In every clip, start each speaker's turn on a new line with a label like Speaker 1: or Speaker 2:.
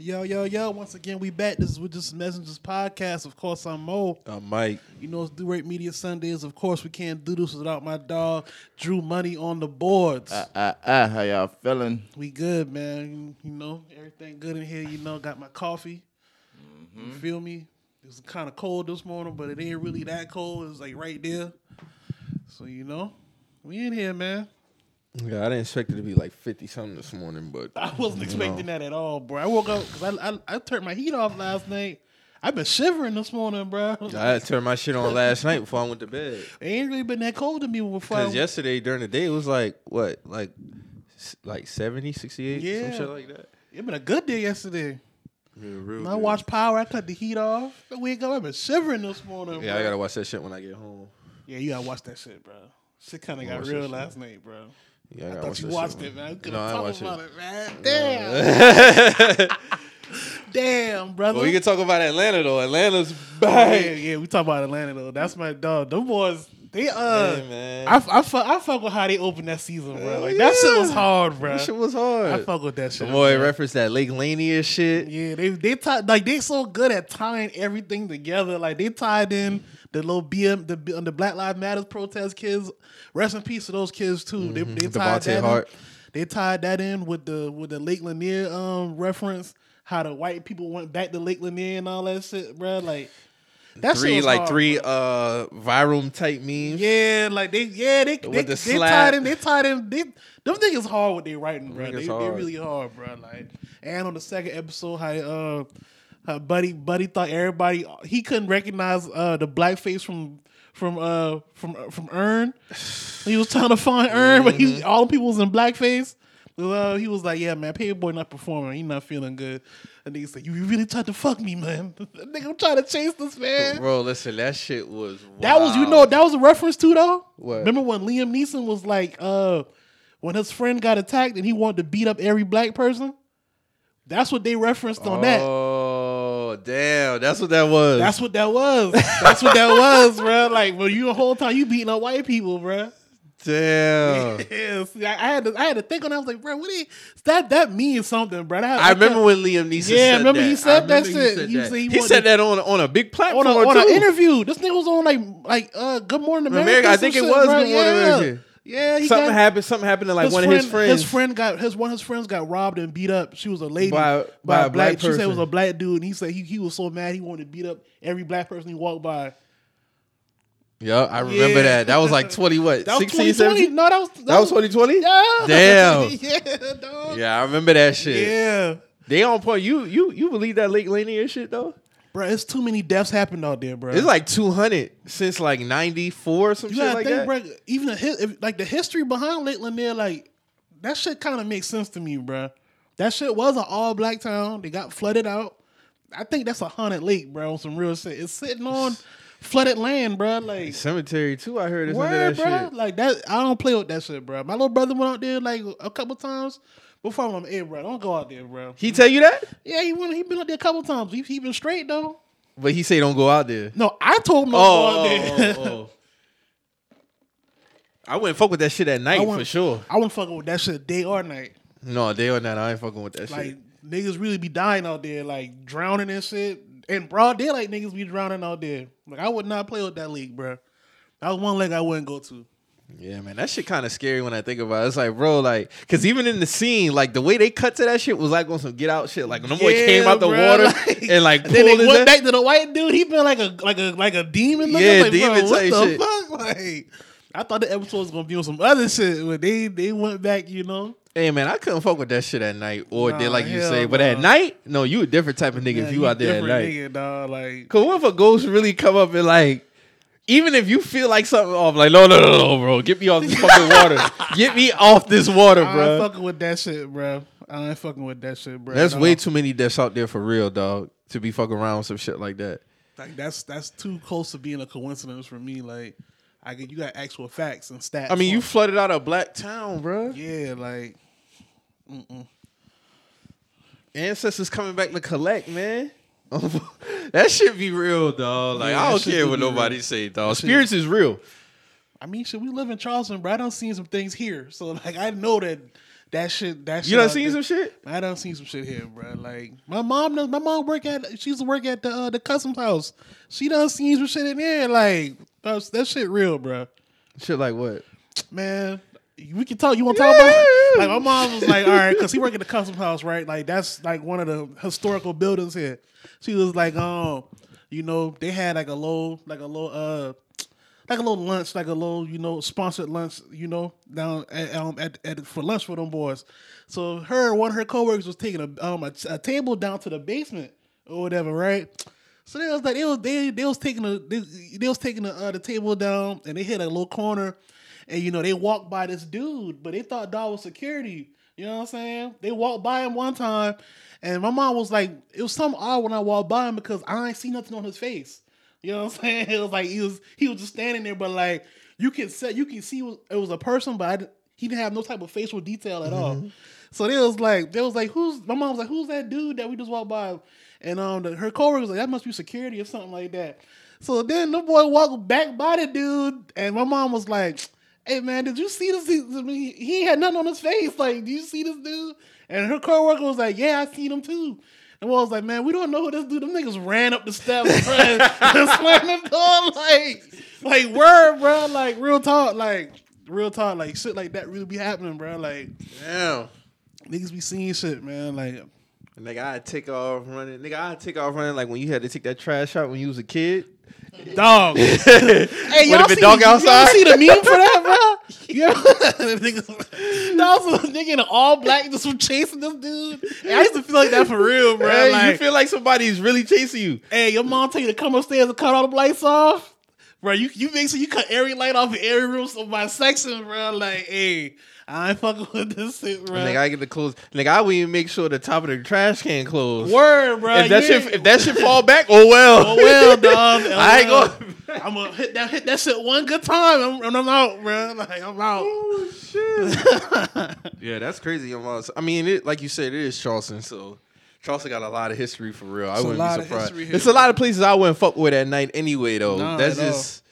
Speaker 1: Yo, yo, yo. Once again, we back. This is with this Messengers podcast. Of course, I'm Mo.
Speaker 2: Uh, Mike,
Speaker 1: You know, it's Do Rate Media Sundays. Of course, we can't do this without my dog, Drew Money, on the boards.
Speaker 3: Ah, ah, how y'all feeling?
Speaker 1: we good, man. You know, everything good in here. You know, got my coffee. You feel me? It's kind of cold this morning, but it ain't really that cold. It's like right there. So, you know, we in here, man.
Speaker 2: yeah, I didn't expect it to be like fifty something this morning, but
Speaker 1: I wasn't expecting that at all, bro. I woke up because I, I I turned my heat off last night. I've been shivering this morning, bro.
Speaker 2: I had to turn my shit on last night before I went to bed.
Speaker 1: It ain't really been that cold to me before. I-
Speaker 2: Because yesterday during the day it was like what, like s- like 70, 68,
Speaker 1: Yeah.
Speaker 2: some shit like that.
Speaker 1: It been a good day yesterday. When I watched Power. I cut the heat off. I wake up. I've been shivering this morning.
Speaker 2: Yeah,
Speaker 1: bro.
Speaker 2: I gotta watch that shit when I get home.
Speaker 1: Yeah, you gotta watch that shit, bro. Shit kind of got
Speaker 2: watch
Speaker 1: real
Speaker 2: that shit.
Speaker 1: last night, bro.
Speaker 2: Yeah, I,
Speaker 1: I
Speaker 2: gotta
Speaker 1: thought
Speaker 2: watch
Speaker 1: you
Speaker 2: that shit
Speaker 1: watched
Speaker 2: when-
Speaker 1: it, man. We could
Speaker 2: No, I
Speaker 1: have
Speaker 2: watched
Speaker 1: talked about
Speaker 2: it.
Speaker 1: it, man. Damn, damn, brother.
Speaker 2: Well, we can talk about Atlanta though. Atlanta's
Speaker 1: yeah,
Speaker 2: back.
Speaker 1: yeah, we talk about Atlanta though. That's my dog. Them boys, they uh,
Speaker 2: Hey, man.
Speaker 1: I, I, fuck, I fuck with how they opened that season, bro.
Speaker 2: Hell
Speaker 1: Like that shit
Speaker 2: yeah.
Speaker 1: was hard, bro.
Speaker 2: That shit was
Speaker 1: I
Speaker 2: hard.
Speaker 1: fuck with that
Speaker 2: The
Speaker 1: shit.
Speaker 2: boy
Speaker 1: bro.
Speaker 2: referenced that Lake Lanier shit.
Speaker 1: Yeah, they they tied like they so good at tying everything together. Like they tied in the little BM the B- the Black Lives Matters protest kids. Rest in peace to those kids too. They they tied
Speaker 2: Devontae
Speaker 1: that
Speaker 2: Mm-hmm. Hart.
Speaker 1: in. They tied that in with the with the Lake Lanier um reference. How the white people went back to Lake Lanier and all that shit, bro. Like that shit
Speaker 2: Three
Speaker 1: was
Speaker 2: like
Speaker 1: hard,
Speaker 2: three uh viral type memes.
Speaker 1: yeah, like they, yeah, they, they,
Speaker 2: With the
Speaker 1: they
Speaker 2: slap.
Speaker 1: tied in, they tied in, they, them niggas hard what they writing, bro.
Speaker 2: Niggas
Speaker 1: They, they
Speaker 2: hard.
Speaker 1: really hard, bro. Like, and on the second episode, how, uh, how buddy, buddy thought everybody he couldn't recognize uh the blackface from from uh from from Earn. He was trying to find Earn, but he
Speaker 2: Mm-hmm.
Speaker 1: all the people was in blackface. Uh, he was like, "Yeah, man, Paperboy not performing. He not feeling good." And nigga said, "You really tried to fuck me, man. nigga, I'm trying to chase this man."
Speaker 2: Bro, listen, that shit was wild.
Speaker 1: That was, you know, that was a reference to though.
Speaker 2: What?
Speaker 1: Remember when Liam Neeson was like, uh, when his friend got attacked and he wanted to beat up every black person? That's what they referenced on that.
Speaker 2: Oh damn, that's what that was.
Speaker 1: That's what that was. That's what that was, bro. Like, well, you the whole time you beating up white people, bro.
Speaker 2: damn.
Speaker 1: Yeah, see, I, I had to, I had to think on. that. I was like, bro, what? Is, that that means something, bro. That-
Speaker 2: I remember when Liam Neeson.
Speaker 1: Yeah,
Speaker 2: said
Speaker 1: remember
Speaker 2: that.
Speaker 1: he said
Speaker 2: I
Speaker 1: that
Speaker 2: remember
Speaker 1: shit.
Speaker 2: He said
Speaker 1: He
Speaker 2: that,
Speaker 1: said he
Speaker 2: He
Speaker 1: wanted-
Speaker 2: said that on on a big platform
Speaker 1: on a, on an
Speaker 2: too.
Speaker 1: interview. This nigga was on like like uh, Good Morning America.
Speaker 2: America, I
Speaker 1: some
Speaker 2: think it
Speaker 1: shit,
Speaker 2: was
Speaker 1: bro.
Speaker 2: Good Morning
Speaker 1: yeah.
Speaker 2: America.
Speaker 1: Yeah, he
Speaker 2: Something
Speaker 1: got,
Speaker 2: happened. Something happened to like one of his friends.
Speaker 1: friend got his one of his friends got robbed and beat up. She was a lady
Speaker 2: By- by a black
Speaker 1: She said it was
Speaker 2: person.
Speaker 1: a black dude, and he said he, he was so mad he wanted to beat up every black person he walked by.
Speaker 2: Yeah, I remember
Speaker 1: Yeah.
Speaker 2: that. That was like twenty what?
Speaker 1: That was
Speaker 2: 16,
Speaker 1: twenty twenty.
Speaker 2: 17?
Speaker 1: No, that was
Speaker 2: That was twenty twenty.
Speaker 1: Yeah,
Speaker 2: Damn.
Speaker 1: yeah, dog.
Speaker 2: Yeah, I remember that
Speaker 1: Yeah.
Speaker 2: shit. They on point. You you you believe that Lake Lanier shit though?
Speaker 1: bro. It's too many deaths happened out there, bro.
Speaker 2: It's like two hundred since like ninety four or some
Speaker 1: you
Speaker 2: shit
Speaker 1: gotta
Speaker 2: like
Speaker 1: think,
Speaker 2: that.
Speaker 1: bro. Even the his, if, like the history behind Lake Lanier, like that shit kind of makes sense to me, bro. That shit was an all black town. They got flooded out. I think that's a haunted lake, bro. On some real shit, it's sitting on flooded land, bro. Like
Speaker 2: Cemetery too. I heard is under
Speaker 1: Word,
Speaker 2: that
Speaker 1: bro.
Speaker 2: shit.
Speaker 1: Like that, I don't play with that shit, bro. My little brother went out there like a couple times before I'm like, hey, bro, don't go out there, bro.
Speaker 2: He tell you that,
Speaker 1: Yeah, he went. He been out there a couple times. He, he been straight though.
Speaker 2: but he say don't go out there.
Speaker 1: No, I told him don't go
Speaker 2: Oh,
Speaker 1: out there.
Speaker 2: oh, oh, oh. I wouldn't fuck with that shit at night for
Speaker 1: wouldn't-
Speaker 2: sure.
Speaker 1: I wouldn't fucking with that shit day or night.
Speaker 2: No, day or night, I ain't fucking with that
Speaker 1: Like
Speaker 2: shit.
Speaker 1: niggas really be dying out there, like drowning and shit. And broad daylight, niggas be drowning out there. Like I would not play with that league, bro. That was one leg I wouldn't go to.
Speaker 2: Yeah, man, that shit kind of scary when I think about it. It's like, bro, like, cause even in the scene, like the way they cut to that shit was like on some get out shit. Like when them boy
Speaker 1: Yeah,
Speaker 2: came out the
Speaker 1: bro,
Speaker 2: water
Speaker 1: like-
Speaker 2: and like pulled
Speaker 1: then they
Speaker 2: his
Speaker 1: went
Speaker 2: ass-
Speaker 1: back to the white dude. He been like a like a like a demon. Looking.
Speaker 2: Yeah,
Speaker 1: like, bro,
Speaker 2: demon
Speaker 1: what
Speaker 2: type
Speaker 1: the
Speaker 2: shit.
Speaker 1: fuck? Like, I thought the episode was gonna be on some other shit, but they they went back. You know,
Speaker 2: Hey, man, I couldn't fuck with that shit at night or day,
Speaker 1: Nah,
Speaker 2: like you
Speaker 1: hell
Speaker 2: say. But at
Speaker 1: nah.
Speaker 2: night, no, you a different type of nigga if you out there at
Speaker 1: different
Speaker 2: night.
Speaker 1: nigga, dog. Like,
Speaker 2: Cause what if a ghost really come up and like, even if you feel like something off, like no, no, no, no, bro, get me off this fucking water, get me off this
Speaker 1: I
Speaker 2: water,
Speaker 1: ain't
Speaker 2: bro.
Speaker 1: fucking with that shit, bro. I ain't fucking with that shit, bro.
Speaker 2: That's
Speaker 1: No.
Speaker 2: way too many deaths out there for real, dog. To be fucking around with some shit like that.
Speaker 1: Like that's that's too close to being a coincidence for me. Like, I get you got actual facts and stats.
Speaker 2: I mean, you
Speaker 1: on-
Speaker 2: flooded out a black town, bro.
Speaker 1: yeah, like
Speaker 2: Ancestors coming back to collect, man. that shit be real, dog. Like
Speaker 1: Yeah,
Speaker 2: I
Speaker 1: that
Speaker 2: don't
Speaker 1: shit
Speaker 2: care
Speaker 1: do
Speaker 2: what
Speaker 1: be real.
Speaker 2: nobody say, dog. Spirits is real.
Speaker 1: I mean, should we live in Charleston, bro? I done seen some things here, so like I know that That shit. That shit
Speaker 2: You done
Speaker 1: out
Speaker 2: seen
Speaker 1: there-
Speaker 2: some shit?
Speaker 1: I done seen some shit here, bro. Like my mom, does, my mom work at. She used to work at the uh, the customs house. She done seen some shit in there. Like that's, that shit real, bro.
Speaker 2: Shit like what?
Speaker 1: Man, we can talk. You want to talk about? it? Like my mom was like, all right, because he work at the customs house, right? Like that's like one of the historical buildings here. She was like, um, you know, they had like a low, like a low, uh. Like a little lunch, like a little, you know, sponsored lunch, you know, down at, um, at, at for lunch for them boys. So her, one of her coworkers was taking a um a, a table down to the basement or whatever, right? So they was like they was they, they was taking the they, they was taking the, uh, the table down and they hit a little corner, and you know they walked by this dude, but they thought dog was security. You know what I'm saying? They walked by him one time, and my mom was like, it was something odd when I walked by him because I ain't see nothing on his face. You know what I'm saying? It was like he was he was just standing there, but like you can set you can see it was, it was a person, but I d he didn't have no type of facial detail at all. So they was like they was like who's my mom was like who's that dude that we just walked by, and um the, her coworker was like that must be security or something like that. So then the boy walked back by the dude, and my mom was like. Hey man, did you see this? He, I mean, he had nothing on his face. Like, do you see this dude? And her coworker was like, "Yeah, I seen him too." And Wall was like, "Man, we don't know who this dude. Them niggas ran up the steps, bro, and slammed the door. Like, like word, bro. Like real talk. Like real talk. Like shit like that really be happening, bro. Like
Speaker 2: Damn.
Speaker 1: niggas be seeing shit, man. Like
Speaker 2: Nigga, I take off running. Nigga, I take off running like when you had to take that trash out when you was a kid.
Speaker 1: dog. hey,
Speaker 2: What if it
Speaker 1: see,
Speaker 2: dog
Speaker 1: You
Speaker 2: outside?
Speaker 1: ever see the meme for that, bro? You ever, niggas, that was a nigga in an all black just was chasing this dude. And I used to feel like that for real, bro.
Speaker 2: Hey,
Speaker 1: like,
Speaker 2: you feel like somebody's really chasing you.
Speaker 1: Hey, your mom tell you to come upstairs and cut all the lights off, bro. You you make sure you cut every light off in every room so my section, bro. Like, hey, I ain't fucking with this shit, bro.
Speaker 2: Nigga, I get the clothes. Nigga, I wouldn't even make sure the top of the trash can closed.
Speaker 1: Word, bro.
Speaker 2: If that
Speaker 1: you
Speaker 2: shit,
Speaker 1: ain't-
Speaker 2: if that shit fall back, oh well.
Speaker 1: oh well, dog. Oh,
Speaker 2: I ain't
Speaker 1: well.
Speaker 2: going.
Speaker 1: I'm gonna hit that hit that shit one good time, and I'm, and I'm out, bro. Like I'm out.
Speaker 2: Oh shit. yeah, that's crazy. your mom's- I mean, it, like you said, it is Charleston, so Charleston got a lot of history for real. I
Speaker 1: a
Speaker 2: wouldn't
Speaker 1: lot
Speaker 2: be
Speaker 1: of
Speaker 2: surprised.
Speaker 1: history here.
Speaker 2: It's a lot of places I wouldn't fuck with at night anyway, though.
Speaker 1: Nah,
Speaker 2: that's
Speaker 1: at all.
Speaker 2: just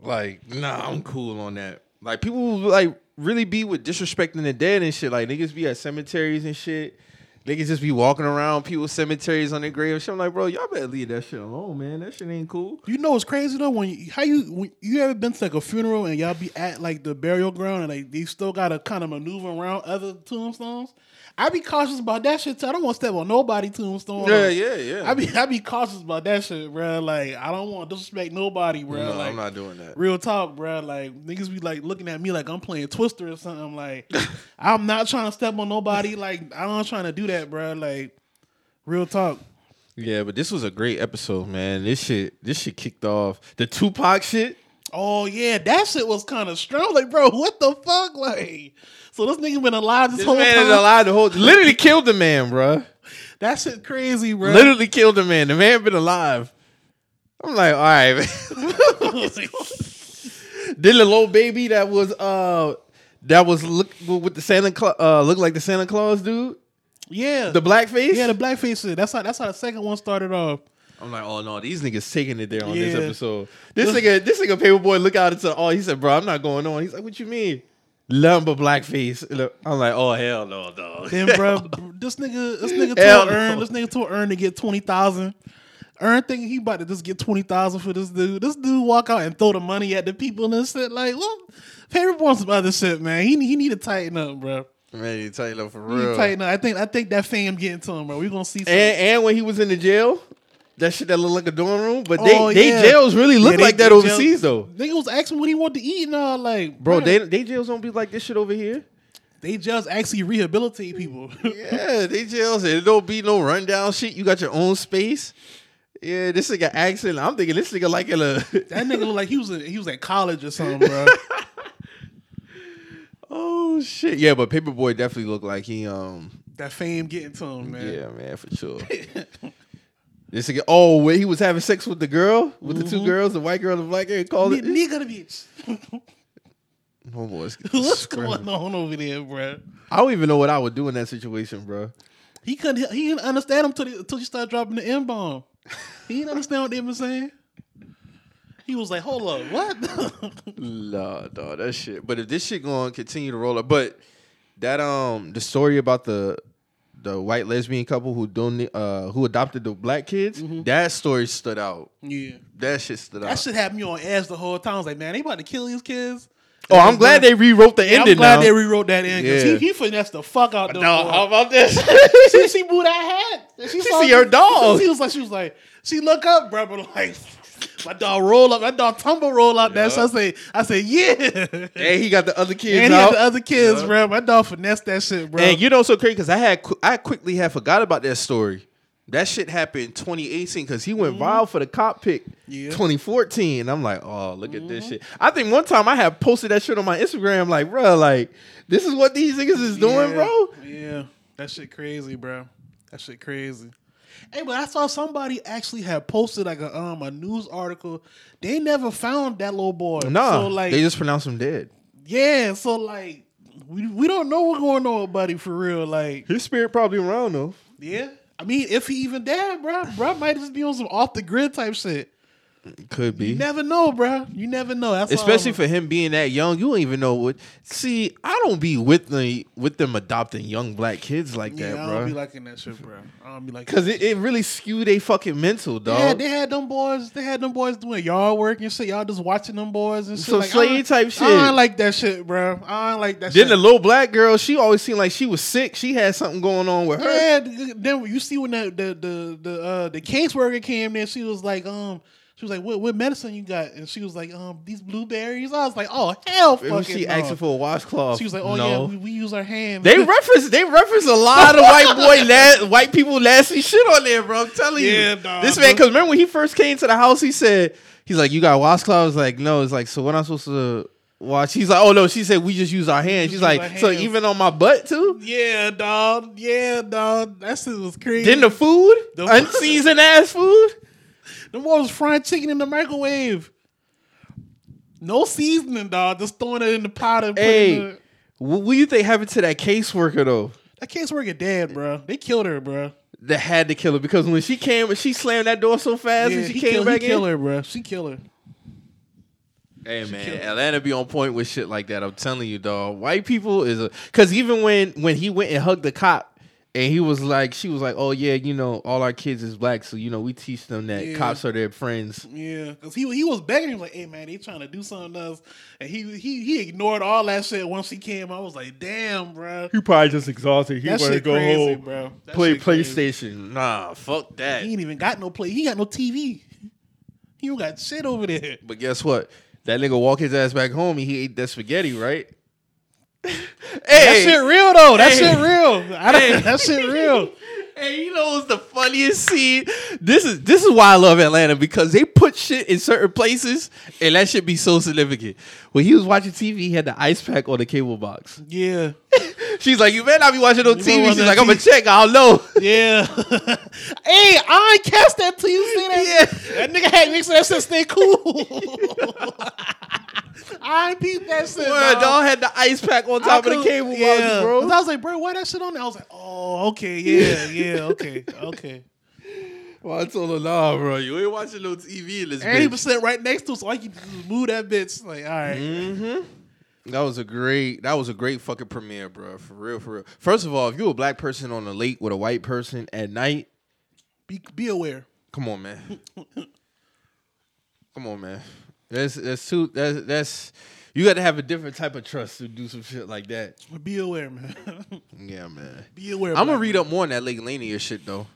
Speaker 2: like, nah, I'm cool on that. Like people will, like really be with disrespecting the dead and shit. Like niggas be at cemeteries and shit. Niggas just be walking around people's cemeteries on their grave and shit. I'm like, bro, y'all better leave that shit alone, man. That shit ain't cool.
Speaker 1: You know what's crazy though? When you, how you when you ever been to like a funeral and y'all be at like the burial ground and like they still gotta kind of maneuver around other tombstones. I be cautious about that shit too. I don't want to step on nobody tombstone.
Speaker 2: Yeah, yeah, yeah.
Speaker 1: I be I be cautious about that shit, bruh. Like I don't want to disrespect nobody, bruh.
Speaker 2: No,
Speaker 1: like,
Speaker 2: I'm not doing that.
Speaker 1: Real talk, bruh. Like niggas be like looking at me like I'm playing Twister or something. Like I'm not trying to step on nobody. Like I'm not trying to do that, bruh. Like real talk.
Speaker 2: Yeah, but this was a great episode, man. This shit, this shit kicked off the Tupac shit.
Speaker 1: Oh yeah, that shit was kind of strong. Like, bro, what the fuck? Like, so this nigga been alive this,
Speaker 2: This
Speaker 1: whole
Speaker 2: man
Speaker 1: time.
Speaker 2: is alive the whole. Literally killed the man, bruh.
Speaker 1: That shit crazy, bro.
Speaker 2: Literally killed the man. The man been alive. I'm like, all right. man. Then the little baby that was uh that was look with the Santa Claus uh looked like the Santa Claus dude,
Speaker 1: yeah,
Speaker 2: the blackface.
Speaker 1: yeah, the blackface shit. That's how that's how the second one started off.
Speaker 2: I'm like, oh no, these niggas taking it there on this
Speaker 1: Yeah.
Speaker 2: episode. This nigga, this nigga paperboy look out into oh, he said, bro, I'm not going on. He's like, what you mean? Lumber blackface. Look, I'm like, oh hell no, dog.
Speaker 1: Then, bro, this nigga, this nigga
Speaker 2: Hell
Speaker 1: told Earn,
Speaker 2: no.
Speaker 1: this nigga told Earn to get twenty thousand. Earn thinking he about to just get twenty thousand for this dude. This dude walk out and throw the money at the people and shit. Like, well, favorite wants some other shit, man. He he need to tighten up, bro.
Speaker 2: Man, you tight up for
Speaker 1: He need to
Speaker 2: real.
Speaker 1: tighten up. I think I think that fame getting to him, bro. We gonna see. Some,
Speaker 2: And and when he was in the jail, that shit that looked like a dorm room. But they,
Speaker 1: Oh,
Speaker 2: they
Speaker 1: yeah.
Speaker 2: jails really look
Speaker 1: Yeah, they-
Speaker 2: like that
Speaker 1: they
Speaker 2: overseas though.
Speaker 1: Nigga was asking what he wanted to eat and all like
Speaker 2: Bro,
Speaker 1: bruh,
Speaker 2: they they jails don't be like this shit over here.
Speaker 1: they just actually rehabilitate people.
Speaker 2: Yeah, they jails. It don't be no rundown shit. You got your own space. Yeah, this nigga accent. I'm thinking this nigga like in a
Speaker 1: that nigga looked like he was in, he was at college or something, bro.
Speaker 2: Oh shit! Yeah, but Paperboy definitely looked like he um.
Speaker 1: that fame getting to him, man.
Speaker 2: Yeah, man, for sure. this again. Oh, wait, he was having sex with the girl, with the two girls, the white girl and the black girl. he Called
Speaker 1: Ni-
Speaker 2: it.
Speaker 1: Nigga the bitch.
Speaker 2: Oh boy, it's-
Speaker 1: What's
Speaker 2: screaming.
Speaker 1: going on over there, bro?
Speaker 2: I don't even know what I would do in that situation, bro.
Speaker 1: He couldn't he didn't understand him till, he- till you start dropping the M bomb. He didn't understand what they were saying. He was like, "Hold up, what?"
Speaker 2: Nah, dog, that shit. But if this shit going to continue to roll up, but that um the story about the the white lesbian couple who don't uh who adopted the black kids that story stood out.
Speaker 1: Yeah.
Speaker 2: Mm-hmm. That shit stood
Speaker 1: That
Speaker 2: out.
Speaker 1: should have me on edge the whole time. I was like, man, they about to kill these kids.
Speaker 2: oh, I'm glad they rewrote the
Speaker 1: Yeah,
Speaker 2: ending.
Speaker 1: I'm glad
Speaker 2: now.
Speaker 1: they rewrote that end because
Speaker 2: Yeah.
Speaker 1: he, he finessed the fuck out.
Speaker 2: No,
Speaker 1: No,
Speaker 2: how about this?
Speaker 1: she she blew that hat. And She, saw-
Speaker 2: see her dog.
Speaker 1: She was like, she was like, she look up, bro, but like. My dog roll up, my dog tumble roll up. That so I say, I say, yeah.
Speaker 2: and he got the other kids
Speaker 1: and he
Speaker 2: out.
Speaker 1: had the other kids, bro. My dog finessed that shit, bro.
Speaker 2: And you know, what's so crazy because I had qu- I quickly had forgot about that story. That shit happened 2018 because he went viral for the cop pick
Speaker 1: Mm-hmm. Yeah. Mm-hmm.
Speaker 2: 2014. And I'm like, oh, look at this shit. I think one time I had posted that shit on my Instagram, like, bro, like this is what these niggas is doing,
Speaker 1: Yeah.
Speaker 2: bro.
Speaker 1: Yeah, that shit crazy, bro. That shit crazy. Hey, but I saw somebody actually had posted like a um a news article. They never found that little boy.
Speaker 2: Nah,
Speaker 1: so like
Speaker 2: they just pronounced him dead.
Speaker 1: yeah, so like we we don't know what's going on, with buddy, for real. Like
Speaker 2: His spirit probably around though.
Speaker 1: yeah, I mean if he even dead, bro, bro might just be on some off the grid type shit.
Speaker 2: Could be.
Speaker 1: You never know, bro. You never know. That's all
Speaker 2: Especially
Speaker 1: I'm-
Speaker 2: for him being that young, you don't even know what. See, I don't be with the with them adopting young black kids like
Speaker 1: yeah.
Speaker 2: that,
Speaker 1: I don't be
Speaker 2: bro.
Speaker 1: liking that shit, bro. I don't be like
Speaker 2: Because it, it really skewed they fucking mental, dog.
Speaker 1: Yeah, they had them boys. They had them boys doing yard work and shit. Y'all just watching them boys and shit.
Speaker 2: Some
Speaker 1: like, I
Speaker 2: slave
Speaker 1: don't-
Speaker 2: type shit.
Speaker 1: I don't like that shit, bro. I don't like that.
Speaker 2: Then the
Speaker 1: shit.
Speaker 2: little black girl, she always seemed like she was sick. She had something going on with her.
Speaker 1: yeah. th- Then you see when the the the the, uh, the caseworker came in, she was like, um, she was like, what what medicine you got? And she was like, um, these blueberries. I was like, oh hell,
Speaker 2: When
Speaker 1: fucking.
Speaker 2: she
Speaker 1: no.
Speaker 2: asked for a washcloth.
Speaker 1: She was like, oh
Speaker 2: no.
Speaker 1: yeah, we, we use our hands.
Speaker 2: They reference they reference a lot of white boy la- white people nasty shit on there, bro. I'm telling
Speaker 1: Yeah,
Speaker 2: you,
Speaker 1: nah,
Speaker 2: this man.
Speaker 1: bro.
Speaker 2: Because remember when he first came to the house, he said he's like, "You got washcloth?" I was like, "No." It's like, so what I'm supposed to watch? He's like, "Oh no." She said, "We just use our hands." She's
Speaker 1: use
Speaker 2: like,
Speaker 1: our
Speaker 2: "So
Speaker 1: hands."
Speaker 2: even on my butt too?"
Speaker 1: yeah, dog. Yeah, dog. That shit was crazy.
Speaker 2: Then the food,
Speaker 1: The-
Speaker 2: unseasoned ass food.
Speaker 1: Them boys was frying chicken in the microwave. No seasoning, dog. Just throwing it in the pot and putting
Speaker 2: Hey.
Speaker 1: it.
Speaker 2: What, what do you think happened to that caseworker though?
Speaker 1: That caseworker dead, bro. They killed her, bro.
Speaker 2: that had to kill her because when she came, she slammed that door so fast
Speaker 1: Yeah,
Speaker 2: and she
Speaker 1: he
Speaker 2: came
Speaker 1: killed,
Speaker 2: back
Speaker 1: he killed
Speaker 2: in.
Speaker 1: her, bro. She killed her.
Speaker 2: Hey man, Atlanta be on point with shit like that. I'm telling you, dog. White people is a because even when when he went and hugged the cop. And he was like, she was like, oh yeah, you know, all our kids is black, so you know, we teach them that
Speaker 1: Yeah.
Speaker 2: cops are their friends.
Speaker 1: Yeah, because he he was begging him like, "Hey man, they trying to do something to us," and he he he ignored all that shit. Once he came, I was like, "Damn, bro,
Speaker 4: He probably just exhausted. He
Speaker 1: that
Speaker 4: wanted to
Speaker 1: shit
Speaker 4: go
Speaker 1: crazy,
Speaker 4: home,
Speaker 1: bro." That
Speaker 2: Play
Speaker 1: shit crazy.
Speaker 2: PlayStation, nah, fuck that.
Speaker 1: He ain't even got no play. He got no TV. He don't got shit over there.
Speaker 2: But guess what? That nigga walk his ass back home and he ate that spaghetti, right?
Speaker 1: That
Speaker 2: hey,
Speaker 1: shit real though. That
Speaker 2: Hey.
Speaker 1: shit real. I don't,
Speaker 2: Hey.
Speaker 1: That shit real.
Speaker 2: And you know what's the funniest scene? This is this is why I love Atlanta because they put shit in certain places and that should be so significant. When he was watching TV, he had the ice pack on the cable box.
Speaker 1: Yeah.
Speaker 2: She's like, "You better not be watching no
Speaker 1: better
Speaker 2: TV."
Speaker 1: watch
Speaker 2: She's
Speaker 1: that
Speaker 2: like, "I'm gonna
Speaker 1: TV."
Speaker 2: check. I'll know."
Speaker 1: Yeah. hey, I ain't catch that till you see that. That nigga had mixed that shit stay cool. I ain't peep that shit.
Speaker 2: Word,
Speaker 1: dawg.
Speaker 2: dog had the ice pack on
Speaker 1: I
Speaker 2: top of the
Speaker 1: couldn't-
Speaker 2: cable
Speaker 1: yeah.
Speaker 2: box, bro.
Speaker 1: 'Cause I was like, bro, why that shit on there? I was like, oh, okay, yeah, yeah, okay, okay.
Speaker 2: Well, I told her, "Nah, bro, you ain't watching no TV in this
Speaker 1: And he
Speaker 2: bitch."
Speaker 1: was sitting right next to us, so I could just move that bitch. Like, all right.
Speaker 2: Mm-hmm. That was a great. That was a great fucking premiere, bro. For real, for real. First of all, if you a black person on a lake with a white person at night,
Speaker 1: Be, be aware.
Speaker 2: Come on, man. Come on, man. That's that's too that's that's you got to have a different type of trust to do some shit like that.
Speaker 1: Be aware, man.
Speaker 2: Yeah, man.
Speaker 1: be aware.
Speaker 2: I'm gonna
Speaker 1: black
Speaker 2: read up more on that Lake Lanier shit though,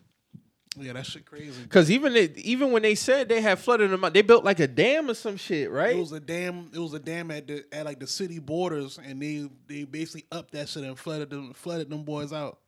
Speaker 1: man. Yeah, that shit crazy.
Speaker 2: because even it, even when they said they had flooded them out, they built like a dam or some shit,
Speaker 1: It
Speaker 2: right?
Speaker 1: was a dam. It was a dam at the at like the city borders, and they they basically upped that shit and flooded them flooded them boys out.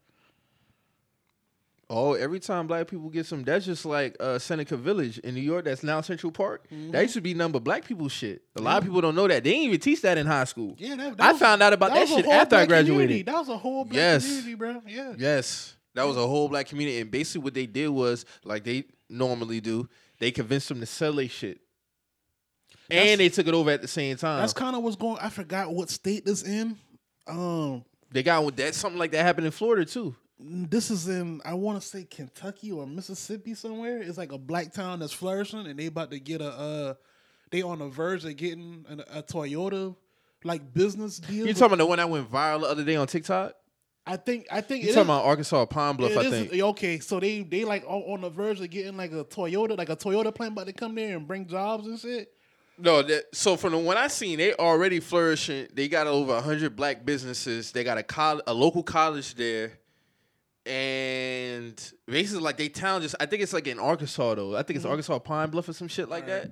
Speaker 2: Oh, every time black people get some, that's just like uh, Seneca Village in New York. That's now Central Park.
Speaker 1: Mm-hmm.
Speaker 2: That used to be number black people shit. A lot of people don't know that. They didn't even teach that in high school.
Speaker 1: Yeah, that, that
Speaker 2: I
Speaker 1: was-
Speaker 2: found out about that,
Speaker 1: was a
Speaker 2: shit
Speaker 1: whole
Speaker 2: after I
Speaker 1: black community.
Speaker 2: graduated.
Speaker 1: That was a whole black
Speaker 2: Yes.
Speaker 1: community, bro. Yeah.
Speaker 2: Yes, that was a whole black community, and basically what they did was like they normally do. They convinced them to sell their shit,
Speaker 1: That's-
Speaker 2: and they took it over at the same time.
Speaker 1: That's kind of what's going. I forgot what state this in. Um,
Speaker 2: they got with that something like that happened in Florida too.
Speaker 1: this is in I want to say Kentucky or Mississippi somewhere. It's like a black town that's flourishing, and they about to get a uh, they on the verge of getting an, a Toyota like business deals.
Speaker 2: You talking about the one that went viral the other day on TikTok?
Speaker 1: I think I think
Speaker 2: You
Speaker 1: it
Speaker 2: talking
Speaker 1: is-
Speaker 2: about Arkansas Pond Bluff?
Speaker 1: it
Speaker 2: I
Speaker 1: is-
Speaker 2: think.
Speaker 1: Okay, so they they like all on the verge of getting like a Toyota, like a Toyota plant about to come there and bring jobs and shit.
Speaker 2: No, that, so from the one I seen, they already flourishing. They got over hundred black businesses. They got a col- a local college there, and basically like they town just. I think it's like in Arkansas though. I think it's Arkansas Pine Bluff or some shit like that.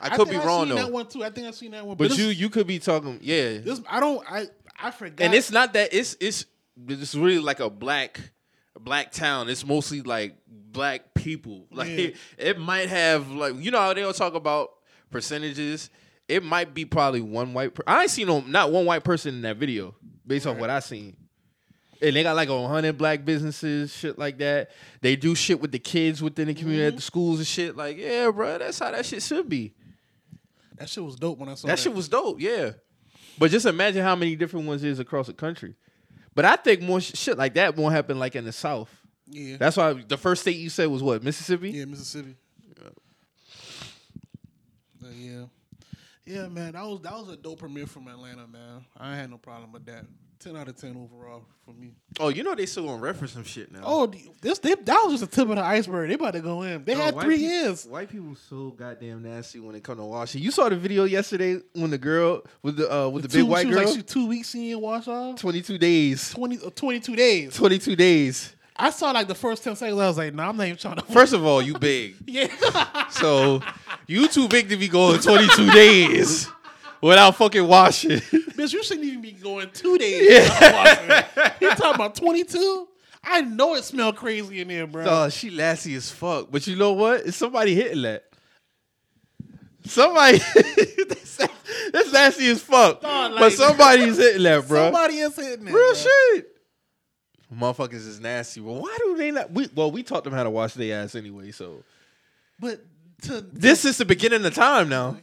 Speaker 2: I could
Speaker 1: think
Speaker 2: be
Speaker 1: Mm-hmm. I
Speaker 2: wrong
Speaker 1: seen
Speaker 2: though.
Speaker 1: That one too. I think I seen that one.
Speaker 2: but
Speaker 1: this-
Speaker 2: you you could be talking yeah.
Speaker 1: this I don't I I forgot.
Speaker 2: and it's not that it's it's it's really like a black black town. It's mostly like black people. Like
Speaker 1: Yeah.
Speaker 2: it, might have like you know how they don't talk about percentages. It might be probably one white. Per- I ain't seen no not one white person in that video based on what I seen. And they got like a hundred black businesses, shit like that. They do shit with the kids within the community at the schools and shit. Like yeah, bro, that's how that shit should be.
Speaker 1: that shit was dope when I saw
Speaker 2: That shit was dope, yeah. But just imagine how many different ones is across the country. But I think more sh- shit like that won't happen like in the South.
Speaker 1: yeah
Speaker 2: That's why the first state you said was what Mississippi.
Speaker 1: yeah Mississippi. But yeah, yeah, man. That was that was a dope premiere from Atlanta, man. I ain't had no problem with that. Ten out of ten overall for me.
Speaker 2: Oh, you know they still gonna reference some shit now.
Speaker 1: Oh, this they, that was just the tip of the iceberg. They about to go in. They
Speaker 2: No,
Speaker 1: had
Speaker 2: white
Speaker 1: three
Speaker 2: peop-
Speaker 1: years.
Speaker 2: White people so goddamn nasty when it come to washing. You saw the video yesterday when the girl with the uh with the, big
Speaker 1: Two-
Speaker 2: white
Speaker 1: she
Speaker 2: girl.
Speaker 1: Was like, she two weeks senior wash off.
Speaker 2: Twenty two days.
Speaker 1: 20, uh, 22 days.
Speaker 2: Twenty two days.
Speaker 1: I saw like the first 10 seconds. I was like, nah, I'm not even trying to.
Speaker 2: First of all, you big.
Speaker 1: yeah.
Speaker 2: So you too big to be going twenty two days without fucking washing.
Speaker 1: Bitch, you shouldn't even be going two days. Yeah. you talking about 22? I know it smelled crazy in there, bro.
Speaker 2: Oh, she lassie as fuck. But you know what? It's somebody hitting that. Somebody that's, that's nasty as fuck.
Speaker 1: Dog, like-
Speaker 2: but somebody's hitting that, bro.
Speaker 1: Somebody is hitting it.
Speaker 2: Real
Speaker 1: bro.
Speaker 2: shit. Motherfuckers is nasty. Well, why do they not? We, well, we taught them how to wash their ass anyway. So
Speaker 1: But to
Speaker 2: this is the beginning of time now.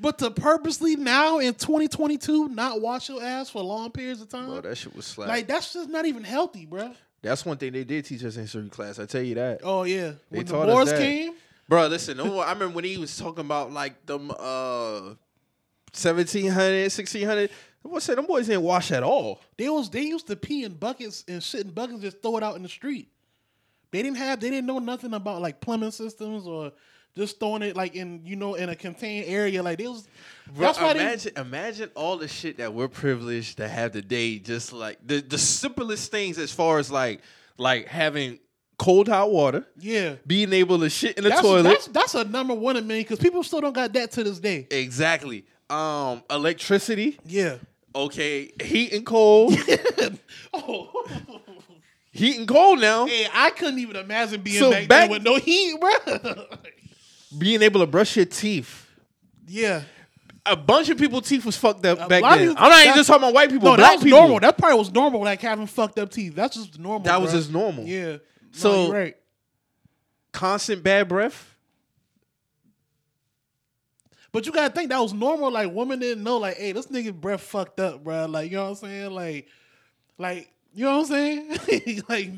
Speaker 1: but to purposely now in 2022 not wash your ass for long periods of time,
Speaker 2: Bro, that shit was slap.
Speaker 1: like that's just not even healthy, bro.
Speaker 2: that's one thing they did teach us in history class. I tell you that.
Speaker 1: Oh yeah, when the
Speaker 2: taught us
Speaker 1: wars
Speaker 2: that.
Speaker 1: came,
Speaker 2: Bro, listen, no more- I remember when he was talking about like them uh 1700, 1600. What's that? Them boys didn't wash at all.
Speaker 1: they was they used to pee in buckets and shit in buckets, just throw it out in the street. They didn't have they didn't know nothing about like plumbing systems or just throwing it like in you know in a contained area. Like they was
Speaker 2: Bro,
Speaker 1: that's why they
Speaker 2: imagine, imagine all the shit that we're privileged to have today. Just like the, the simplest things, as far as like like having cold hot water,
Speaker 1: yeah.
Speaker 2: being able to shit in the
Speaker 1: That's,
Speaker 2: toilet.
Speaker 1: that's that's a number one in me because people still don't got that to this day.
Speaker 2: exactly. Um, electricity.
Speaker 1: Yeah.
Speaker 2: Okay, heat and cold.
Speaker 1: oh.
Speaker 2: heat and cold now.
Speaker 1: Hey, I couldn't even imagine being
Speaker 2: So
Speaker 1: back,
Speaker 2: back-
Speaker 1: there with no heat, bro.
Speaker 2: Being able to brush your teeth.
Speaker 1: yeah.
Speaker 2: A bunch of people's teeth was fucked up back
Speaker 1: lot of
Speaker 2: then.
Speaker 1: these-
Speaker 2: I'm not even
Speaker 1: that-
Speaker 2: just talking about white people.
Speaker 1: No, that
Speaker 2: black
Speaker 1: was
Speaker 2: people.
Speaker 1: normal. That probably was normal, like having fucked up teeth. That's just normal.
Speaker 2: That was
Speaker 1: bruh.
Speaker 2: just normal.
Speaker 1: Yeah. No,
Speaker 2: So-
Speaker 1: you're right.
Speaker 2: Constant bad breath.
Speaker 1: But you gotta think that was normal. Like women didn't know, like, hey, this nigga breath fucked up, bro. Like, you know what I'm saying? Like, like, you know what I'm saying? like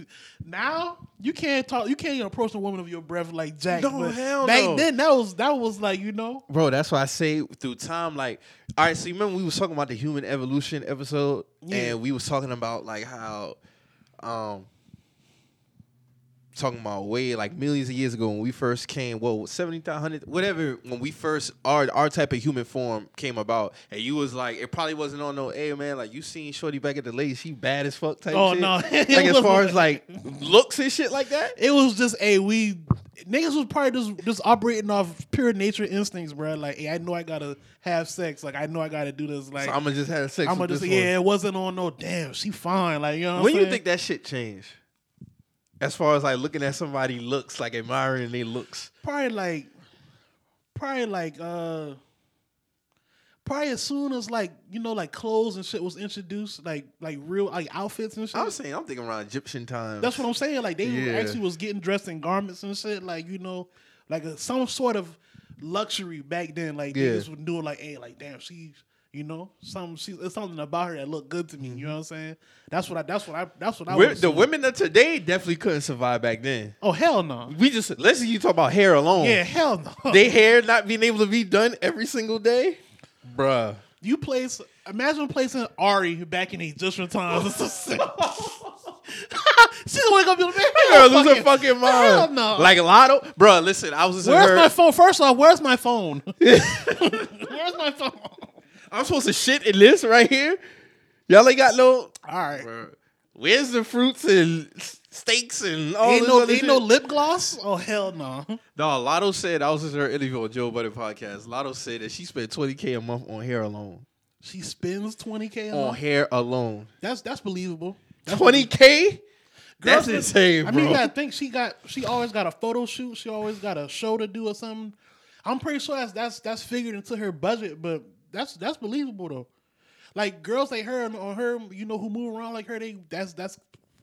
Speaker 1: now you can't talk, you can't even approach a woman of your breath like Jack.
Speaker 2: No,
Speaker 1: but
Speaker 2: hell
Speaker 1: back
Speaker 2: no.
Speaker 1: then that was that was like, you know,
Speaker 2: Bro, that's why I say through time, like, all right. So you remember we was talking about the human evolution episode,
Speaker 1: Yeah.
Speaker 2: and we was talking about like how, um, talking about way like millions of years ago when we first came, well, seventy nine hundred, whatever, when we first our our type of human form came about, and you was like, it probably wasn't on no, hey man, like you seen Shorty back at the lake, she bad as fuck type.
Speaker 1: Oh,
Speaker 2: shit.
Speaker 1: no.
Speaker 2: like
Speaker 1: It
Speaker 2: as far
Speaker 1: wasn't.
Speaker 2: as like looks and shit like that.
Speaker 1: it was just a we niggas was probably just just operating off pure nature instincts, bro. Like, hey, I know I gotta have sex. Like, I know I gotta do this. Like,
Speaker 2: So I'm gonna just have sex.
Speaker 1: I'm gonna
Speaker 2: with
Speaker 1: just
Speaker 2: this one.
Speaker 1: yeah, it wasn't on no damn. She fine, like you know. What
Speaker 2: When
Speaker 1: I'm
Speaker 2: you
Speaker 1: saying?
Speaker 2: think that shit changed? As far as like looking at somebody looks, like admiring their looks.
Speaker 1: probably like probably like uh probably as soon as like you know like clothes and shit was introduced like like real like outfits and shit
Speaker 2: I'm saying I'm thinking around Egyptian times.
Speaker 1: that's what i'm saying like they
Speaker 2: Yeah.
Speaker 1: actually was getting dressed in garments and shit like you know like a, some sort of luxury back then like
Speaker 2: Yeah.
Speaker 1: they just would do like hey like damn she's you know some she's it's something about her that looked good to me you know what i'm saying that's what i that's what i that's what i
Speaker 2: Wo-
Speaker 1: would
Speaker 2: Mm-hmm. the
Speaker 1: assume.
Speaker 2: women of today definitely couldn't survive back then.
Speaker 1: oh hell no
Speaker 2: We just let's you talk about hair alone.
Speaker 1: yeah hell no
Speaker 2: They hair not being able to be done every single day, bruh.
Speaker 1: you place Imagine replacing Ari back in the Egyptian times. It's so sick. She's gonna wake up and be like, man,
Speaker 2: Girl,
Speaker 1: where's my
Speaker 2: lose her fucking
Speaker 1: Hell
Speaker 2: mind.
Speaker 1: no.
Speaker 2: Like Lotto, bro. Listen, I was listening. to
Speaker 1: Where's
Speaker 2: her-
Speaker 1: my phone? First off, where's my phone? where's my phone?
Speaker 2: I'm supposed to shit in this right here. Y'all ain't got no.
Speaker 1: All right.
Speaker 2: Where's the fruits and s- steaks and all
Speaker 1: Ain't
Speaker 2: this
Speaker 1: no,
Speaker 2: other
Speaker 1: ain't
Speaker 2: shit?
Speaker 1: no lip gloss? Oh hell no!
Speaker 2: No, Lotto said I was listening to her interview on Joe Budden podcast. Lotto said that she spent 20k a month on hair alone.
Speaker 1: She spends twenty k.
Speaker 2: On hair alone,
Speaker 1: That's that's believable. Uh-huh. That's
Speaker 2: 20k. That's
Speaker 1: Girls-
Speaker 2: insane,
Speaker 1: I
Speaker 2: bro.
Speaker 1: mean, you gotta think she got she always got a photo shoot. She always got a show to do or something. I'm pretty sure that's that's that's figured into her budget, but that's that's believable though. Like girls like her and on her, you know, who move around like her, they that's that's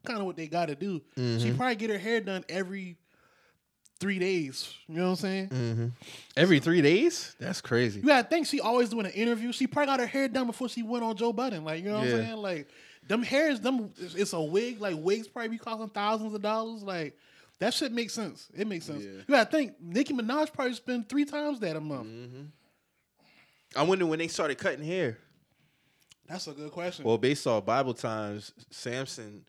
Speaker 1: kind of what they got to do. She probably get her hair done every three days. You know what I'm saying?
Speaker 2: Every three days? That's crazy.
Speaker 1: You gotta think she always doing an interview. She probably got her hair done before she went on Joe Budden. Like you know what
Speaker 2: Yeah.
Speaker 1: I'm saying? Like them hairs, them it's- it's a wig. Like wigs probably be costing thousands of dollars. Like that shit makes sense. It makes sense.
Speaker 2: Yeah.
Speaker 1: You gotta think Nicki Minaj probably spend three times that a month.
Speaker 2: Mm-hmm. I wonder when they started cutting hair.
Speaker 1: That's a good question.
Speaker 2: Well, based off Bible times, Samson,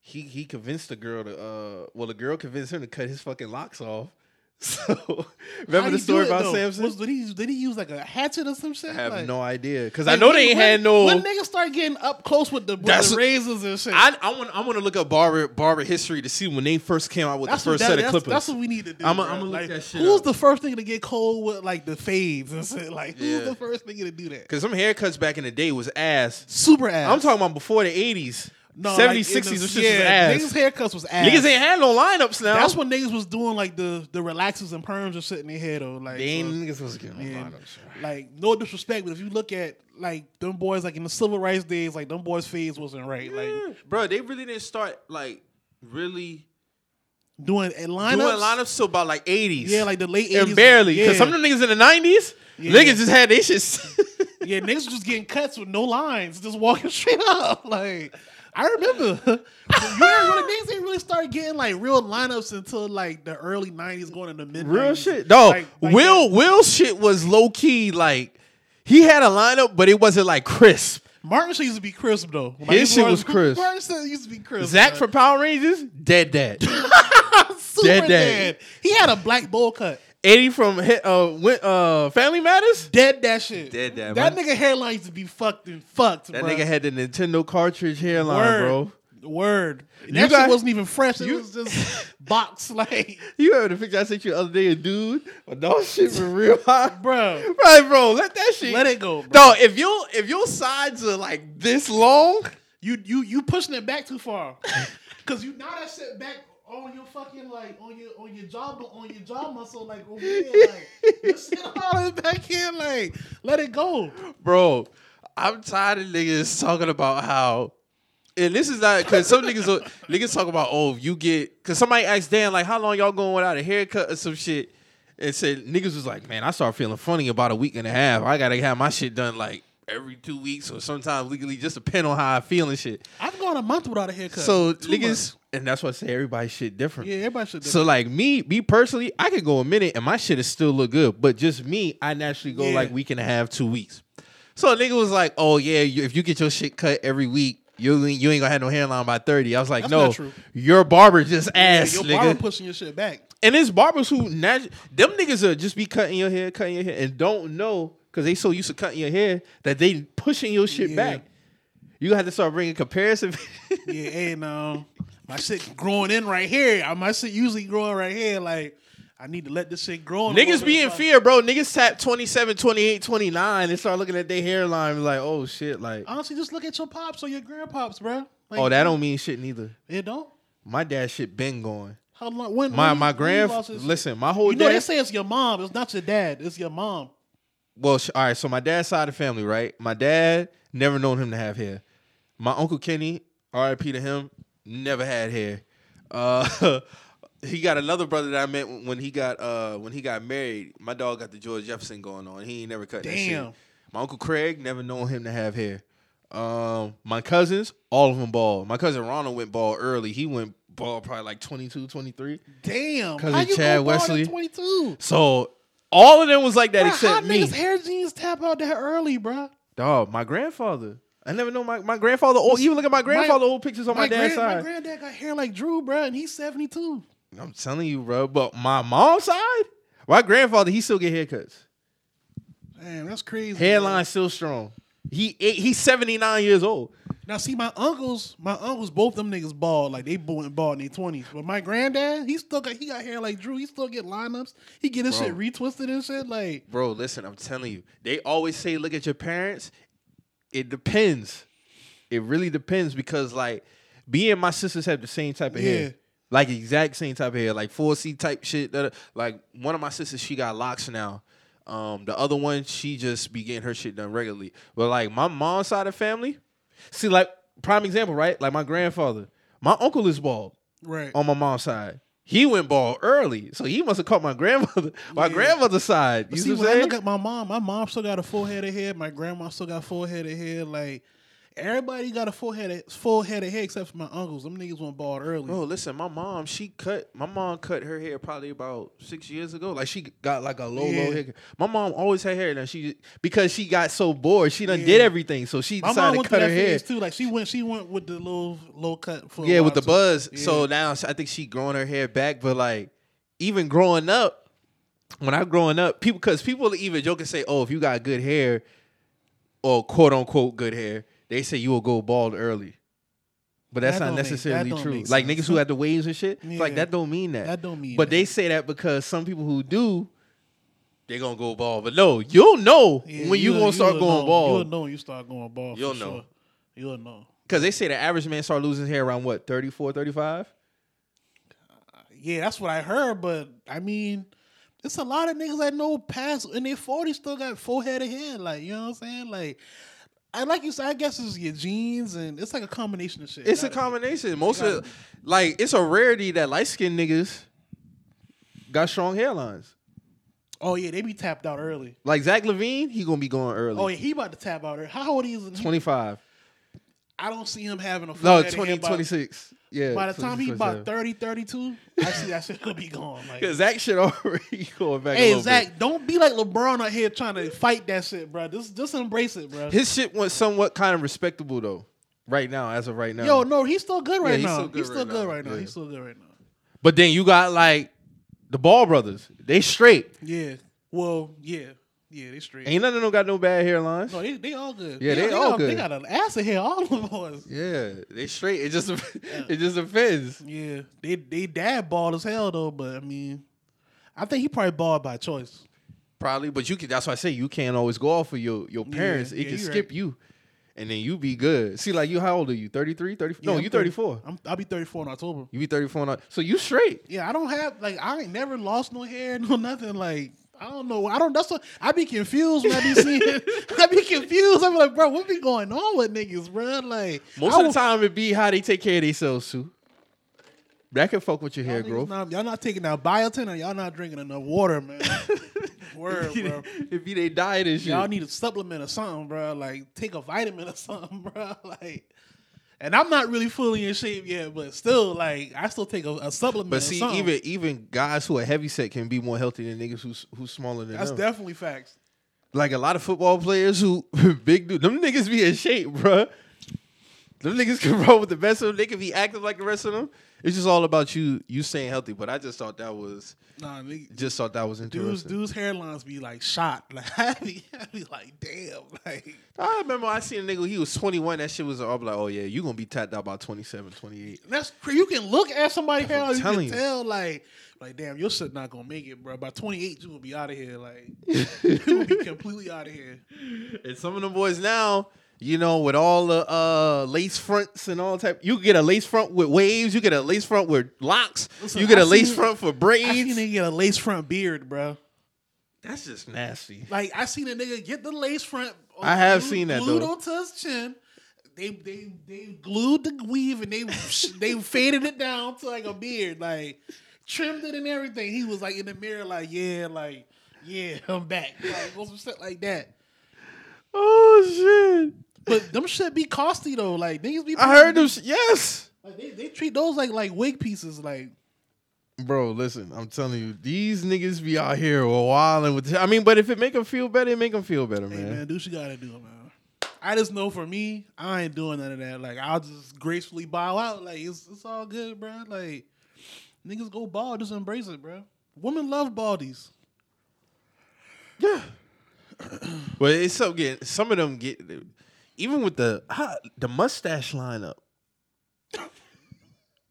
Speaker 2: he he convinced the girl to uh well the girl convinced him to cut his fucking locks off. So remember
Speaker 1: How
Speaker 2: the
Speaker 1: he do
Speaker 2: story
Speaker 1: it,
Speaker 2: about
Speaker 1: though?
Speaker 2: Samson?
Speaker 1: Was- did he did he use like a hatchet or some shit?
Speaker 2: I have
Speaker 1: Like-
Speaker 2: no idea. Cause I
Speaker 1: like,
Speaker 2: know
Speaker 1: when-
Speaker 2: they ain't
Speaker 1: when-
Speaker 2: had no
Speaker 1: When niggas start getting up close with the, with
Speaker 2: That's-
Speaker 1: the razors and shit.
Speaker 2: I, I want I want to look up barber barber history to see when they first came out with
Speaker 1: that's
Speaker 2: the
Speaker 1: what
Speaker 2: first
Speaker 1: that-
Speaker 2: set of
Speaker 1: that's,
Speaker 2: clippers.
Speaker 1: That's what we need to do.
Speaker 2: I'ma-
Speaker 1: bruh.
Speaker 2: I'ma look
Speaker 1: Like,
Speaker 2: that shit
Speaker 1: Who's
Speaker 2: up.
Speaker 1: the first nigga to get cold with like the fades and shit? Like who's
Speaker 2: Yeah.
Speaker 1: the first nigga to do that?
Speaker 2: Cause some haircuts back in the day was ass.
Speaker 1: Super ass.
Speaker 2: I'm talking about before the 80s,
Speaker 1: No,
Speaker 2: 70s,
Speaker 1: like, in
Speaker 2: 60s.
Speaker 1: the-
Speaker 2: This shit
Speaker 1: yeah,
Speaker 2: was ass.
Speaker 1: Niggas haircuts was ass.
Speaker 2: Niggas, ain't had no lineups now.
Speaker 1: That's when niggas was doing like the the relaxers and perms and shit in their hair though. Like
Speaker 2: they ain't
Speaker 1: so-
Speaker 2: niggas was getting no
Speaker 1: Yeah.
Speaker 2: lineups.
Speaker 1: like no disrespect, but if you look at like them boys like in the civil rights days, like them boys' fades wasn't right. Like
Speaker 2: bro, they really didn't start like really
Speaker 1: doing a lineups,
Speaker 2: doing lineups till about like eighties.
Speaker 1: yeah, like the late
Speaker 2: and
Speaker 1: 80s,
Speaker 2: barely
Speaker 1: yeah.
Speaker 2: because some of the niggas in the nineties,
Speaker 1: Yeah.
Speaker 2: niggas just had they shit.
Speaker 1: yeah, niggas just getting cuts with no lines, just walking straight up. Like I remember, you ain't really, niggas didn't really start getting like real lineups until like the early '90s, going into mid.
Speaker 2: Real shit. No, Will Will shit was low key like he had a lineup, but it wasn't like crisp.
Speaker 1: Martin shit used to be crisp though. Like,
Speaker 2: His
Speaker 1: he's
Speaker 2: shit
Speaker 1: always-
Speaker 2: was crisp.
Speaker 1: Martin shit used to be crisp.
Speaker 2: Zach
Speaker 1: man.
Speaker 2: from Power Rangers, dead dad.
Speaker 1: super dead,
Speaker 2: Dead Dad.
Speaker 1: He had a black bowl cut.
Speaker 2: Eddie from Hit- uh, Win- uh Family Matters,
Speaker 1: Dead that shit.
Speaker 2: Dead that,
Speaker 1: That
Speaker 2: man.
Speaker 1: nigga hairline used to be fucked and fucked.
Speaker 2: that
Speaker 1: bruh.
Speaker 2: nigga had the Nintendo cartridge hairline, bro.
Speaker 1: word, word. And that
Speaker 2: got-
Speaker 1: shit wasn't even fresh. It
Speaker 2: you-
Speaker 1: was just box like,
Speaker 2: You remember the picture I sent you the other day? A dude, a dog shit was real high,
Speaker 1: bro.
Speaker 2: Right, bro. Let that shit.
Speaker 1: Let it go, bro.
Speaker 2: No, if your if your sides are like this long,
Speaker 1: You you you pushing it back too far. Cause you now that shit back on your fucking like on your on your jaw bu- on your jaw muscle like over here like your shit all the way back here like let it go.
Speaker 2: bro. I'm tired of niggas talking about how, and this is not because some niggas will- niggas talk about oh if you get because somebody asked Dan like how long y'all going without a haircut or some shit, and said niggas was like man I started feeling funny about a week and a half. I gotta have my shit done like every two weeks or sometimes legally just depend on how I feel and shit.
Speaker 1: I've gone a month without a haircut.
Speaker 2: So
Speaker 1: Two
Speaker 2: niggas,
Speaker 1: months.
Speaker 2: and that's why I say everybody shit different.
Speaker 1: yeah, everybody should. do
Speaker 2: So like me, me personally, I could go a minute and my shit is still look good. But just me, I naturally go
Speaker 1: Yeah.
Speaker 2: like week and a half, two weeks. So a nigga was like, "Oh yeah, you, if you get your shit cut every week, you ain't- you ain't gonna have no hairline by 30. I was like,
Speaker 1: That's
Speaker 2: "No,
Speaker 1: not true.
Speaker 2: your barber just
Speaker 1: that.
Speaker 2: ass,
Speaker 1: your
Speaker 2: nigga."
Speaker 1: barber pushing your shit back.
Speaker 2: and it's barbers who natu- them niggas will just be cutting your hair, cutting your hair, and don't know because they so used to cutting your hair that they pushing your shit
Speaker 1: Yeah.
Speaker 2: back. You gonna have to start bringing comparison.
Speaker 1: Yeah, hey now my shit growing in right here. I- My shit usually growing right here. Like I need to let this shit grow. in a little
Speaker 2: Niggas
Speaker 1: bit
Speaker 2: be in
Speaker 1: before I-
Speaker 2: fear, bro. Niggas tap 27, 28, 29 and start looking at their hairline like, oh shit, like,
Speaker 1: Honestly, just look at your pops or your grandpops, bro. Like,
Speaker 2: oh, that don't mean shit neither.
Speaker 1: it don't.
Speaker 2: My dad shit been going.
Speaker 1: How long? When
Speaker 2: My
Speaker 1: when
Speaker 2: my
Speaker 1: you- when you
Speaker 2: grand
Speaker 1: lost this shit?
Speaker 2: listen, my whole
Speaker 1: You know,
Speaker 2: dad.
Speaker 1: they say it's your mom. It's not your dad. It's your mom.
Speaker 2: well, sh- all right, so my dad's side of the family, right? My dad never known him to have hair. My uncle Kenny, R.I.P. to him, never had hair. Uh, he got another brother that I met when he got uh when he got married. My dog got the George Jefferson going on. He ain't never cut that shit.
Speaker 1: Damn.
Speaker 2: My uncle Craig never known him to have hair. Um, my cousins, all of them bald. My cousin Ronald went bald early. He went bald probably like 22, 23.
Speaker 1: Damn.
Speaker 2: Cousin
Speaker 1: How you
Speaker 2: Chad
Speaker 1: Chad go
Speaker 2: Wesley.
Speaker 1: Wesley? Twenty two.
Speaker 2: So all of them was like that
Speaker 1: How
Speaker 2: except me.
Speaker 1: niggas hair jeans tap out that early, bro?
Speaker 2: Dog, my grandfather. I never know my, my grandfather. Oh, even look at my grandfather old pictures on my, dad's
Speaker 1: grand- My
Speaker 2: side.
Speaker 1: granddad got hair like Drew, bro, and he's seventy two.
Speaker 2: I'm telling you, bro. But my mom's side, my grandfather, he still get haircuts.
Speaker 1: Damn, that's crazy.
Speaker 2: Hairline still strong. He eight- he's 79 years old.
Speaker 1: Now, see, my uncles, my uncles, both them niggas bald. Like they both bald in their twenties. But my granddad, he still got he got hair like Drew. He still get lineups. He get his
Speaker 2: Bro.
Speaker 1: shit retwisted and shit. Like
Speaker 2: Bro, listen, I'm telling you. They always say look at your parents. It depends. It really depends because like me and my sisters have the same type of
Speaker 1: Yeah.
Speaker 2: hair. Like exact same type of hair, like 4C type shit. da- da. Like one of my sisters, she got locks now. Um, the other one, she just be getting her shit done regularly. But like my mom's side of family, see, like prime example, right? Like my grandfather, my uncle is bald
Speaker 1: right,
Speaker 2: on my mom's side. He went bald early, so he must have caught my grandmother, my
Speaker 1: Yeah.
Speaker 2: grandmother's side. You
Speaker 1: But see,
Speaker 2: see
Speaker 1: when
Speaker 2: what I'm
Speaker 1: I
Speaker 2: saying?
Speaker 1: look at my mom, my mom still got a full head of hair. My grandma still got full head of hair. Like everybody got a full head, of, full head of hair except for my uncles. Them niggas went bald early.
Speaker 2: Bro, listen, my mom, she cut my mom cut her hair probably about six years ago. Like she got like a low,
Speaker 1: Yeah.
Speaker 2: low haircut. My mom always had hair now. She because she got so bored, she done
Speaker 1: Yeah.
Speaker 2: did everything. So she
Speaker 1: my mom
Speaker 2: decided
Speaker 1: went
Speaker 2: to
Speaker 1: through
Speaker 2: cut her
Speaker 1: that
Speaker 2: hair.
Speaker 1: phase too. Like she went, she went with the little low cut for a
Speaker 2: Yeah, with the
Speaker 1: while,
Speaker 2: buzz.
Speaker 1: too.
Speaker 2: So now I think she growing her hair back, but like even growing up, when I growing up, people because people even joke and say, "Oh, if you got good hair, or quote unquote good hair, they say you will go bald early." But that's
Speaker 1: That
Speaker 2: not
Speaker 1: don't make- that
Speaker 2: necessarily
Speaker 1: don't
Speaker 2: true.
Speaker 1: make
Speaker 2: Like
Speaker 1: sense.
Speaker 2: niggas who had the waves and shit, it's like
Speaker 1: Yeah.
Speaker 2: that don't mean that.
Speaker 1: That don't mean
Speaker 2: But
Speaker 1: that.
Speaker 2: they say that because some people who do, they gonna go bald. But no, you'll know
Speaker 1: Yeah,
Speaker 2: when you,
Speaker 1: you'll-
Speaker 2: gonna start
Speaker 1: you'll
Speaker 2: going
Speaker 1: know,
Speaker 2: bald.
Speaker 1: You'll know when you start going bald.
Speaker 2: You'll
Speaker 1: for
Speaker 2: know.
Speaker 1: sure. You'll know.
Speaker 2: Because they say the average man start losing hair around what 34, 35?
Speaker 1: Yeah, that's what I heard. But I mean, it's a lot of niggas I know past in their forties still got full head of hair. Like you know what I'm saying? Like, I like you said. I guess it's your genes and it's like a combination of shit.
Speaker 2: It's a
Speaker 1: Gotta be.
Speaker 2: combination. Most of like it's a rarity that light skinned niggas got strong hairlines.
Speaker 1: Oh yeah, they be tapped out early.
Speaker 2: Like Zach Levine, he gonna be going early.
Speaker 1: Oh yeah, he about to tap out early. How old he is?
Speaker 2: Twenty five.
Speaker 1: I don't see him having a full
Speaker 2: No,
Speaker 1: head of hair
Speaker 2: 20,
Speaker 1: by-
Speaker 2: 26. Yeah.
Speaker 1: By the time he
Speaker 2: 26,
Speaker 1: about
Speaker 2: 27.
Speaker 1: 30, 32, I see that shit could be gone. Like,
Speaker 2: Cause Zach shit already going back. a
Speaker 1: hey
Speaker 2: little
Speaker 1: Zach,
Speaker 2: bit.
Speaker 1: don't be like LeBron out here trying to fight that shit, bro. Just just embrace it, bro.
Speaker 2: His shit was somewhat kind of respectable though. Right now, as of right now.
Speaker 1: Yo, no, he's still good right
Speaker 2: he's
Speaker 1: now.
Speaker 2: still good
Speaker 1: he's still
Speaker 2: right
Speaker 1: good
Speaker 2: now.
Speaker 1: right now.
Speaker 2: Yeah.
Speaker 1: He's still good right now.
Speaker 2: But then you got like the Ball brothers. They straight.
Speaker 1: Yeah. Well, yeah. Yeah, they straight.
Speaker 2: Ain't none of them got no bad hairlines.
Speaker 1: no, they, they all good.
Speaker 2: Yeah, they
Speaker 1: got-
Speaker 2: all
Speaker 1: They
Speaker 2: good.
Speaker 1: got an ass in here, all of them boys.
Speaker 2: yeah, they straight. It just it just offends.
Speaker 1: Yeah. They they dad bald as hell though, but I mean, I think he probably bald by choice.
Speaker 2: Probably, but you can. That's why I say you can't always go off of your your parents.
Speaker 1: yeah,
Speaker 2: it can
Speaker 1: you right.
Speaker 2: skip you, and then you be good. See, like you, how old are you? 33, 34?
Speaker 1: Yeah,
Speaker 2: no,
Speaker 1: I'm
Speaker 2: you
Speaker 1: thirty-
Speaker 2: thirty four.
Speaker 1: I'm I'll be thirty four in October.
Speaker 2: You be thirty four now. So you straight.
Speaker 1: Yeah, I don't have like I ain't never lost no hair, no nothing. Like I don't know. I don't. That's what I be confused when I be seeing. I be confused. I be like, bro, what be going on with niggas, bro? Like
Speaker 2: Most
Speaker 1: I
Speaker 2: of the
Speaker 1: was-
Speaker 2: time, it be how they take care of themselves too. That can fuck with your hair
Speaker 1: Y'all niggas
Speaker 2: growth.
Speaker 1: not- y'all not taking that biotin or y'all not drinking enough water, man. Word, bro.
Speaker 2: it be they diet and shit.
Speaker 1: Y'all need a supplement or something, bro. Like take a vitamin or something, bro. Like, and I'm not really fully in shape yet, but still, like, I still take a, a supplement.
Speaker 2: but
Speaker 1: or
Speaker 2: see,
Speaker 1: something.
Speaker 2: even even guys who are heavy set can be more healthy than niggas who's who's smaller than
Speaker 1: that's
Speaker 2: them.
Speaker 1: definitely facts.
Speaker 2: like a lot of football players who big dude. Them niggas be in shape, bruh. Them niggas can roll with the best of them. They can be active like the rest of them. It's just all about you you staying healthy. But I just thought that was
Speaker 1: Nah, nigga,
Speaker 2: just thought that was
Speaker 1: dudes,
Speaker 2: interesting.
Speaker 1: dudes' hairlines be like shot. Like, I be, I be like, damn, like,
Speaker 2: I remember I seen a nigga. He was 21. That shit was. I'm like, oh yeah, you gonna be tapped out by 27, 28.
Speaker 1: that's cra- you can look at somebody hair,
Speaker 2: I'm
Speaker 1: you can
Speaker 2: telling you.
Speaker 1: tell, like, like, damn, your shit not gonna make it, bro. By 28, you gonna be out of here, like, you gonna be completely out of here.
Speaker 2: And some of them boys now, you know, with all the uh, lace fronts and all type, you get a lace front with waves. You get a lace front with locks.
Speaker 1: Listen,
Speaker 2: you get a
Speaker 1: I
Speaker 2: lace
Speaker 1: seen-
Speaker 2: front for
Speaker 1: I seen
Speaker 2: braids.
Speaker 1: nigga get a lace front beard, bro.
Speaker 2: That's just nasty.
Speaker 1: Like I seen a nigga get the lace front.
Speaker 2: I have
Speaker 1: glued-
Speaker 2: seen that,
Speaker 1: glued
Speaker 2: though.
Speaker 1: onto his chin. They they they glued the weave and they they faded it down to like a beard, like trimmed it and everything. He was like in the mirror, like yeah, like yeah, I'm back, like or some shit like that.
Speaker 2: Oh shit.
Speaker 1: But them shit be costly though. Like niggas be.
Speaker 2: I heard them. Sh- yes,
Speaker 1: Like, they, they treat those like like wig pieces. Like
Speaker 2: bro. Listen, I'm telling you, these niggas be out here wilding with. I mean, but if it make them feel better, it make them feel better,
Speaker 1: hey
Speaker 2: man.
Speaker 1: man, do what you gotta do, man. I just know for me, I ain't doing none of that. Like I'll just gracefully bow out. Like it's it's all good, bro. Like niggas go bald, just embrace it, bro. Women love baldies.
Speaker 2: Yeah. but it's so get some of them get even with the how- the mustache lineup.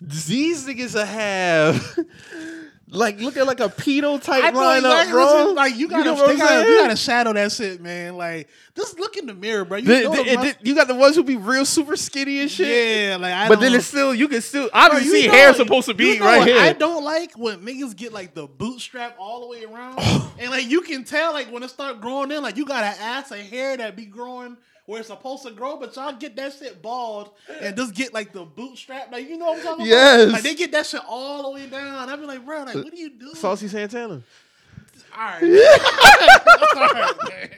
Speaker 2: These niggas will have like look at like a pedo type lineup, bro.
Speaker 1: like you gotta,
Speaker 2: know what
Speaker 1: they
Speaker 2: I'm
Speaker 1: gotta,
Speaker 2: saying?
Speaker 1: you gotta shadow that shit, man. Like just look in the mirror, bro. You
Speaker 2: The-
Speaker 1: know
Speaker 2: the-
Speaker 1: the
Speaker 2: and
Speaker 1: must-
Speaker 2: then you got the ones who be real super skinny and shit.
Speaker 1: yeah, like I
Speaker 2: but then
Speaker 1: don't-
Speaker 2: it's still you can still I
Speaker 1: Bro,
Speaker 2: don't
Speaker 1: you
Speaker 2: see
Speaker 1: know-
Speaker 2: hair supposed to be
Speaker 1: you know
Speaker 2: right
Speaker 1: what
Speaker 2: here.
Speaker 1: I don't like when niggas get like the bootstrap all the way around, and like you can tell like when it start growing in, like you got an ass and hair that be growing where it's supposed to grow, but y'all get that shit bald and just get like the bootstrap, like you know what I'm talking about?
Speaker 2: Yes.
Speaker 1: Like they get that shit all the way down. I be like, bro, like what are you doing?
Speaker 2: Saucy Santana.
Speaker 1: All right. All right, man.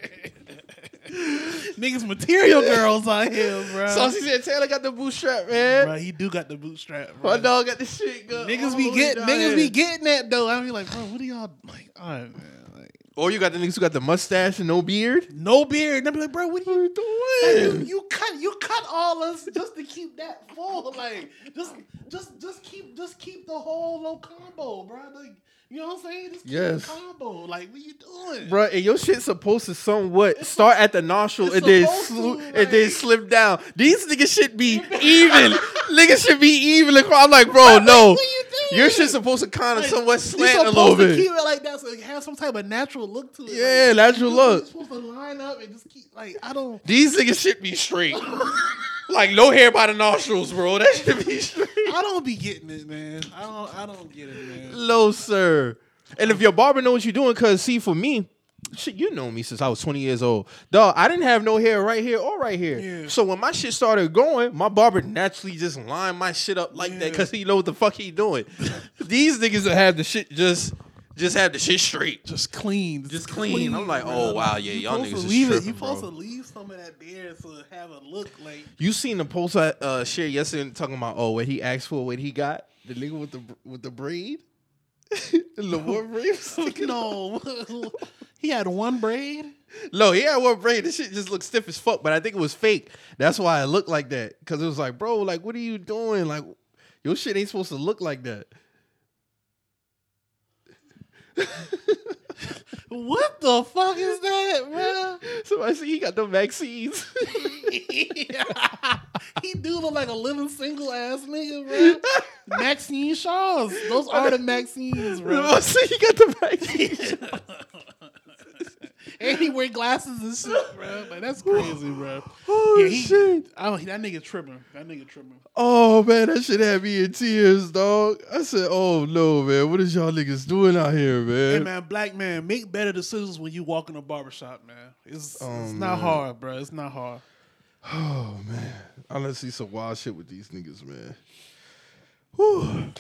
Speaker 1: Niggas material girls out here, bro.
Speaker 2: Saucy Santana got the bootstrap, man.
Speaker 1: Bro, he do got the bootstrap. Bro.
Speaker 2: My dog got the shit good.
Speaker 1: Niggas
Speaker 2: all
Speaker 1: be
Speaker 2: the way
Speaker 1: getting
Speaker 2: down
Speaker 1: niggas
Speaker 2: here.
Speaker 1: be getting that though. I be like, bro, what do y'all like? All right, man. Like,
Speaker 2: Or Oh, you got the niggas who got the mustache and no beard.
Speaker 1: no beard. And I be like, bro, what do
Speaker 2: What
Speaker 1: you?
Speaker 2: are you
Speaker 1: You,
Speaker 2: doing?
Speaker 1: you cut you cut all us just to keep that full. Like just just just keep just keep the whole little combo, bro. Like you know what I'm saying? Just keep
Speaker 2: Yes.
Speaker 1: the combo. Like what you doing,
Speaker 2: Bruh, and your shit supposed to somewhat start at the nostril
Speaker 1: it's
Speaker 2: and then
Speaker 1: supposed
Speaker 2: slu-
Speaker 1: to,
Speaker 2: and then
Speaker 1: like-
Speaker 2: slip down. These niggas should be even. niggas should be even. across- I'm like, bro, no.
Speaker 1: What you doing?
Speaker 2: Your shit supposed to kind of
Speaker 1: Like,
Speaker 2: somewhat
Speaker 1: you're
Speaker 2: slant a little
Speaker 1: supposed to
Speaker 2: bit.
Speaker 1: Keep it like that, so it has some type of natural look to it.
Speaker 2: Yeah,
Speaker 1: like,
Speaker 2: natural
Speaker 1: you- you're
Speaker 2: look.
Speaker 1: Supposed to line up and just keep like I don't.
Speaker 2: These niggas should be straight. like no hair by the nostrils, bro. That should be straight.
Speaker 1: I don't be getting it, man. I don't. I don't get it, man.
Speaker 2: Hello, sir. And if your barber know what you're doing, cause see, for me, shit, you know me since I was 20 years old. Dog, I didn't have no hair right here or right here.
Speaker 1: Yeah.
Speaker 2: So when my shit started going, my barber naturally just lined my shit up like that,
Speaker 1: Yeah.
Speaker 2: cause he know what the fuck he doing. These niggas that have the shit just just have the shit straight.
Speaker 1: Just clean.
Speaker 2: Just clean. I'm like, oh wow, yeah, y'all niggas
Speaker 1: supposed
Speaker 2: is
Speaker 1: to leave it.
Speaker 2: tripping,
Speaker 1: You
Speaker 2: bro.
Speaker 1: supposed to leave some of that there so it have a look like.
Speaker 2: You seen the post I uh, shared yesterday talking about oh what he asked for, what he got? The nigga with the with the braid, the Lamar braid.
Speaker 1: no, he had one braid.
Speaker 2: No, he had one braid. This shit just looked stiff as fuck, but I think it was fake. That's why it looked like that. Cause it was like, bro, like what are you doing? Like your shit ain't supposed to look like that.
Speaker 1: What the fuck is that, bro?
Speaker 2: Somebody see he got the vaccines.
Speaker 1: he do look like a living single ass nigga, bro. Maxine Shaws. Those are the Maxines, bro.
Speaker 2: Somebody see he got the vaccines.
Speaker 1: and he wear glasses and shit, bro. Like that's crazy, bro.
Speaker 2: oh
Speaker 1: Yeah, he-
Speaker 2: shit.
Speaker 1: I don't. That nigga tripping. That nigga tripping.
Speaker 2: Oh man, that shit had me in tears, dog. I said, oh no, man, what is y'all niggas doing out here,
Speaker 1: Hey man, black man, make better decisions when you walk in a barbershop, man. It's
Speaker 2: Oh,
Speaker 1: it's not
Speaker 2: man.
Speaker 1: hard, bro. It's not hard.
Speaker 2: Oh man, I done see some wild shit with these niggas, man. Whew.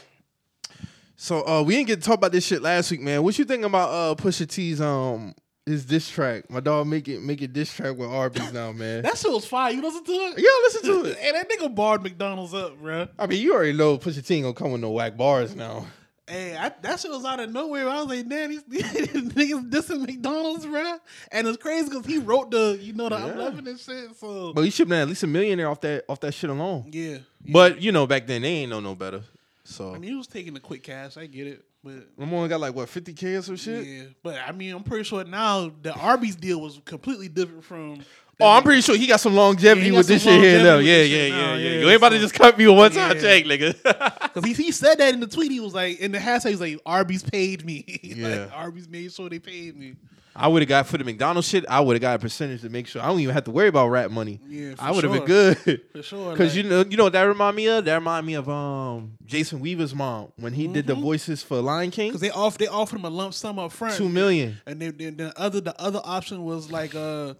Speaker 2: So uh, we didn't get to talk about this shit last week, man. What you think about uh, Pusha T's um his diss track? My dog make it make it diss track with Arby's now, man.
Speaker 1: That shit was fire. You listen to it?
Speaker 2: Yeah, listen to it.
Speaker 1: And that nigga barred McDonald's up, bro.
Speaker 2: I mean, you already know Pusha T ain't gonna come with no whack bars now.
Speaker 1: Hey, I, that shit was out of nowhere. I was like, damn, these, these niggas dissing McDonald's, bro. And it's crazy because he wrote the, you know, the
Speaker 2: Yeah.
Speaker 1: I'm loving this shit. So
Speaker 2: But he should have been at least a millionaire off that off that shit alone.
Speaker 1: yeah,
Speaker 2: But you know, back then they ain't know no better. So
Speaker 1: I mean, he was taking the quick cash. I get it, but
Speaker 2: I'm only got like what 50k or some shit.
Speaker 1: yeah, but I mean, I'm pretty sure now the Arby's deal was completely different from.
Speaker 2: Oh, I'm pretty sure he got some longevity
Speaker 1: Yeah, he got
Speaker 2: with this
Speaker 1: some
Speaker 2: shit here now.
Speaker 1: longevity with
Speaker 2: Yeah,
Speaker 1: this
Speaker 2: yeah,
Speaker 1: shit
Speaker 2: yeah,
Speaker 1: now,
Speaker 2: yeah,
Speaker 1: yeah,
Speaker 2: You ain't about to
Speaker 1: so-
Speaker 2: just cut me a one time
Speaker 1: Yeah.
Speaker 2: check, nigga.
Speaker 1: Because he, he said that in the tweet. He was like, in the hashtag, he's like, Arby's paid me.
Speaker 2: Yeah.
Speaker 1: like, Arby's made sure they paid me.
Speaker 2: I would have got for the McDonald's shit. I would have got a percentage to make sure I don't even have to worry about rap money.
Speaker 1: Yeah, for
Speaker 2: I would have
Speaker 1: sure.
Speaker 2: been good.
Speaker 1: For sure. like-
Speaker 2: Cause you know, you know what that remind me of? That remind me of um Jason Weaver's mom when he did the voices for Lion King.
Speaker 1: Mm-hmm. Cause they off they offered him a lump sum up front,
Speaker 2: Two million.
Speaker 1: and then, then the other the other option was like uh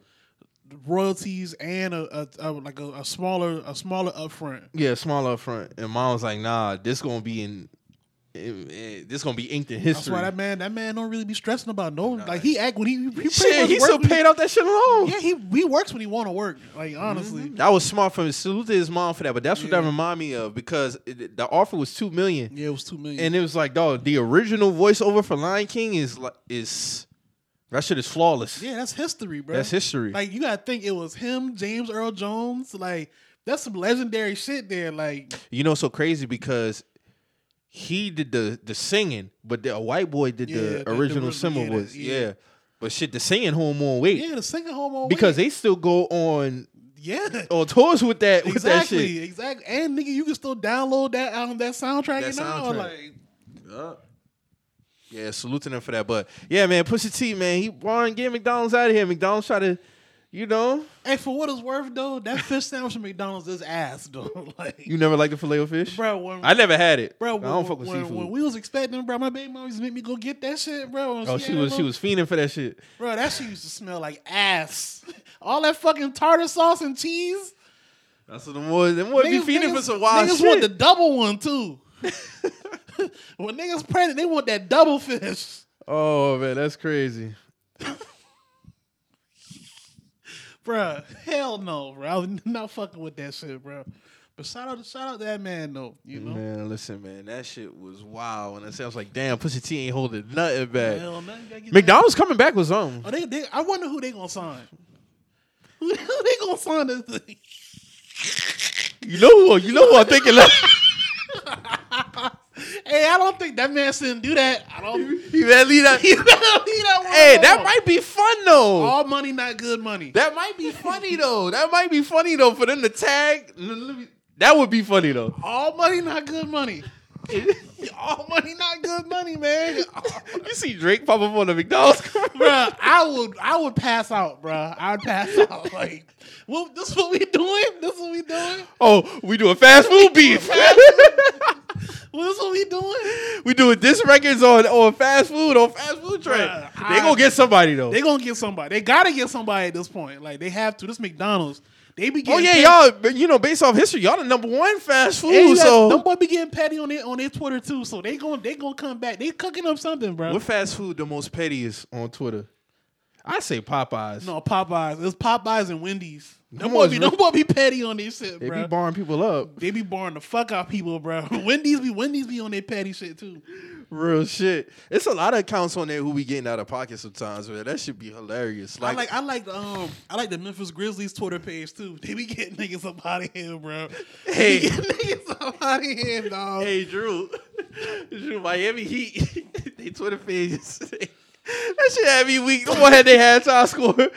Speaker 1: royalties and a, a, a like a, a smaller a smaller upfront.
Speaker 2: Yeah, smaller upfront. And mom was like, "Nah, this gonna be in, in- in- this gonna be inked in
Speaker 1: That's
Speaker 2: history."
Speaker 1: why that man that man don't really be stressing about no like he act when he, he pretty
Speaker 2: shit,
Speaker 1: much
Speaker 2: he
Speaker 1: work
Speaker 2: still
Speaker 1: when he-
Speaker 2: paid off Mm-hmm. that shit alone.
Speaker 1: Yeah, he he works when he want to work. Like honestly,
Speaker 2: That was smart from salute to his mom for that, but that's what that
Speaker 1: Yeah.
Speaker 2: remind me of because it, the offer was two million,
Speaker 1: yeah, it was two million.
Speaker 2: and it was like, dog, the original voiceover for Lion King is like is That shit is flawless.
Speaker 1: Yeah, that's history, bro.
Speaker 2: That's history.
Speaker 1: Like you gotta think it was him, James Earl Jones. Like that's some legendary shit there. Like
Speaker 2: You know, it's so crazy because he did the the singing, but the, a white boy did
Speaker 1: Yeah, the-
Speaker 2: the
Speaker 1: the
Speaker 2: original
Speaker 1: original-
Speaker 2: symbol
Speaker 1: yeah,
Speaker 2: was
Speaker 1: that- yeah.
Speaker 2: yeah. But shit, the singing home on weight
Speaker 1: yeah, oh, the singer home on
Speaker 2: because
Speaker 1: Wait.
Speaker 2: they still go on
Speaker 1: yeah.
Speaker 2: on tours with that with that
Speaker 1: Exactly,
Speaker 2: shit.
Speaker 1: exactly. And nigga, you can still download that album, that soundtrack
Speaker 2: That
Speaker 1: and all.
Speaker 2: soundtrack.
Speaker 1: Like
Speaker 2: Yeah, salute to them for that. But yeah, man, Pusha T, man, he wanted to get McDonald's out of here. McDonald's try to, you know,
Speaker 1: Hey, for what it's worth, though, that fish sandwich from McDonald's is ass, though. like,
Speaker 2: you never liked the filet fish.
Speaker 1: bro, when,
Speaker 2: I never had it.
Speaker 1: bro,
Speaker 2: I don't
Speaker 1: when,
Speaker 2: fuck with
Speaker 1: when,
Speaker 2: seafood.
Speaker 1: when we was expecting, bro, my baby mom used to make me go get that shit, bro. when
Speaker 2: oh, she was
Speaker 1: had
Speaker 2: she
Speaker 1: it,
Speaker 2: was fiending for that shit.
Speaker 1: bro. That shit used to smell like ass. All that fucking tartar sauce and cheese.
Speaker 2: That's what them boys. Them boys be fiending for some wild
Speaker 1: niggas
Speaker 2: shit.
Speaker 1: want the double one too. when niggas pregnant, they want that double fish.
Speaker 2: oh man, that's crazy.
Speaker 1: Bruh, hell no, bro. I was not fucking with that shit, bro. But shout out, shout out to that man though. You know,
Speaker 2: Man, listen, man, that shit was wild. And I said, I was like, damn, Pusha T ain't holding nothing back.
Speaker 1: Hell no, you gotta get
Speaker 2: McDonald's coming back with something.
Speaker 1: That. Oh, they, they, I wonder who they gonna sign. Who, who they gonna sign this thing?
Speaker 2: You know who? You know who I'm thinking. Like,
Speaker 1: Hey, I don't think that man shouldn't do that. I don't. you
Speaker 2: you better leave that.
Speaker 1: better leave that one
Speaker 2: hey, that
Speaker 1: alone.
Speaker 2: might be fun though.
Speaker 1: all money, not good money.
Speaker 2: That might be funny though. That might be funny though for them to tag. Let- let me- That would be funny though.
Speaker 1: all money, not good money. all money, not good money, man.
Speaker 2: You see Drake pop up on the McDonald's commercial.
Speaker 1: bruh, I would I would pass out, bruh. I would pass out. Like, well, this what we doing? This what we doing?
Speaker 2: Oh, we doing fast food beef.
Speaker 1: Well, this what we doing?
Speaker 2: we doing this records on on fast food on fast food train.
Speaker 1: Bruh,
Speaker 2: They
Speaker 1: I-
Speaker 2: gonna get somebody though.
Speaker 1: They gonna get somebody. They gotta get somebody at this point. Like they have to. This McDonald's. They be
Speaker 2: Oh
Speaker 1: getting
Speaker 2: yeah,
Speaker 1: petty.
Speaker 2: y'all. but, You know, based off history, y'all the number one fast food.
Speaker 1: And you got-
Speaker 2: so
Speaker 1: them boy be getting petty on their on their Twitter too. So they going they gonna come back. They cooking up something, bro.
Speaker 2: what fast food the most pettiest on Twitter? I say Popeyes.
Speaker 1: no Popeyes. It's Popeyes and Wendy's. Them
Speaker 2: Them
Speaker 1: boy
Speaker 2: ones
Speaker 1: be
Speaker 2: re-
Speaker 1: them boy be petty on this shit,
Speaker 2: they
Speaker 1: bro.
Speaker 2: be barring people up.
Speaker 1: they be barring the fuck out people, bro. Wendy's be Wendy's be on their petty shit too.
Speaker 2: Real shit. It's a lot of accounts on there who be getting out of pocket sometimes, man. That should be hilarious. Like,
Speaker 1: I like I like the um I like the Memphis Grizzlies Twitter page too. They be getting niggas up out of here, bro. They
Speaker 2: hey,
Speaker 1: get niggas up out of here, dog.
Speaker 2: hey, Drew, Drew, Miami Heat, they Twitter pages. That shit had me weak. The one had they had top score. I'm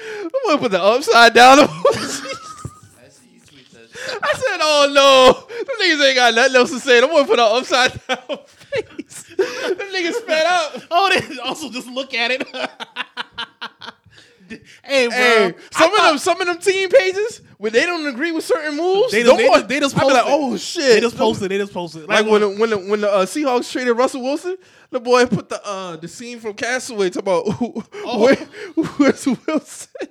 Speaker 2: gonna put the upside down.
Speaker 3: I see you tweet that shit.
Speaker 2: I said, oh no, them niggas ain't got nothing else to say. Them gonna put an upside down face. them niggas fed up.
Speaker 1: Oh, they also just look at it. hey, bro.
Speaker 2: Hey, some of them, some of them team pages where they don't agree with certain moves.
Speaker 1: They
Speaker 2: them
Speaker 1: just- they
Speaker 2: boys-
Speaker 1: just- they just
Speaker 2: I be like,
Speaker 1: posted.
Speaker 2: oh shit,
Speaker 1: They just posted. They just posted.
Speaker 2: Like, when the, when the, when the uh, Seahawks traded Russell Wilson, the boy put the uh, the scene from Castaway talking about who, where, where's Wilson.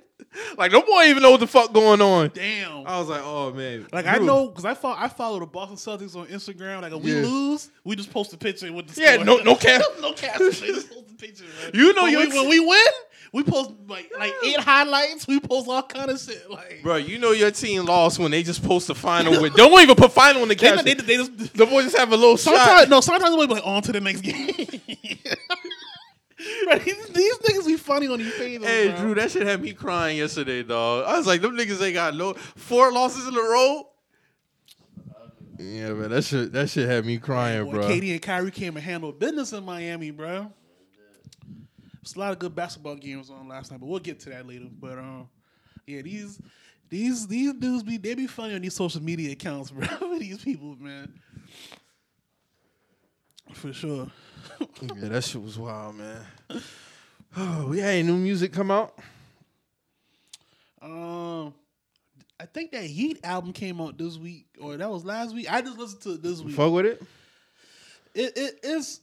Speaker 2: Like no boy even know what the fuck going on.
Speaker 1: damn.
Speaker 2: I was like, oh man.
Speaker 1: like I
Speaker 2: Drew.
Speaker 1: know because I follow I follow the Boston Celtics on Instagram. Like if we
Speaker 2: Yeah.
Speaker 1: lose, we just post a picture with the
Speaker 2: Yeah,
Speaker 1: score.
Speaker 2: no- no cap.
Speaker 1: no cap. They just post a picture. Right?
Speaker 2: You know
Speaker 1: when
Speaker 2: you
Speaker 1: we,
Speaker 2: ex-
Speaker 1: when we win, we post like like eight highlights. We post all kind of shit. Like
Speaker 2: Bro, you know your team lost when they just post the final with don't even put final in the
Speaker 1: They,
Speaker 2: caption.
Speaker 1: they, they just
Speaker 2: the boy just have a little
Speaker 1: sometimes
Speaker 2: shot.
Speaker 1: no sometimes we'll be like on to the next game. Bro, these, these niggas be funny on these pages.
Speaker 2: Hey,
Speaker 1: bro.
Speaker 2: Drew, that shit had me crying yesterday, dog. I was like, them niggas ain't got no four losses in a row. Yeah, man, that shit that shit had me crying,
Speaker 1: Boy,
Speaker 2: bro.
Speaker 1: Katie and Kyrie came and handled business in Miami, bro. There's a lot of good basketball games on last night, but we'll get to that later. But um, yeah, these these these dudes be they be funny on these social media accounts, bro. these people, man, for sure.
Speaker 2: Yeah, that shit was wild, man. Oh, yeah, ain't new music come out.
Speaker 1: Um, I think that Heat album came out this week, or that was last week. I just listened to it this week.
Speaker 2: Fuck with it.
Speaker 1: it, it it's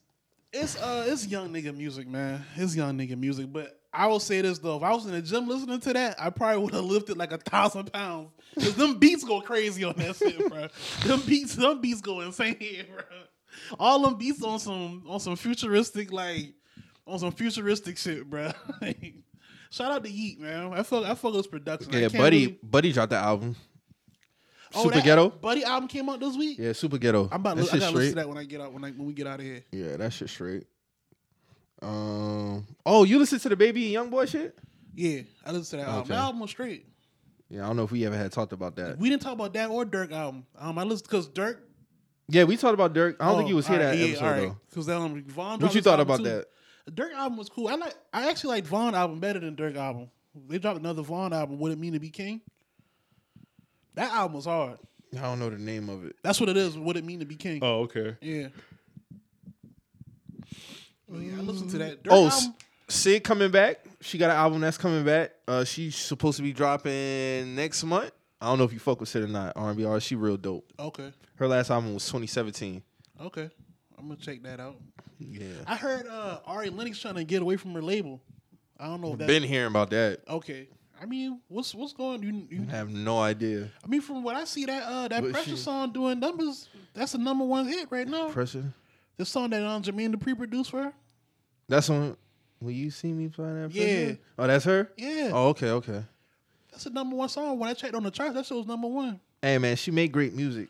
Speaker 1: it's uh it's young nigga music, man. It's young nigga music. But I will say this though, if I was in the gym listening to that, I probably would have lifted like a thousand pounds. Cause them beats go crazy on that shit, bro. Them beats, them beats go insane, bro. All them beats on some on some futuristic like on some futuristic shit, bro. Shout out to Yeet, man. I fuck I fuck with his production. I
Speaker 2: Yeah,
Speaker 1: can't
Speaker 2: Buddy,
Speaker 1: really-
Speaker 2: Buddy dropped the album.
Speaker 1: Oh,
Speaker 2: Super
Speaker 1: that
Speaker 2: Ghetto.
Speaker 1: Buddy album came out this week.
Speaker 2: Yeah, Super Ghetto.
Speaker 1: I'm about to
Speaker 2: That
Speaker 1: li- I gotta
Speaker 2: shit
Speaker 1: listen
Speaker 2: straight.
Speaker 1: to that when I get out when I when we get out of here.
Speaker 2: Yeah, that shit straight. Um, Oh, you listen to the baby and young boy shit?
Speaker 1: Yeah, I listened to that album.
Speaker 2: Okay.
Speaker 1: That album was straight.
Speaker 2: Yeah, I don't know if we ever had talked about that.
Speaker 1: We didn't talk about that or Dirk album. Um, I listened because Dirk.
Speaker 2: Yeah, we talked about Dirk. I don't think
Speaker 1: Oh,
Speaker 2: you was here that episode though.
Speaker 1: Because that um, Vaughn. dropped
Speaker 2: What you
Speaker 1: his
Speaker 2: thought
Speaker 1: album,
Speaker 2: about
Speaker 1: too.
Speaker 2: that?
Speaker 1: The Dirk album was cool. I like. I actually like Vaughn album better than Dirk album. They dropped another Vaughn album. What it mean to be king? That album was hard.
Speaker 2: I don't know the name of it.
Speaker 1: That's what it is. What it mean to be king?
Speaker 2: Oh, okay.
Speaker 1: Yeah. But yeah, I listened to that. Dirk
Speaker 2: Oh, S-
Speaker 1: album,
Speaker 2: Sid coming back. She got an album that's coming back. Uh, she's supposed to be dropping next month. I don't know if you fuck with Sid or not. R&B artist, she real dope.
Speaker 1: okay,
Speaker 2: Her last album was 2017.
Speaker 1: okay. I'm gonna check that out.
Speaker 2: Yeah,
Speaker 1: I heard uh, Ari Lennox trying to get away from her label. I don't know if that's
Speaker 2: been hearing about that.
Speaker 1: okay. I mean, what's what's going? You, you,
Speaker 2: I have no idea.
Speaker 1: I mean, from what I see, that uh, that
Speaker 2: But
Speaker 1: pressure
Speaker 2: she-
Speaker 1: song doing numbers. That's the number one hit right now.
Speaker 2: Pressure.
Speaker 1: the song that um, Jermaine Dupri produced for her.
Speaker 2: That's when. Will you see me playing that?
Speaker 1: Yeah.
Speaker 2: pressure? Oh, that's her.
Speaker 1: Yeah,
Speaker 2: Oh, okay, okay.
Speaker 1: that's the number one song. When I checked on the charts, that shit was number one.
Speaker 2: Hey man, she made great music.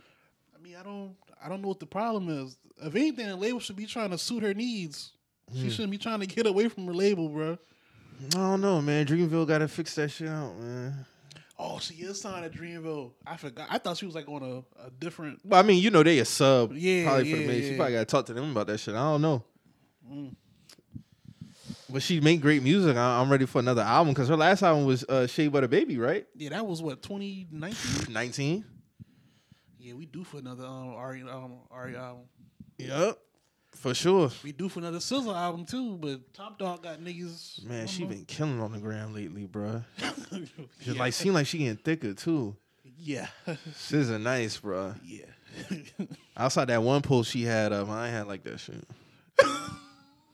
Speaker 1: I mean, I don't, I don't know what the problem is. If anything, the label should be trying to suit her needs.
Speaker 2: Hmm.
Speaker 1: She shouldn't be trying to get away from her label, bro.
Speaker 2: I don't know, man. Dreamville gotta fix that shit out, man.
Speaker 1: Oh, she is signed to Dreamville. I forgot. I thought she was like on a, a different.
Speaker 2: Well, I mean, you know they a sub,
Speaker 1: Yeah,
Speaker 2: probably for the
Speaker 1: yeah,
Speaker 2: man. She
Speaker 1: yeah. Mm.
Speaker 2: probably gotta talk to them about that shit. I don't know. But she made great music. I, I'm ready for another album because her last album was uh, "Shea Butter Baby," right?
Speaker 1: Yeah, that was what 2019.
Speaker 2: Nineteen.
Speaker 1: yeah, we do for another um Ari um Ari album.
Speaker 2: Yep, for sure.
Speaker 1: We do for another Sizzle album too. But Top Dog got niggas.
Speaker 2: Man, she been killing on the gram lately, bruh.
Speaker 1: been
Speaker 2: Just like seem like she getting thicker too.
Speaker 1: yeah,
Speaker 2: Scissor nice, bruh.
Speaker 1: yeah.
Speaker 2: Outside that one post she had up, I ain't had like that shit.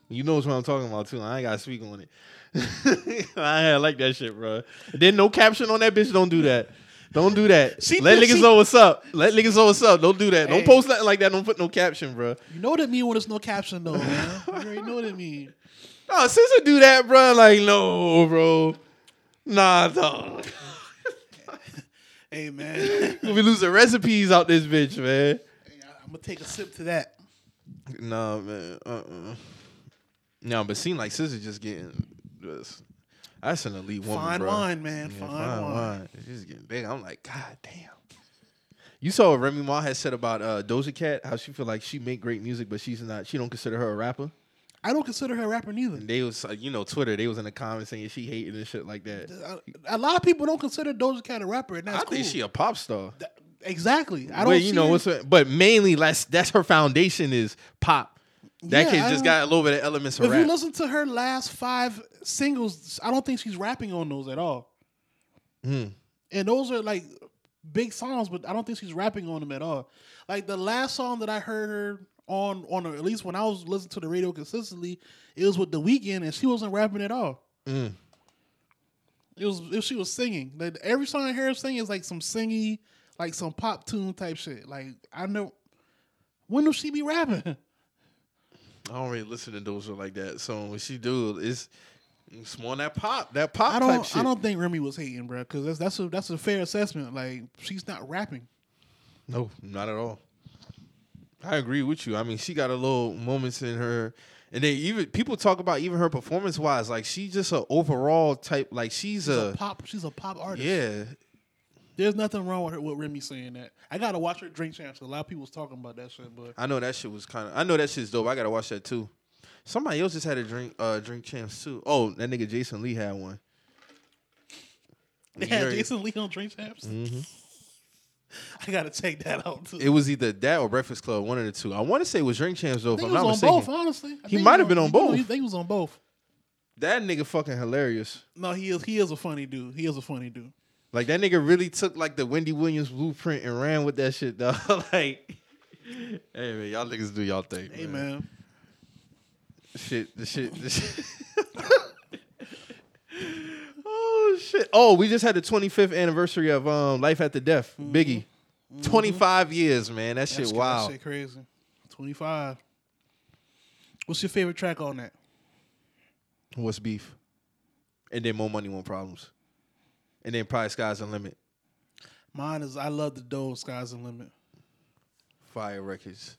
Speaker 2: you know what I'm talking about too. I ain't gotta speak on it. I ain't had like that shit, bro. Then no caption on that bitch. Don't do that. Don't do that.
Speaker 1: She
Speaker 2: Let
Speaker 1: did-
Speaker 2: niggas
Speaker 1: she-
Speaker 2: know what's up. Let niggas know what's up. Don't do that.
Speaker 1: Hey.
Speaker 2: Don't post nothing like that. Don't put no caption, bro.
Speaker 1: you know what it mean when there's no caption though, man. You already know what it mean.
Speaker 2: No, Scissor do that, bro. Like no, bro. Nah, dog.
Speaker 1: Hey man, hey,
Speaker 2: we losing recipes out this bitch, man.
Speaker 1: I- I'm gonna take a sip to that.
Speaker 2: Nah, man. Uh-uh. No, but seem like Scissor just getting just. That's an elite woman,
Speaker 1: fine
Speaker 2: bruh.
Speaker 1: wine, man.
Speaker 2: Yeah,
Speaker 1: fine, wine.
Speaker 2: She's getting big. I'm like, God damn. You saw what Remy Ma had said about uh, Doja Cat, how she feel like she make great music, but she's not. She don't consider her a rapper.
Speaker 1: I don't consider her a rapper neither.
Speaker 2: And they was, uh, you know, Twitter. They was in the comments saying she hating and shit like that.
Speaker 1: A a lot of people don't consider Doja Cat a rapper, and that's
Speaker 2: I
Speaker 1: cool.
Speaker 2: think she a pop star.
Speaker 1: Th- exactly. I don't.
Speaker 2: but you
Speaker 1: see
Speaker 2: know
Speaker 1: her-
Speaker 2: what's but mainly that's that's her foundation is pop. That
Speaker 1: Yeah,
Speaker 2: kid
Speaker 1: I
Speaker 2: just
Speaker 1: don't-
Speaker 2: got a little bit of elements of
Speaker 1: If you
Speaker 2: rap.
Speaker 1: listen to her last five singles, I don't think she's rapping on those at all. And those are like big songs, but I don't think she's rapping on them at all. Like the last song that I heard her on, on or at least when I was listening to the radio consistently, it was with The Weeknd, and she wasn't rapping at all. It was if she was singing. Like every song I hear her sing is like some singy, like some pop tune type shit. Like I know when will she be rapping?
Speaker 2: I don't really listen to Doja like that. So when she do, it's it's more that pop, that pop
Speaker 1: I
Speaker 2: type
Speaker 1: don't.
Speaker 2: shit.
Speaker 1: I don't think Remy was hating, bro, because that's that's a that's a fair assessment. Like she's not rapping.
Speaker 2: No, not at all. I agree with you. I mean, she got a little moments in her, and then even people talk about even her performance wise. Like she's just a overall type. Like she's
Speaker 1: She's a
Speaker 2: a
Speaker 1: pop. She's a pop artist.
Speaker 2: yeah.
Speaker 1: There's nothing wrong with her with Remy saying that. I gotta watch her drink champs. A lot of people was talking about that shit, but
Speaker 2: I know that shit was kind of. I know that shit's dope. I gotta watch that too. Somebody else just had a drink, uh, drink champs too. Oh, that nigga Jason Lee had one.
Speaker 1: they had
Speaker 2: You're-
Speaker 1: Jason Lee on drink champs. I gotta check that out too.
Speaker 2: Mm-hmm. It was either that or Breakfast Club, one of the two. I want to say it was drink champs though.
Speaker 1: I
Speaker 2: If
Speaker 1: think
Speaker 2: I'm
Speaker 1: he was
Speaker 2: not
Speaker 1: on
Speaker 2: mistaken,
Speaker 1: both. Honestly, I
Speaker 2: He
Speaker 1: think
Speaker 2: might have been
Speaker 1: was
Speaker 2: on both.
Speaker 1: He, he was on both.
Speaker 2: that nigga fucking hilarious.
Speaker 1: No, he is. He is a funny dude. He is a funny dude.
Speaker 2: Like that nigga really took like the Wendy Williams blueprint and ran with that shit, dog. like, hey man, y'all niggas do y'all thing.
Speaker 1: Hey man,
Speaker 2: shit, the shit, the shit. oh shit! Oh, we just had the 25th anniversary of um Life After Death, Biggie. 25 years, man. That shit,
Speaker 1: Mm-hmm. That's- that
Speaker 2: wow.
Speaker 1: shit crazy. Twenty five. What's your favorite track on that?
Speaker 2: What's beef? And then more money, more problems. And then probably sky's the limit.
Speaker 1: Mine is I love the Dole Sky's the Limit.
Speaker 2: Fire records.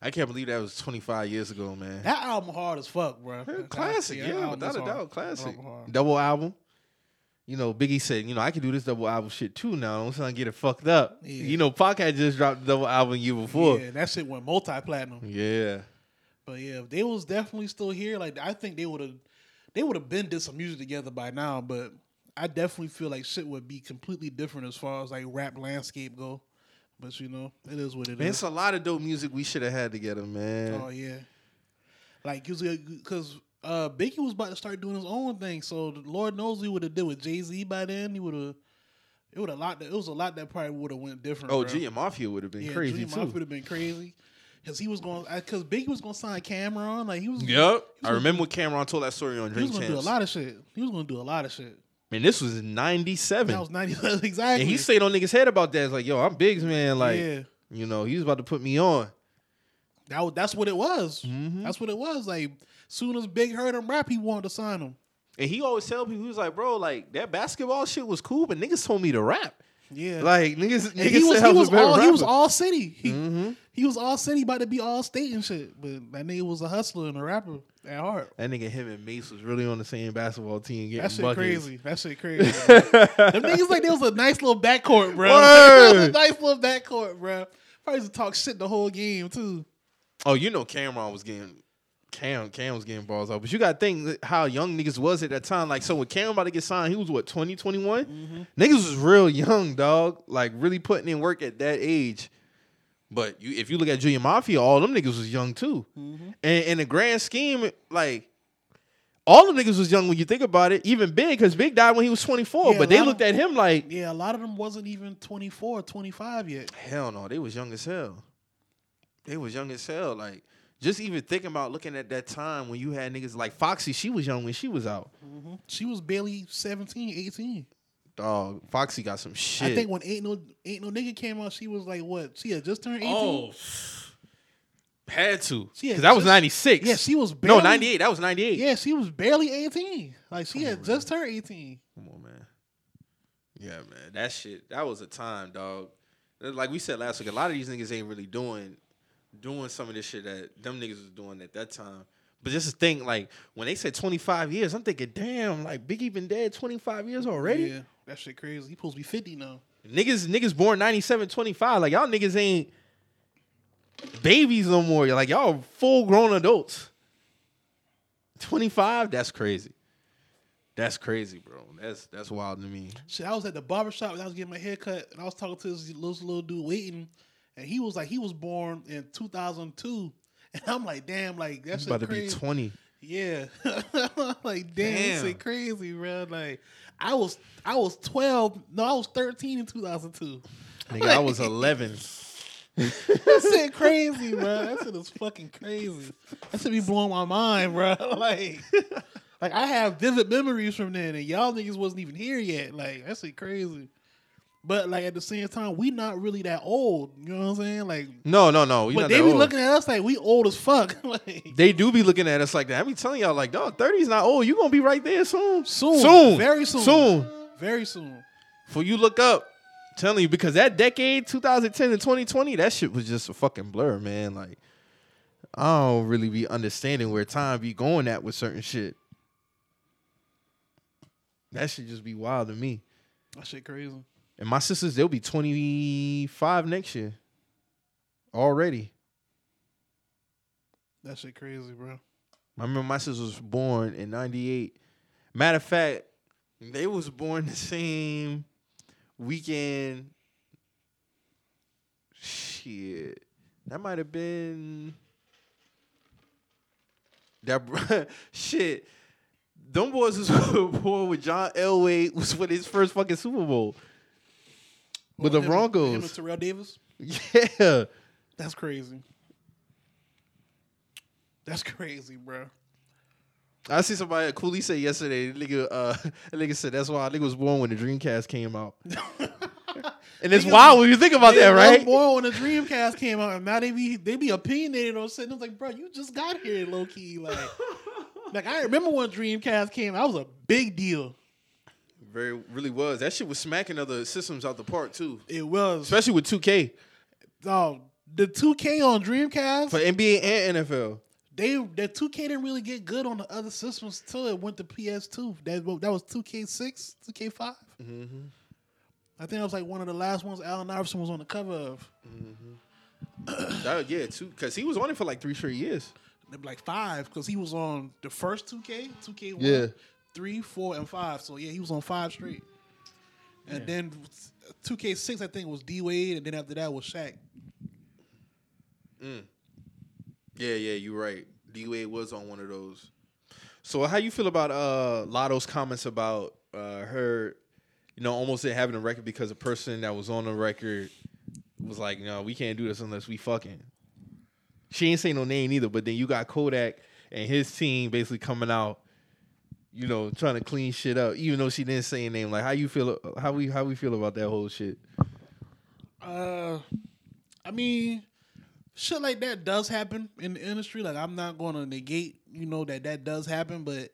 Speaker 2: I can't believe that was 25 years ago, man.
Speaker 1: That album hard as fuck, bro.
Speaker 2: classic,
Speaker 1: that
Speaker 2: yeah,
Speaker 1: album
Speaker 2: without
Speaker 1: is
Speaker 2: a
Speaker 1: hard.
Speaker 2: doubt, classic.
Speaker 1: Album hard.
Speaker 2: Double album. You know, Biggie said, you know, I can do this double album shit too now. Don't sound get it fucked up.
Speaker 1: Yeah.
Speaker 2: You know, Pac had just dropped the double album year before.
Speaker 1: Yeah, that shit went multi platinum.
Speaker 2: Yeah.
Speaker 1: But yeah, if they was definitely still here, like I think they would have, they would have been did some music together by now. But I definitely feel like shit would be completely different as far as like rap landscape go. But you know, it is what it is.
Speaker 2: Man, it's a lot of dope music we should have had together, man.
Speaker 1: Oh yeah, like because uh, Biggie was about to start doing his own thing, so the Lord knows he would have did with Jay Z by then. He would have. It would a lot. That, it was a lot that probably would have went different.
Speaker 2: oh,
Speaker 1: bro.
Speaker 2: G and Mafia would have been
Speaker 1: yeah,
Speaker 2: crazy
Speaker 1: Dream would
Speaker 2: too.
Speaker 1: have been crazy because he was going because Biggie was going to sign Cameron. Like he was.
Speaker 2: Yep. I remember when Cameron told that story on
Speaker 1: He was
Speaker 2: Dream
Speaker 1: going to do a
Speaker 2: Champs.
Speaker 1: lot of shit. He was going to do a lot of shit.
Speaker 2: Man, this was in '97,
Speaker 1: That was ninety exactly.
Speaker 2: and he stayed on niggas' head about that. It's like, yo, I'm Biggs, man. Like,
Speaker 1: Yeah.
Speaker 2: you know, he was about to put me on.
Speaker 1: That was, that's what it was.
Speaker 2: Mm-hmm.
Speaker 1: That's what it was. Like soon as Big heard him rap, he wanted to sign him.
Speaker 2: And he always tell people, he was like, bro, like that basketball shit was cool, but niggas told me to rap.
Speaker 1: Yeah,
Speaker 2: Like niggas,
Speaker 1: And
Speaker 2: niggas
Speaker 1: he was
Speaker 2: said
Speaker 1: he
Speaker 2: I
Speaker 1: was
Speaker 2: a better
Speaker 1: all he was
Speaker 2: rapper. Mm-hmm.
Speaker 1: all city. He, he was all city, about to be all state and shit. But that nigga was a hustler and a rapper at heart.
Speaker 2: That nigga, him and Mace was really on the same basketball team. Getting
Speaker 1: That shit
Speaker 2: buckets.
Speaker 1: crazy. That shit crazy. Them niggas like there was a nice little backcourt, bro.
Speaker 2: Word.
Speaker 1: nice little backcourt, bro. Probably used to talk shit the whole game too.
Speaker 2: Oh, you know, Cameron was getting Cam. Cam was getting balls out, but you got to think how young niggas was at that time. Like, so when Cam about to get signed, he was what 20, 21?
Speaker 1: Mm-hmm.
Speaker 2: Niggas was real young, dog. Like really putting in work at that age. But you, if you look at Junior Mafia, all them niggas was young too.
Speaker 1: Mm-hmm.
Speaker 2: And in the grand scheme, like. All the niggas was young when you think about it, even Big, because Big died when he was 24.
Speaker 1: Yeah, a
Speaker 2: but they
Speaker 1: lot of-
Speaker 2: looked at him like,
Speaker 1: Yeah, a lot of them wasn't even 24, 25 yet.
Speaker 2: Hell no, they was young as hell. They was young as hell. Like just even thinking about looking at that time when you had niggas like Foxy, she was young when she was out.
Speaker 1: She was barely 17, 18.
Speaker 2: Dog, Foxy got some shit.
Speaker 1: I think when Ain't No Ain't No Nigga came out, she was like what? She had just turned 18.
Speaker 2: oh, had to
Speaker 1: She had
Speaker 2: because that was
Speaker 1: just-
Speaker 2: ninety six.
Speaker 1: Yeah, she was
Speaker 2: no
Speaker 1: barely
Speaker 2: ninety eight. That was ninety eight.
Speaker 1: Yeah, she was barely 18. Like she had just turned 18.
Speaker 2: Come on, man. Yeah, man. That shit. That was a time, dog. Uh, Like we said last week, a lot of these niggas ain't really doing doing some of this shit that them niggas was doing at that time. But just to think, like when they said twenty five years, I'm thinking, damn, like Biggie been dead twenty five years already.
Speaker 1: Yeah, that shit crazy. He supposed to be 50 now.
Speaker 2: Niggas, niggas born 97, 25. Like y'all niggas ain't babies no more. Like y'all full grown adults. Twenty five, that's crazy. That's crazy, bro. That's that's wild to me.
Speaker 1: Shit, I was at the barber shop when I was getting my hair cut, and I was talking to this little, little dude waiting, and he was like, he was born in 2002. And I'm like, damn, like that's
Speaker 2: about to be
Speaker 1: crazy.
Speaker 2: 20.
Speaker 1: Yeah, like damn, this
Speaker 2: Damn.
Speaker 1: shit crazy, bro. Like I was, I was 12. No, I was 13 in 2002.
Speaker 2: Nigga, I was 11.
Speaker 1: That shit crazy, bro. That shit is fucking crazy. That should be blowing my mind, bro. Like, like I have vivid memories from then, and y'all niggas wasn't even here yet. Like, that shit crazy. But like at the same time, we not really that old. You know what I'm saying? Like,
Speaker 2: No, no, no. We
Speaker 1: but
Speaker 2: not
Speaker 1: they
Speaker 2: that
Speaker 1: be
Speaker 2: old.
Speaker 1: looking at us like we old as fuck. like,
Speaker 2: they do be looking at us like that. I be telling y'all, like, dog, 30's not old. You gonna be right there soon.
Speaker 1: soon,
Speaker 2: Soon.
Speaker 1: very soon,
Speaker 2: Soon.
Speaker 1: very soon.
Speaker 2: Before you look up. Telling you, because that decade, 2010 and 2020, that shit was just a fucking blur, man. Like, I don't really be understanding where time be going at with certain shit. That should just be wild to me.
Speaker 1: That shit crazy.
Speaker 2: And my sisters, they'll be 25 next year. Already.
Speaker 1: That shit crazy, bro.
Speaker 2: I remember my sister was born in '98. Matter of fact, they was born the same weekend. Shit, that might have been that. br- Shit, them boys was born with John Elway was with his first fucking Super Bowl with
Speaker 1: Oh,
Speaker 2: the
Speaker 1: him- him and
Speaker 2: Broncos.
Speaker 1: Terrell Davis.
Speaker 2: Yeah,
Speaker 1: That's crazy. That's crazy, bro.
Speaker 2: I see somebody coolly say yesterday. the Nigga, uh, the nigga said that's why a nigga was born when the Dreamcast came out. And it's
Speaker 1: Niggas-
Speaker 2: wild when you think about that,
Speaker 1: Yeah, little
Speaker 2: right?
Speaker 1: Boy, when the Dreamcast came out, and now they be they be opinionated on shit. And I was like, bro, you just got here, low key. Like, like I remember when Dreamcast came, out, that was a big deal.
Speaker 2: Very really was. That shit was smacking other systems out the park too,
Speaker 1: It was
Speaker 2: especially with 2K.
Speaker 1: oh, the 2K on Dreamcast,
Speaker 2: for NBA and NFL.
Speaker 1: they the 2K didn't really get good on the other systems till it went to PS2. That wa- that was 2K6, 2K5.
Speaker 2: Mm-hmm.
Speaker 1: I think that was like one of the last ones Allen Iverson was on the cover of.
Speaker 2: That- yeah, two because he was on it for like three straight years.
Speaker 1: Like five, because he was on the first 2K, 2K1,
Speaker 2: Yeah.
Speaker 1: three, four, and five. So yeah, he was on five straight. And then 2K6, I think, was D Wade, and then after that was Shaq.
Speaker 2: Yeah, yeah, you're right. D Wade was on one of those. So how you feel about uh Lotto's comments about uh her, you know, almost didn't having a record because a person that was on the record was like, no, we can't do this unless we fucking. She ain't say no name either, but then you got Kodak and his team basically coming out, you know, trying to clean shit up, even though she didn't say a name. Like how you feel how we how we feel about that whole shit.
Speaker 1: Uh, I mean, shit like that does happen in the industry. Like, I'm not going to negate, you know, that that does happen. But,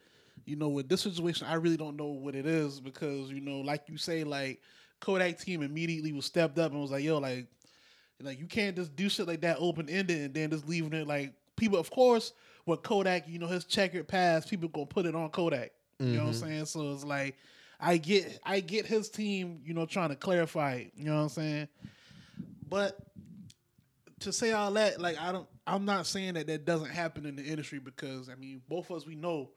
Speaker 1: you know, with this situation, I really don't know what it is because, you know, like you say, like Kodak team immediately was stepped up and was like, yo, like, like you can't just do shit like that open ended and then just leaving it like people. Of course, with Kodak, you know his checkered past, people gonna put it on Kodak. You know what I'm saying? So it's like I get I get his team, you know, trying to clarify it. You know what I'm saying? But to say all that, like I don't, I'm not saying that that doesn't happen in the industry because I mean, both of us we know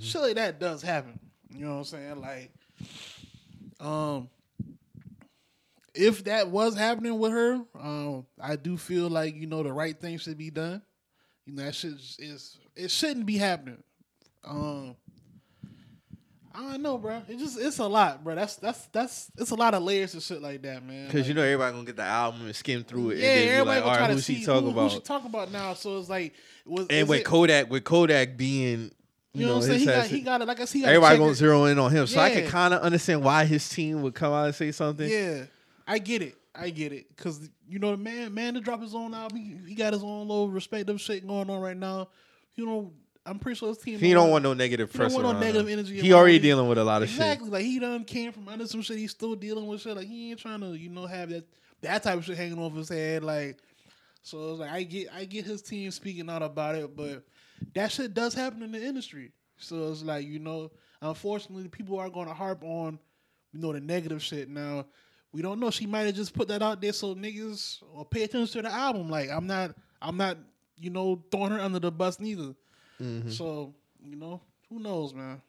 Speaker 1: shit like that does happen. You know what I'm saying? Like, um, if that was happening with her, um, I do feel like you know the right thing should be done. You know that shit is it shouldn't be happening. Um, I don't know, bro. It just it's a lot, bro. That's that's that's it's a lot of layers and shit like that, man.
Speaker 2: Because
Speaker 1: Like-
Speaker 2: you know everybody gonna get the album and skim through it.
Speaker 1: yeah,
Speaker 2: and then be
Speaker 1: everybody
Speaker 2: like,
Speaker 1: gonna
Speaker 2: all
Speaker 1: try
Speaker 2: right,
Speaker 1: to
Speaker 2: who
Speaker 1: see
Speaker 2: she talk
Speaker 1: who,
Speaker 2: about?
Speaker 1: who she talk about now. So it's like, was,
Speaker 2: And
Speaker 1: is
Speaker 2: with
Speaker 1: it-
Speaker 2: Kodak, with Kodak being,
Speaker 1: you know what I'm saying?
Speaker 2: his
Speaker 1: He got,
Speaker 2: has-
Speaker 1: he got it. Like I see,
Speaker 2: everybody gonna zero in on him, so I
Speaker 1: Yeah.
Speaker 2: can kind of understand why his team would come out and say something.
Speaker 1: Yeah, I get it. I get it. Cause you know the man, man, to drop his own album, he, he got his own little respective shit going on right now. You know, I'm pretty sure his team.
Speaker 2: He don't want no negative
Speaker 1: He don't
Speaker 2: press
Speaker 1: want no
Speaker 2: around
Speaker 1: negative
Speaker 2: him.
Speaker 1: energy
Speaker 2: He already
Speaker 1: around him.
Speaker 2: dealing with a lot of
Speaker 1: exactly. Like he done came from under some shit. He's still dealing with shit. Like he ain't trying to, you know, have that that type of shit hanging off his head. Like so, it's like I get I get his team speaking out about it, but that shit does happen in the industry. So it's like you know, unfortunately, people are going to harp on you know the negative shit. Now we don't know. She might have just put that out there so niggas or pay attention to the album. Like I'm not I'm not you know throwing her under the bus neither. So you know who knows, man.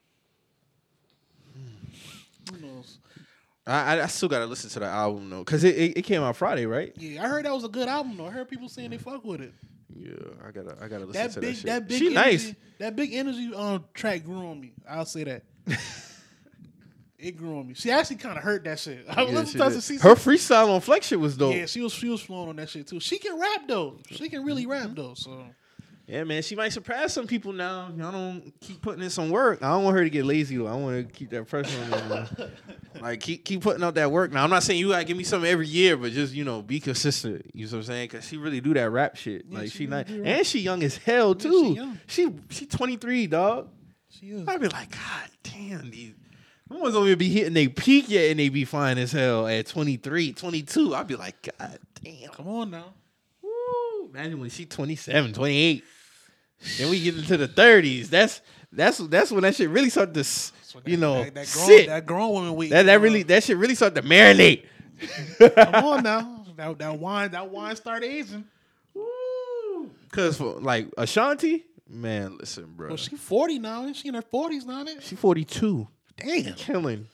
Speaker 1: Who knows?
Speaker 2: shit. I, I- I still gotta listen to the album though, cause it, it, it came out Friday, right?
Speaker 1: Yeah, I heard that was a good album though. I heard people saying they fuck with it.
Speaker 2: Yeah, I gotta I gotta listen
Speaker 1: That
Speaker 2: to
Speaker 1: big,
Speaker 2: that shit.
Speaker 1: that big,
Speaker 2: she
Speaker 1: energy,
Speaker 2: nice.
Speaker 1: That big energy um track grew on me. I'll say that. it grew on me. She actually kind of hurt that shit. I
Speaker 2: Yeah,
Speaker 1: was
Speaker 2: she
Speaker 1: listening to
Speaker 2: did.
Speaker 1: she-
Speaker 2: Her freestyle on Flex shit was dope.
Speaker 1: Yeah, she was she was flowing on that shit too. She can rap though. She can really rap
Speaker 2: Mm-hmm.
Speaker 1: though. So
Speaker 2: Yeah, man, she might surprise some people now. Y'all don't keep putting in some work. I don't want her to get lazy though. I want to keep that pressure on her. man. like keep keep putting out that work. Now I'm not saying you gotta give me something every year, but just you know be consistent. You know what I'm saying? Cause she really do that rap shit.
Speaker 1: Yeah,
Speaker 2: like
Speaker 1: she
Speaker 2: she,
Speaker 1: really
Speaker 2: not
Speaker 1: do rap.
Speaker 2: and she young as hell
Speaker 1: she
Speaker 2: too.
Speaker 1: young.
Speaker 2: she, she 23, dog.
Speaker 1: she is.
Speaker 2: I'd be like, God damn, these no one's don't even be hitting they peak yet, and they be fine as hell at 23, 22. I'd be like, God damn.
Speaker 1: Come on now.
Speaker 2: Woo. Imagine when she 27, 28. Then we get into the 30s. That's that's that's when that shit really started to, s-
Speaker 1: So that-
Speaker 2: you know,
Speaker 1: that, that grown
Speaker 2: sit. That,
Speaker 1: that grown woman week.
Speaker 2: that, really that shit really started to marinate.
Speaker 1: uh, Come on now. That that wine that wine started aging.
Speaker 2: Woo. Cause for like Ashanti, man, listen, bro,
Speaker 1: Well,
Speaker 2: she,
Speaker 1: she forty now. She in her forties now. ain't she?
Speaker 2: 42,
Speaker 1: Damn.
Speaker 2: killing,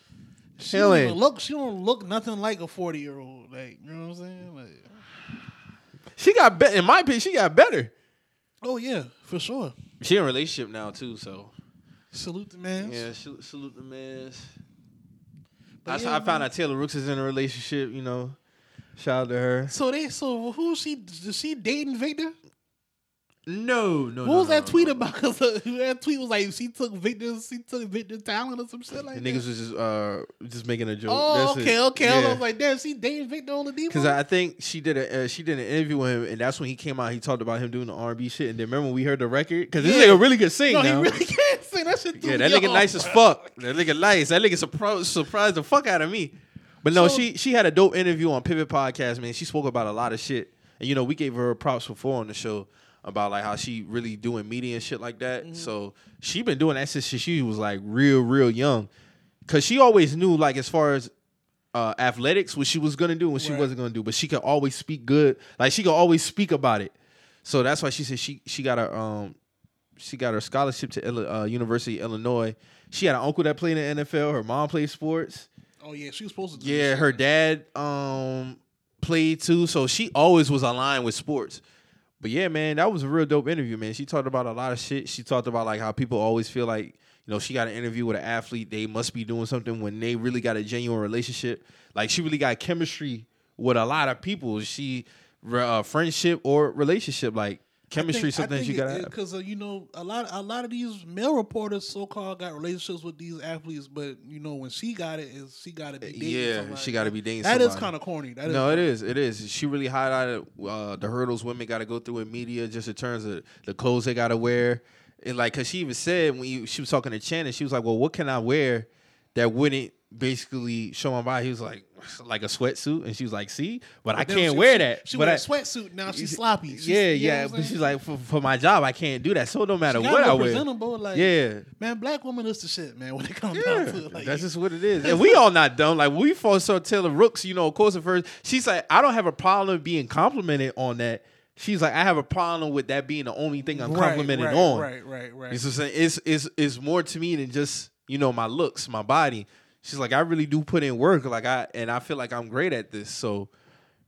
Speaker 1: She don't
Speaker 2: killing.
Speaker 1: even look. She don't look nothing like a forty year old. Like you know what I'm saying? Like,
Speaker 2: she got better. In my opinion, she got better.
Speaker 1: oh yeah, for sure.
Speaker 2: She in a relationship now too, so
Speaker 1: Salute the man.
Speaker 2: yeah, salute, salute the man's.
Speaker 1: But
Speaker 2: I,
Speaker 1: yeah,
Speaker 2: I found out Taylor Rooks is in a relationship. You know, shout out to her.
Speaker 1: So they. So who's she? Is she dating Victor?
Speaker 2: No, no.
Speaker 1: What was that tweet about? Cause uh, that tweet was like she took Victor's. She took Victor's talent or some shit like
Speaker 2: The
Speaker 1: that.
Speaker 2: niggas was just uh just making a joke.
Speaker 1: oh,
Speaker 2: That's
Speaker 1: okay,
Speaker 2: it.
Speaker 1: okay. I
Speaker 2: Yeah.
Speaker 1: was like, damn, she dating Victor on the deep.
Speaker 2: Cause I I think she did a uh, she did an interview with him, and that's when he came out. He talked about him doing the R and B shit, and then remember when we heard the record. Cause
Speaker 1: Yeah.
Speaker 2: this nigga really could sing.
Speaker 1: no,
Speaker 2: now.
Speaker 1: he really can't sing that shit.
Speaker 2: yeah,
Speaker 1: threw
Speaker 2: that
Speaker 1: me
Speaker 2: nigga
Speaker 1: off.
Speaker 2: nice as fuck. That nigga nice. That nigga surprised surprised the fuck out of me. But no,
Speaker 1: So-
Speaker 2: she she had a dope interview on Pivot Podcast. Man, she spoke about a lot of shit, And you know, we gave her props before on the show about like how she really doing media and shit like that. So she been doing that since she- she was like real, real young. Cause she always knew like as far as uh, athletics what she was gonna do and what she
Speaker 1: Right.
Speaker 2: wasn't gonna do, but she could always speak good. Like she could always speak about it. So that's why she said she she got her um she got her scholarship to Illi- uh, University of Illinois. She had an uncle that played in the NFL. Her mom played sports.
Speaker 1: Oh yeah, she was supposed to. do
Speaker 2: Yeah,
Speaker 1: this.
Speaker 2: her dad um played too, so she always was aligned with sports. But yeah, man, that was a real dope interview, man. She talked about a lot of shit. She talked about like how people always feel like, you know, she got an interview with an athlete, they must be doing something when they really got a genuine relationship. Like she really got chemistry with a lot of people. She re- uh, friendship or relationship like chemistry sometimes you got to have.
Speaker 1: because uh, you know a lot a lot of these male reporters so called got relationships with these athletes, but you know when she got it is she got to be dating
Speaker 2: Yeah,
Speaker 1: somebody.
Speaker 2: she got to be dating
Speaker 1: That is
Speaker 2: somebody.
Speaker 1: kind of corny. That is
Speaker 2: No,
Speaker 1: corny.
Speaker 2: it is. It is. She really highlighted uh, the hurdles women got to go through in media, just in terms of the clothes they got to wear, and like, cause she even said when you, she was talking to Channing, she was like, "Well, what can I wear that wouldn't basically show my body?" He was like, "Like a sweatsuit," and she was like, "See, but I
Speaker 1: Then
Speaker 2: can't
Speaker 1: she-
Speaker 2: wear
Speaker 1: she-
Speaker 2: that."
Speaker 1: She
Speaker 2: but
Speaker 1: wear
Speaker 2: I-
Speaker 1: a sweatsuit now. She's sloppy. She's,
Speaker 2: yeah,
Speaker 1: you know
Speaker 2: yeah.
Speaker 1: what I'm
Speaker 2: But
Speaker 1: saying?
Speaker 2: she's like, for, for my job, I can't do that. So no matter
Speaker 1: She
Speaker 2: what
Speaker 1: gotta
Speaker 2: I
Speaker 1: look
Speaker 2: wear,
Speaker 1: presentable, like,
Speaker 2: yeah,
Speaker 1: man, black woman is the shit, man. When it comes down
Speaker 2: yeah,
Speaker 1: to it, like,
Speaker 2: that's just what it is. And we all not dumb. Like we foresaw Taylor Rooks, you know, of course at first. She's like, I don't have a problem being complimented on that. She's like, I have a problem with that being the only thing I'm
Speaker 1: Right,
Speaker 2: complimented
Speaker 1: right,
Speaker 2: on.
Speaker 1: Right, right, right.
Speaker 2: You see what I'm saying? It's it's it's more to me than just, you know, my looks, my body. She's like, I really do put in work. Like I and I feel like I'm great at this. So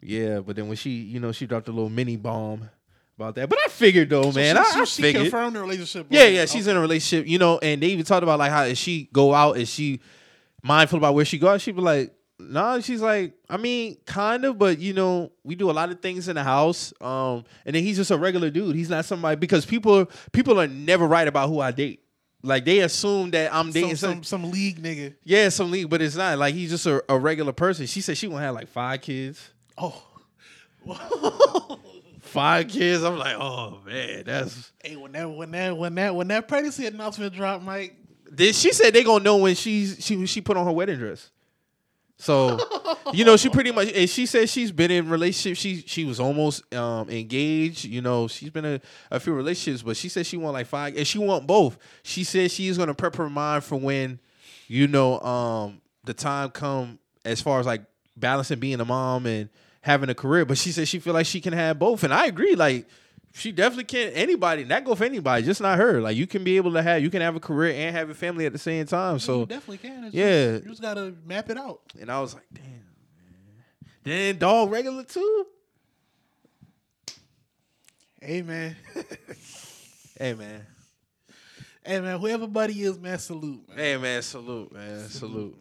Speaker 2: yeah, but then when she, you know, she dropped a little mini bomb about that. But I figured though, man.
Speaker 1: she,
Speaker 2: I,
Speaker 1: so
Speaker 2: I
Speaker 1: she
Speaker 2: figured.
Speaker 1: confirmed the relationship. uh,
Speaker 2: Yeah,
Speaker 1: right?
Speaker 2: yeah, she's
Speaker 1: Okay.
Speaker 2: in a relationship, you know, and they even talked about like how if she go out, is she mindful about where she goes? She be like, nah, she's like, I mean, kind of, but you know, we do a lot of things in the house. Um, and then he's just a regular dude. He's not somebody because people people are never right about who I date. Like they assume that I'm dating
Speaker 1: some,
Speaker 2: some,
Speaker 1: some some league nigga.
Speaker 2: yeah, some league, but it's not. Like he's just a, a regular person. She said she gonna have like five kids.
Speaker 1: Oh.
Speaker 2: Five kids. I'm like, oh man, that's
Speaker 1: Hey, when that when that when that when that pregnancy announcement dropped, Mike.
Speaker 2: Then she said they gonna know when she's she she put on her wedding dress. So, you know, she pretty much and she said she's been in relationships. She she was almost um engaged. You know, she's been in a, few relationships, but she said she want like five and she want both. She said she is gonna prep her mind for when, you know, um the time come as far as like balancing being a mom and having a career. But she said she feel like she can have both. And I agree, like she definitely can anybody, that go for anybody, just not her. Like you can be able to have you can have a career and have a family at the same time. So
Speaker 1: you definitely can. It's
Speaker 2: yeah.
Speaker 1: just, you just gotta map it out.
Speaker 2: and I was like, damn, man. Then dog regular too.
Speaker 1: Hey man,
Speaker 2: Hey man.
Speaker 1: hey man, whoever buddy is, man, salute. Man.
Speaker 2: Hey man, salute, man. Salute.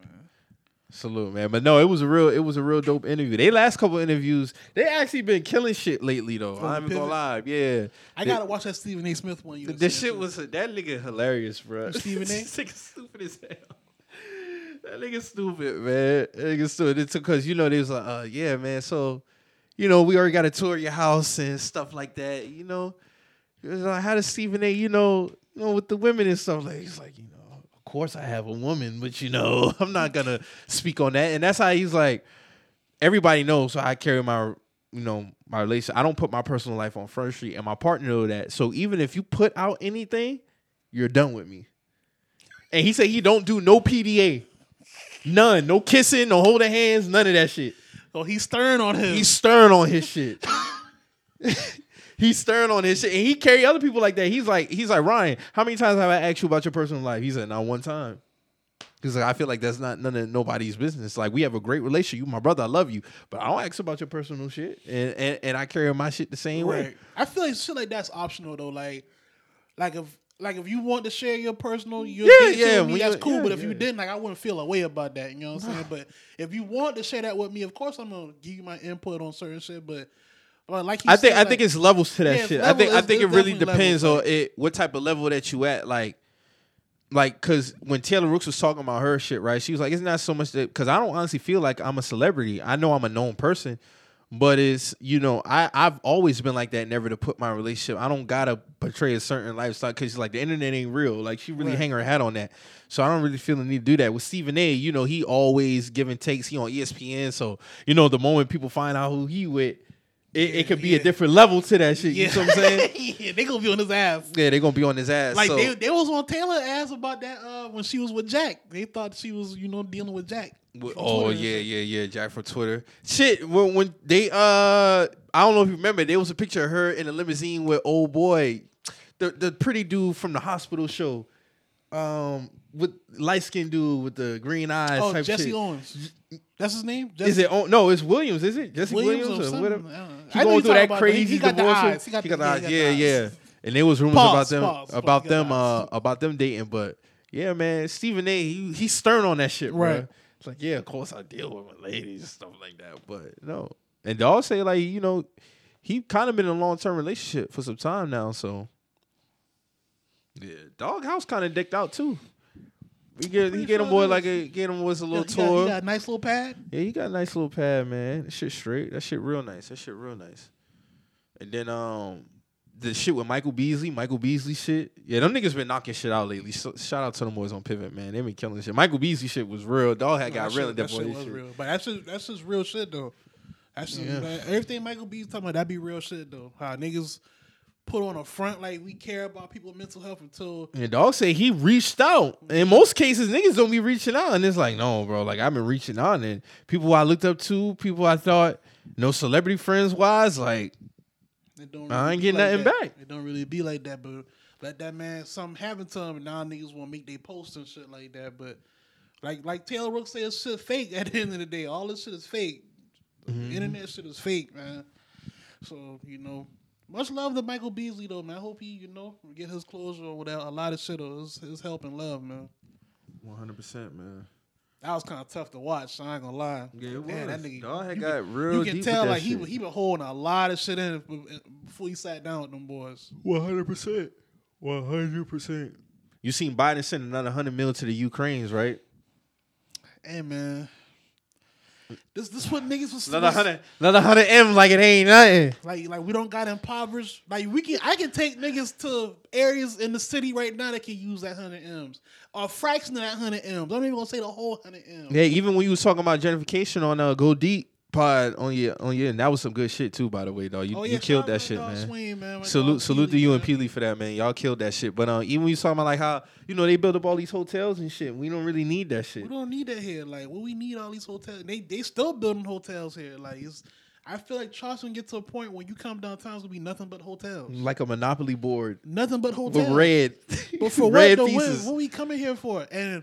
Speaker 2: Salute, man. But no, it was a real, it was a real dope interview. They last couple interviews, they actually been killing shit lately though.
Speaker 1: the
Speaker 2: I'm gonna
Speaker 1: pivot.
Speaker 2: lie. Yeah.
Speaker 1: I gotta watch that Stephen A. Smith one. You
Speaker 2: Th-
Speaker 1: were
Speaker 2: This
Speaker 1: saying,
Speaker 2: shit
Speaker 1: too.
Speaker 2: was that nigga hilarious, bro.
Speaker 1: Stephen A?
Speaker 2: this nigga stupid as hell. That nigga stupid, man. That nigga stupid. It's because you know they was like, uh, yeah, man. So, you know, we already got to tour your house and stuff like that. You know, It was like, how does Stephen A. You know, you know, with the women and stuff like, he's like, you know, of course I have a woman, but you know, I'm not gonna speak on that. And that's how he's like, everybody knows how I carry my you know my relationship. I don't put my personal life on front street, and my partner know that. So even if you put out anything, you're done with me. And he said he don't do no PDA, none, no kissing, no holding hands, none of that shit.
Speaker 1: Oh, he's stern on him.
Speaker 2: He's stern on his shit. he's stern on his shit, and he carry other people like that. He's like, he's like Ryan. How many times have I asked you about your personal life? He said, not one time. He's like, I feel like that's not none of nobody's business. Like we have a great relationship. You, my brother, I love you, but I don't ask about your personal shit, and and, and I carry my shit the same way.
Speaker 1: right. I feel like shit like that's optional though. Like, like if like if you want to share your personal, your
Speaker 2: Yeah,
Speaker 1: details
Speaker 2: yeah,
Speaker 1: with me,
Speaker 2: when
Speaker 1: that's
Speaker 2: you-
Speaker 1: cool.
Speaker 2: yeah,
Speaker 1: but if
Speaker 2: yeah.
Speaker 1: you didn't, like, I wouldn't feel a way about that. You know what I'm saying? But if you want to share that with me, of course I'm gonna give you my input on certain shit. But, but like he
Speaker 2: I think
Speaker 1: said,
Speaker 2: I think
Speaker 1: like-
Speaker 2: it's levels to that
Speaker 1: Yeah, it's
Speaker 2: shit. I
Speaker 1: level-
Speaker 2: think I
Speaker 1: it's-
Speaker 2: think it
Speaker 1: it's
Speaker 2: really
Speaker 1: definitely
Speaker 2: depends
Speaker 1: levels,
Speaker 2: on it what type of level that you at. Like, like because when Taylor Rooks was talking about her shit, right? She was like, "It's not so much that because I don't honestly feel like I'm a celebrity. I know I'm a known person, but it's you know I I've always been like that. Never to put my relationship. I don't gotta portray a certain lifestyle because like the internet ain't real. Like she really
Speaker 1: Right.
Speaker 2: hang her hat on that. So I don't really feel the need to do that. With Stephen A, you know E he always give and takes. He on ESPN, so you know the moment people find out who he with it, it could be a different level to that shit.
Speaker 1: Yeah.
Speaker 2: You know what I'm saying?
Speaker 1: yeah, they gonna be on his ass.
Speaker 2: yeah, they're gonna be on his ass.
Speaker 1: Like
Speaker 2: so-
Speaker 1: they, they was on Taylor's ass about that uh, when she was with Jack. They thought she was, you know, dealing with Jack.
Speaker 2: With-
Speaker 1: from
Speaker 2: oh
Speaker 1: Twitter and
Speaker 2: yeah,
Speaker 1: shit.
Speaker 2: yeah, yeah. Jack from Twitter. Shit. When when they uh, I don't know if you remember, there was a picture of her in a limousine with old boy, the the pretty dude from the hospital show, um, with light skinned dude with the green eyes.
Speaker 1: Oh,
Speaker 2: type
Speaker 1: Jesse
Speaker 2: shit.
Speaker 1: Owens. That's his name. Jesse
Speaker 2: Is it? On, no, it's Williams. Is it Jesse Williams,
Speaker 1: or
Speaker 2: or
Speaker 1: something?
Speaker 2: whatever?
Speaker 1: I don't know. I
Speaker 2: He
Speaker 1: know
Speaker 2: going
Speaker 1: you talking
Speaker 2: through that
Speaker 1: about, but
Speaker 2: crazy
Speaker 1: he got the
Speaker 2: divorce.
Speaker 1: eyes. He got the- he got the
Speaker 2: Yeah,
Speaker 1: eyes.
Speaker 2: yeah. And there was rumors about
Speaker 1: Pause,
Speaker 2: them
Speaker 1: pause,
Speaker 2: about
Speaker 1: pause, he got
Speaker 2: them
Speaker 1: the
Speaker 2: uh,
Speaker 1: eyes.
Speaker 2: about them dating, but yeah, man, Stephen A. He, he's stern on that shit, right?
Speaker 1: Right.
Speaker 2: It's like yeah, of course I deal with my ladies and stuff like that, but no. And they all say like you know he kind of been in a long term relationship for some time now, so yeah, Doghouse kind of dicked out too. He get he
Speaker 1: Pretty
Speaker 2: gave him
Speaker 1: sure
Speaker 2: boy
Speaker 1: it
Speaker 2: like
Speaker 1: is.
Speaker 2: a gave him was a
Speaker 1: He
Speaker 2: little
Speaker 1: got, he
Speaker 2: tour.
Speaker 1: got- he got a nice little pad.
Speaker 2: Yeah, you got a nice little pad, man. That shit straight. That shit real nice. That shit real nice. And then um the shit with Michael Beasley, Michael Beasley shit. Yeah, them niggas been knocking shit out lately. So, shout out to them boys on Pivot, man. They been killing shit. Michael Beasley shit was real. Dog had got
Speaker 1: That shit-
Speaker 2: real at that
Speaker 1: that shit
Speaker 2: boy.
Speaker 1: was
Speaker 2: shit.
Speaker 1: real. But that's just, that's just real shit though. That's just,
Speaker 2: Yeah.
Speaker 1: like, everything Michael B's talking about. That be real shit though. How niggas put on a front like we care about people's mental health until
Speaker 2: And dog say he reached out. In most cases, niggas don't be reaching out, and it's like, no, bro. Like I've been reaching out, and people I looked up to, people I thought, no celebrity friends wise, like
Speaker 1: it don't. Really
Speaker 2: I ain't
Speaker 1: be
Speaker 2: getting
Speaker 1: like
Speaker 2: nothing
Speaker 1: that.
Speaker 2: back.
Speaker 1: It don't really be like that. But let that man something happen to him, and now niggas want to make they post and shit like that. But like like Taylor Rook says, shit fake. At the end of the day, all this shit is fake.
Speaker 2: Mm-hmm.
Speaker 1: Internet shit is fake, man. So you know, much love to Michael Beasley though, man. I hope he you know get his closure or whatever. A lot of shit or his, his help and love, man.
Speaker 2: one hundred percent, man.
Speaker 1: That was kind of tough to watch. So I ain't gonna lie.
Speaker 2: Yeah, it
Speaker 1: Man,
Speaker 2: was.
Speaker 1: that nigga.
Speaker 2: Dog had
Speaker 1: you
Speaker 2: got
Speaker 1: can-
Speaker 2: real
Speaker 1: You can
Speaker 2: deep with
Speaker 1: tell
Speaker 2: that
Speaker 1: like he
Speaker 2: shit.
Speaker 1: he been holding a lot of shit in b- before he sat down with them boys.
Speaker 2: One hundred percent. One hundred percent. You seen Biden send another hundred mil to the Ukraines, right?
Speaker 1: Hey man, this this what niggas was
Speaker 2: Another
Speaker 1: was-
Speaker 2: hundred, another hundred m, like it ain't nothing.
Speaker 1: Like like we don't got impoverished. Like we can I can take niggas to areas in the city right now that can use that hundred m's or a fraction of that hundred m's. I'm not even gonna say the whole hundred m's.
Speaker 2: Yeah, even when you was talking about gentrification on uh, Go Deep pod on your on your, and that was some good shit too. By the way, dog, you,
Speaker 1: Oh,
Speaker 2: you
Speaker 1: shout
Speaker 2: killed
Speaker 1: out to
Speaker 2: that shit,
Speaker 1: my dog
Speaker 2: man.
Speaker 1: Swain, man. My
Speaker 2: Salute,
Speaker 1: dog
Speaker 2: salute to
Speaker 1: Keely,
Speaker 2: you and
Speaker 1: uh, man.
Speaker 2: Peely for that, man. Y'all killed that shit. But um, even when you was talking about like how you know they build up all these hotels and shit, we don't really need that shit.
Speaker 1: We don't need that here. Like, what we need all these hotels. They they still building hotels here. Like, it's. I feel like Charleston get to a point when you come downtown, it's gonna be nothing but hotels.
Speaker 2: Like a monopoly board
Speaker 1: Nothing but
Speaker 2: with
Speaker 1: hotels.
Speaker 2: red,
Speaker 1: But for
Speaker 2: red
Speaker 1: what though? What,
Speaker 2: pieces.
Speaker 1: what we coming here for? And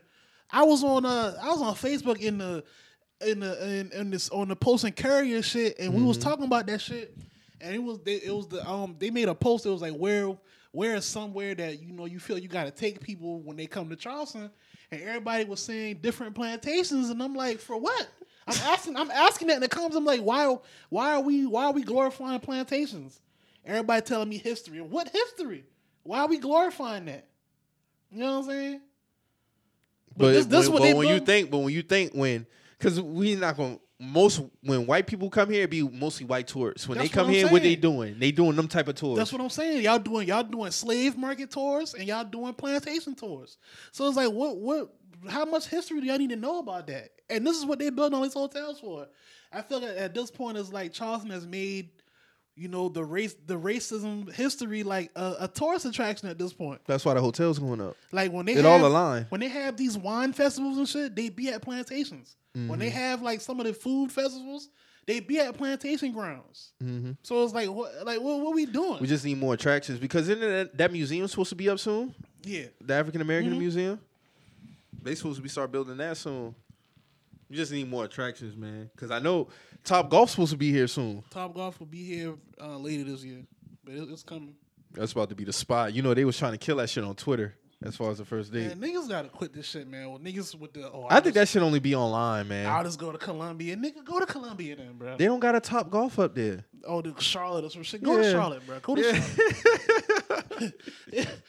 Speaker 1: I was on uh I was on Facebook in the in the in, in this on the post and carrier shit, and we was
Speaker 2: Mm-hmm.
Speaker 1: talking about that shit. And it was they, it was the um they made a post. It was like where where is somewhere that you know you feel you got to take people when they come to Charleston, and everybody was saying different plantations, and I'm like for what? I'm asking I'm asking that in the comments. I'm like why why are we why are we glorifying plantations? Everybody telling me history. What history? Why are we glorifying that? You know what I'm saying? But
Speaker 2: But,
Speaker 1: this- this
Speaker 2: when,
Speaker 1: what
Speaker 2: but
Speaker 1: they
Speaker 2: when you
Speaker 1: built-
Speaker 2: think, but when you think, when because we not going to most when white people come here, it be mostly white tourists. When
Speaker 1: That's
Speaker 2: they come
Speaker 1: what I'm
Speaker 2: here, what they
Speaker 1: saying.
Speaker 2: doing? They doing them type of tours.
Speaker 1: That's what I'm saying. Y'all doing y'all doing slave market tours and y'all doing plantation tours. So it's like what what how much history do y'all need to know about that? And this is what they build all these hotels for. I feel that at this point it's like Charleston has made, you know, the race the racism history like a, a tourist attraction at this point.
Speaker 2: That's why the hotels going up.
Speaker 1: Like when they
Speaker 2: It all
Speaker 1: have,
Speaker 2: align.
Speaker 1: when they have these wine festivals and shit, they be at plantations. When
Speaker 2: Mm-hmm.
Speaker 1: they have like some of the food festivals, they be at plantation grounds.
Speaker 2: Mhm.
Speaker 1: So it's like what like what, what we doing?
Speaker 2: We just need more attractions because isn't that, that museum supposed to be up soon?
Speaker 1: yeah.
Speaker 2: The African American
Speaker 1: Mm-hmm.
Speaker 2: Museum. They supposed to be start building that soon. We just need more attractions, man. Because I know Top Golf's supposed to be here soon.
Speaker 1: Top Golf will be here uh, later this year, but it, it's coming.
Speaker 2: That's about to be the spot. You know they was trying to kill that shit on Twitter as far as the first date.
Speaker 1: Man, niggas gotta quit this shit, man. Well, niggas with the oh,
Speaker 2: I
Speaker 1: just,
Speaker 2: think that should only be online, man.
Speaker 1: I'll just go to Columbia, nigga. Go to Columbia then, bro.
Speaker 2: They don't got a top golf up there.
Speaker 1: oh, the Charlotte or some shit. Go
Speaker 2: Yeah.
Speaker 1: to Charlotte, bro. Go to Charlotte.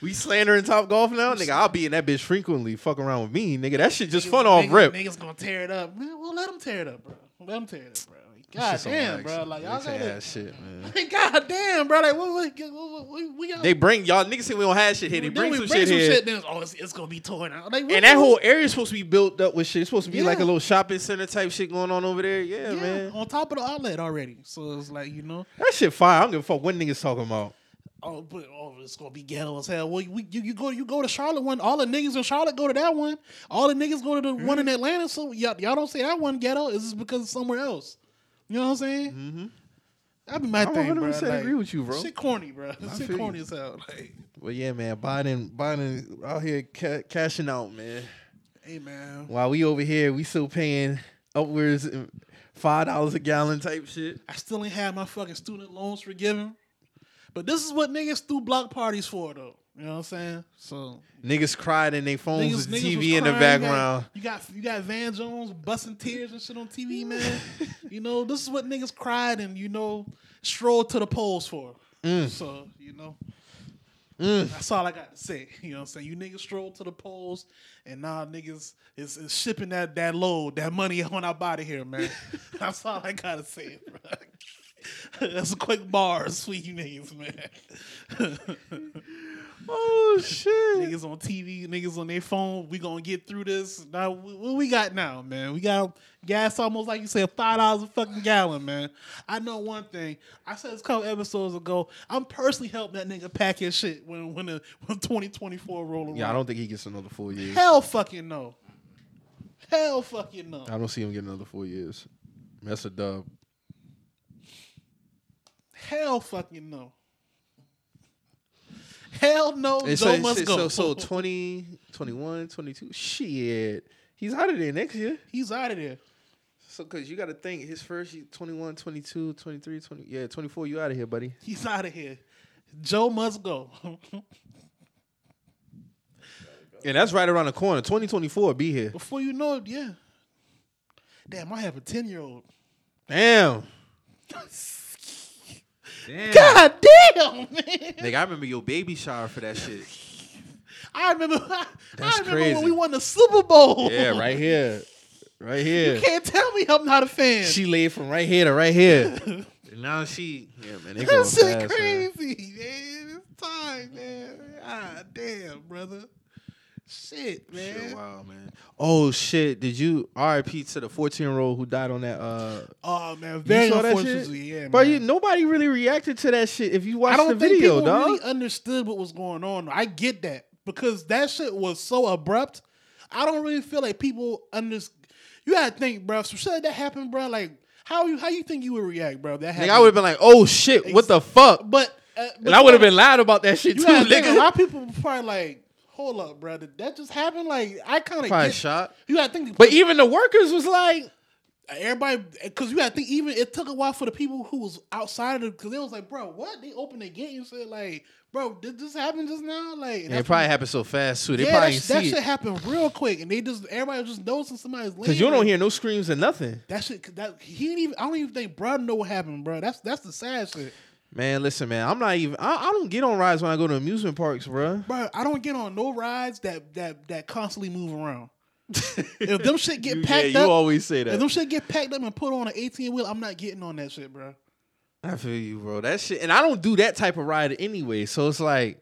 Speaker 2: we slandering top golf now, nigga. I'll be in that bitch frequently. Fuck around with me, nigga. That shit just fun
Speaker 1: Niggas-
Speaker 2: off
Speaker 1: niggas,
Speaker 2: rip.
Speaker 1: Niggas gonna tear it up, man. Well, let them tear it up, bro. Let them tear it up, bro. God
Speaker 2: Shit's on
Speaker 1: damn,
Speaker 2: wax.
Speaker 1: bro. Like y'all
Speaker 2: It's a
Speaker 1: gotta.
Speaker 2: ass shit, man.
Speaker 1: God damn, bro. Like what? What? what, what, what we got.
Speaker 2: They bring y'all niggas say we don't have shit here. They
Speaker 1: then
Speaker 2: bring
Speaker 1: we
Speaker 2: some shit here.
Speaker 1: Then it's, oh, it's, it's gonna be torn out. Like, what-
Speaker 2: And that whole area is supposed to be built up with shit. It's supposed to be like a
Speaker 1: Yeah.
Speaker 2: little shopping center type shit going on over there. Yeah,
Speaker 1: yeah,
Speaker 2: man.
Speaker 1: on top of the outlet already. So it's like you know,
Speaker 2: That shit fire. I don't give a fuck what niggas talking about.
Speaker 1: oh, but oh, it's gonna be ghetto as hell. Well, we, you, you go you go to Charlotte one. All the niggas in Charlotte go to that one. All the niggas go to the one in
Speaker 2: Mm-hmm.
Speaker 1: Atlanta. So y'all, y'all don't say that one ghetto. It's just because it's somewhere else. You know what I'm saying? Mm-hmm. That'd be my
Speaker 2: I
Speaker 1: thing, bro.
Speaker 2: 100%
Speaker 1: Like,
Speaker 2: agree with you, bro.
Speaker 1: Shit corny, bro.
Speaker 2: feel
Speaker 1: Shit
Speaker 2: you.
Speaker 1: corny as hell. Like,
Speaker 2: But yeah, man, Biden, Biden out here ca- cashing out, man.
Speaker 1: hey man.
Speaker 2: While we over here, we still paying upwards in five dollars a gallon type shit.
Speaker 1: I still ain't had my fucking student loans forgiven. But this is what niggas threw block parties for, though. You know what I'm saying? So
Speaker 2: Niggas cried in their phones,
Speaker 1: niggas,
Speaker 2: with
Speaker 1: niggas
Speaker 2: the
Speaker 1: was
Speaker 2: TV in the
Speaker 1: crying.
Speaker 2: background.
Speaker 1: You got, you got you got Van Jones busting tears and shit on TV, man. you know this is what niggas cried and you know strolled to the polls for.
Speaker 2: Mm.
Speaker 1: So you know. That's all I got to say. You know what I'm saying? You niggas strolled to the polls, and now niggas is, is shipping that that load, that money on our body here, man. That's all I gotta say, bro. That's a quick bars for you niggas, man.
Speaker 2: Oh shit!
Speaker 1: niggas on TV, niggas on their phone. We gonna get through this. Now, wh- what we got now, man? We got gas almost like you said, five dollars a fucking gallon, man. I know one thing. I said this a couple episodes ago. I'm personally helping that nigga pack his shit when when the, when 2024 roll around.
Speaker 2: Yeah, I don't think he gets another four years.
Speaker 1: Hell fucking no. Hell fucking no.
Speaker 2: I don't see him getting another four years. That's a dub.
Speaker 1: Hell fucking no. Hell no.
Speaker 2: And
Speaker 1: Joe
Speaker 2: so,
Speaker 1: Oh, must
Speaker 2: so,
Speaker 1: go.
Speaker 2: so, so 20, 21, 22, shit. He's out of there next year.
Speaker 1: he's out of there.
Speaker 2: So, because you got to think, his first year, 21, 22, 23, 20, yeah, 24, you out of here, buddy.
Speaker 1: He's out of here. Joe must go.
Speaker 2: And that's right around the corner. 2024, be here.
Speaker 1: Before you know it, yeah. Damn, I have a 10 year old.
Speaker 2: Damn. Damn.
Speaker 1: God damn, man.
Speaker 2: Nigga, I remember your baby shower for that shit.
Speaker 1: I remember, I,
Speaker 2: That's
Speaker 1: remember
Speaker 2: crazy.
Speaker 1: when we won the Super Bowl.
Speaker 2: yeah, right here. Right
Speaker 1: You
Speaker 2: here.
Speaker 1: can't tell me I'm not a fan.
Speaker 2: She laid from right here to right here. and now she. Yeah, man. They going
Speaker 1: That shit
Speaker 2: fast, man.
Speaker 1: crazy, man. It's time, man. Ah, damn, brother. Shit, man.
Speaker 2: Shit, wow, man. Oh shit! Did you R.I.P. to the fourteen year old who died on that? Uh,
Speaker 1: Oh man, very
Speaker 2: you saw that
Speaker 1: unfortunately,
Speaker 2: shit?
Speaker 1: yeah,
Speaker 2: But
Speaker 1: man.
Speaker 2: you, nobody really reacted to that shit. If you
Speaker 1: I
Speaker 2: watched
Speaker 1: don't
Speaker 2: the
Speaker 1: think
Speaker 2: video,
Speaker 1: people
Speaker 2: dog.
Speaker 1: really understood what was going on. I get that because that shit was so abrupt. I don't really feel like people under. You gotta think, bro. Some shit like that happened, bro. Like how you how you think you would react, bro? if That
Speaker 2: Nigga,
Speaker 1: happened.
Speaker 2: I would have been like, "Oh shit, what the fuck?"
Speaker 1: but, uh,
Speaker 2: And I would have been loud about that shit
Speaker 1: You
Speaker 2: too,
Speaker 1: gotta think, a
Speaker 2: nigga.
Speaker 1: lot of people were probably like, "Hold up, brother, that just happened." Like I kind of
Speaker 2: Probably
Speaker 1: get.
Speaker 2: shot.
Speaker 1: You gotta think,
Speaker 2: But even the workers was like,
Speaker 1: everybody because you gotta think even it took a while for the people who was outside of the because they was like bro what they opened the gate and said like bro did this happen just now like
Speaker 2: and it probably happened so fast too. They
Speaker 1: yeah,
Speaker 2: probably
Speaker 1: that,
Speaker 2: didn't
Speaker 1: sh- that
Speaker 2: see
Speaker 1: shit
Speaker 2: it
Speaker 1: happened real quick and they just everybody was just noticing somebody's
Speaker 2: because you don't hear no screams or nothing.
Speaker 1: that shit that he didn't even I don't even think bro know what happened bro that's that's the sad shit
Speaker 2: Man, listen, man, I'm not even. I, I don't get on rides when I go to amusement parks, bro.
Speaker 1: bro I don't get on no rides that that that constantly move around if them shit get packed
Speaker 2: yeah,
Speaker 1: up
Speaker 2: you always say
Speaker 1: if
Speaker 2: that.
Speaker 1: them shit get packed up and put on an eighteen wheel I'm not getting on that shit bro
Speaker 2: I feel you, bro. That shit, and I don't do that type of ride anyway. So it's like,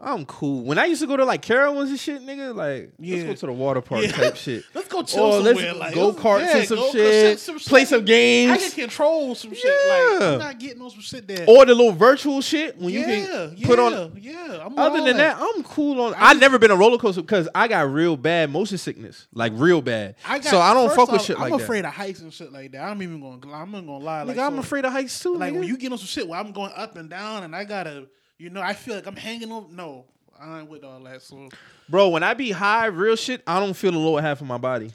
Speaker 2: I'm cool. When I used to go to like Carowinds and shit, nigga, like
Speaker 1: Yeah.
Speaker 2: let's go to the water park
Speaker 1: Yeah.
Speaker 2: type shit.
Speaker 1: Let's go chill
Speaker 2: Or
Speaker 1: somewhere.
Speaker 2: let's
Speaker 1: like,
Speaker 2: go
Speaker 1: let's-
Speaker 2: karts
Speaker 1: yeah,
Speaker 2: and some
Speaker 1: go- go
Speaker 2: shit,
Speaker 1: some shit.
Speaker 2: play some
Speaker 1: I
Speaker 2: games,
Speaker 1: can control some shit. Like
Speaker 2: Yeah.
Speaker 1: I'm not getting on some shit that.
Speaker 2: or the little virtual shit when
Speaker 1: yeah,
Speaker 2: you can
Speaker 1: yeah,
Speaker 2: put on.
Speaker 1: Yeah, I'm with
Speaker 2: Other
Speaker 1: all
Speaker 2: than that, I'm cool on. I've never been on roller coaster because I got real bad motion sickness, like real bad.
Speaker 1: I got,
Speaker 2: so I don't
Speaker 1: first
Speaker 2: fuck with
Speaker 1: off,
Speaker 2: shit like
Speaker 1: I'm
Speaker 2: that.
Speaker 1: afraid of heights and shit like that. I'm even gonna. I'm not gonna lie. Like,
Speaker 2: Nigga, I'm
Speaker 1: so-
Speaker 2: afraid of heights too.
Speaker 1: Like
Speaker 2: nigga.
Speaker 1: when you get on some shit where I'm going up and down and I gotta, you know, I feel like I'm hanging on. No, I ain't with all that. So
Speaker 2: bro, when I be high, real shit, I don't feel the lower half of my body.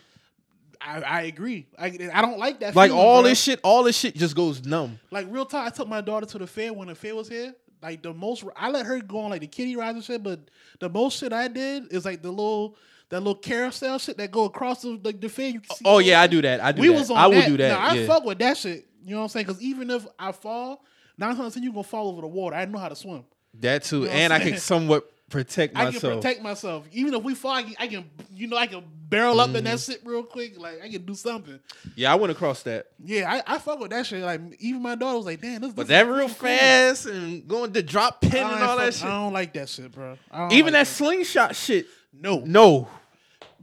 Speaker 1: I, I agree. I, I don't like that.
Speaker 2: Like
Speaker 1: feeling,
Speaker 2: all
Speaker 1: bro.
Speaker 2: this shit, all this shit just goes numb.
Speaker 1: Like real talk, I took my daughter to the fair when the fair was here. Like the most, I let her go on like the kitty rides and shit. But the most shit I did is like the little that little carousel shit that go across the like the fair. You can see
Speaker 2: Oh yeah, I do that. I do.
Speaker 1: we
Speaker 2: that.
Speaker 1: was on.
Speaker 2: I
Speaker 1: that.
Speaker 2: will do that.
Speaker 1: Now, I
Speaker 2: yeah.
Speaker 1: fuck with that shit. You know what I'm saying? Because even if I fall, nine times out of ten you gonna fall over the water. I know how to swim.
Speaker 2: that
Speaker 1: know
Speaker 2: too,
Speaker 1: what
Speaker 2: and
Speaker 1: I'm
Speaker 2: I can
Speaker 1: saying?
Speaker 2: somewhat protect
Speaker 1: I
Speaker 2: myself.
Speaker 1: can protect myself. Even if we fall, I can, I can you know I can barrel up in that
Speaker 2: Mm-hmm.
Speaker 1: shit real quick. Like I can do something.
Speaker 2: Yeah, I went across that.
Speaker 1: Yeah, I, I fuck with that shit. Like even my daughter was like, "Damn, this." this
Speaker 2: But that
Speaker 1: is
Speaker 2: real
Speaker 1: cool."
Speaker 2: fast and going to drop pin
Speaker 1: I
Speaker 2: and
Speaker 1: don't
Speaker 2: all that
Speaker 1: fuck- I
Speaker 2: shit.
Speaker 1: don't like oh that shit, bro. I don't
Speaker 2: Even
Speaker 1: like
Speaker 2: that slingshot shit.
Speaker 1: No,
Speaker 2: No.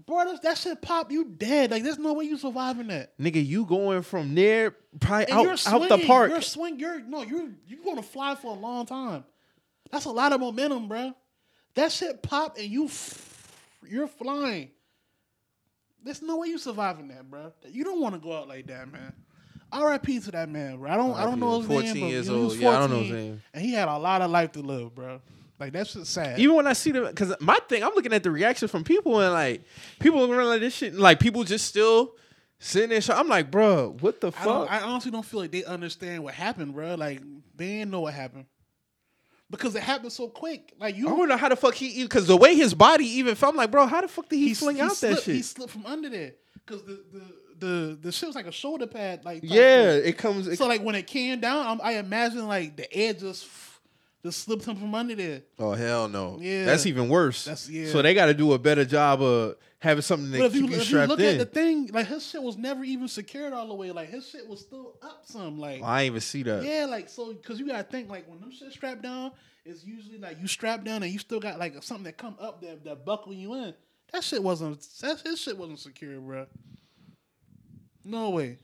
Speaker 1: bro, that, that shit pop. You dead. Like there's no way you surviving that.
Speaker 2: Nigga, you going from there probably
Speaker 1: And you're
Speaker 2: out,
Speaker 1: swinging,
Speaker 2: out the park.
Speaker 1: You're swing. You're no. You're you're going to fly for a long time. That's a lot of momentum, bro. That shit pop and you f- you're flying. There's no way you surviving that, bro. You don't want to go out like that, man. R.I.P. to that man, bro. I don't. I don't know his
Speaker 2: 14
Speaker 1: name. but
Speaker 2: years
Speaker 1: he was
Speaker 2: old. Yeah, I don't know
Speaker 1: 14,
Speaker 2: his name.
Speaker 1: And he had a lot of life to live, bro. Like that's just sad.
Speaker 2: Even when I see them, because my thing, I'm looking at the reaction from people and like people looking around like this shit, and, like people just still sitting there. sh- I'm like, bro, what the
Speaker 1: I, don't,
Speaker 2: fuck?
Speaker 1: I honestly don't feel like they understand what happened, bro. Like they didn't know what happened because it happened so quick. Like you,
Speaker 2: I wonder how the fuck he because the way his body even felt. I'm like, bro, how the fuck did he, fling out
Speaker 1: slipped,
Speaker 2: that shit?
Speaker 1: He slipped from under there because the, the the the shit was like a shoulder pad, like type
Speaker 2: yeah,
Speaker 1: thing.
Speaker 2: it comes. It,
Speaker 1: So like when it came down, I'm, I imagine like the air just just slipped him from under there.
Speaker 2: oh hell no.
Speaker 1: Yeah.
Speaker 2: that's even worse.
Speaker 1: That's- yeah.
Speaker 2: So they got to do a better job of having something
Speaker 1: But
Speaker 2: to
Speaker 1: if you,
Speaker 2: keep you
Speaker 1: if you
Speaker 2: strapped
Speaker 1: look at
Speaker 2: in.
Speaker 1: the thing, like his shit was never even secured all the way. Like his shit was still up some. Like
Speaker 2: I ain't even see that.
Speaker 1: Yeah, like so, because you gotta think like when them shit strapped down, it's usually like you strap down and you still got like something that come up that that buckle you in. That shit wasn't that his shit wasn't secure, bro. No way.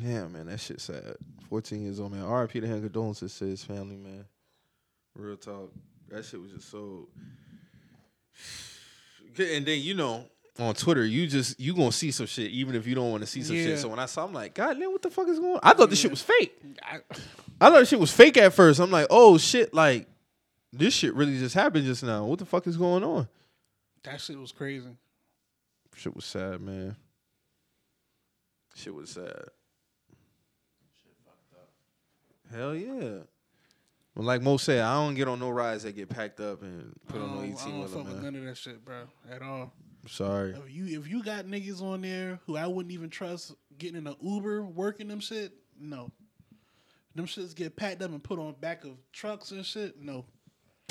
Speaker 2: Yeah, man, that shit sad. 14 years old, man. RIP to him. Condolences to his family, man. Real talk. That shit was just so. And then you know on Twitter, you just you gonna see some shit, even if you don't want to see some
Speaker 1: Yeah.
Speaker 2: shit. So when I saw, I'm like, God damn, what the fuck is going? on? I thought this shit
Speaker 1: Yeah.
Speaker 2: was fake.
Speaker 1: I,
Speaker 2: I thought this shit was fake at first. I'm like, oh shit, like this shit really just happened just now. What the fuck is going on?
Speaker 1: that shit was crazy.
Speaker 2: Shit was sad, man. Shit was sad. Shit fucked up. Hell yeah. Well, like Mo said, I don't get on no rides that get packed up and put on E
Speaker 1: I
Speaker 2: no
Speaker 1: don't, I
Speaker 2: eighteen
Speaker 1: don't fuck
Speaker 2: wheeler,
Speaker 1: with
Speaker 2: man.
Speaker 1: none of that shit, bro, at all.
Speaker 2: I'm sorry.
Speaker 1: If you if you got niggas on there who I wouldn't even trust getting in an Uber working them shit, no. Them shits get packed up and put on back of trucks and shit, no.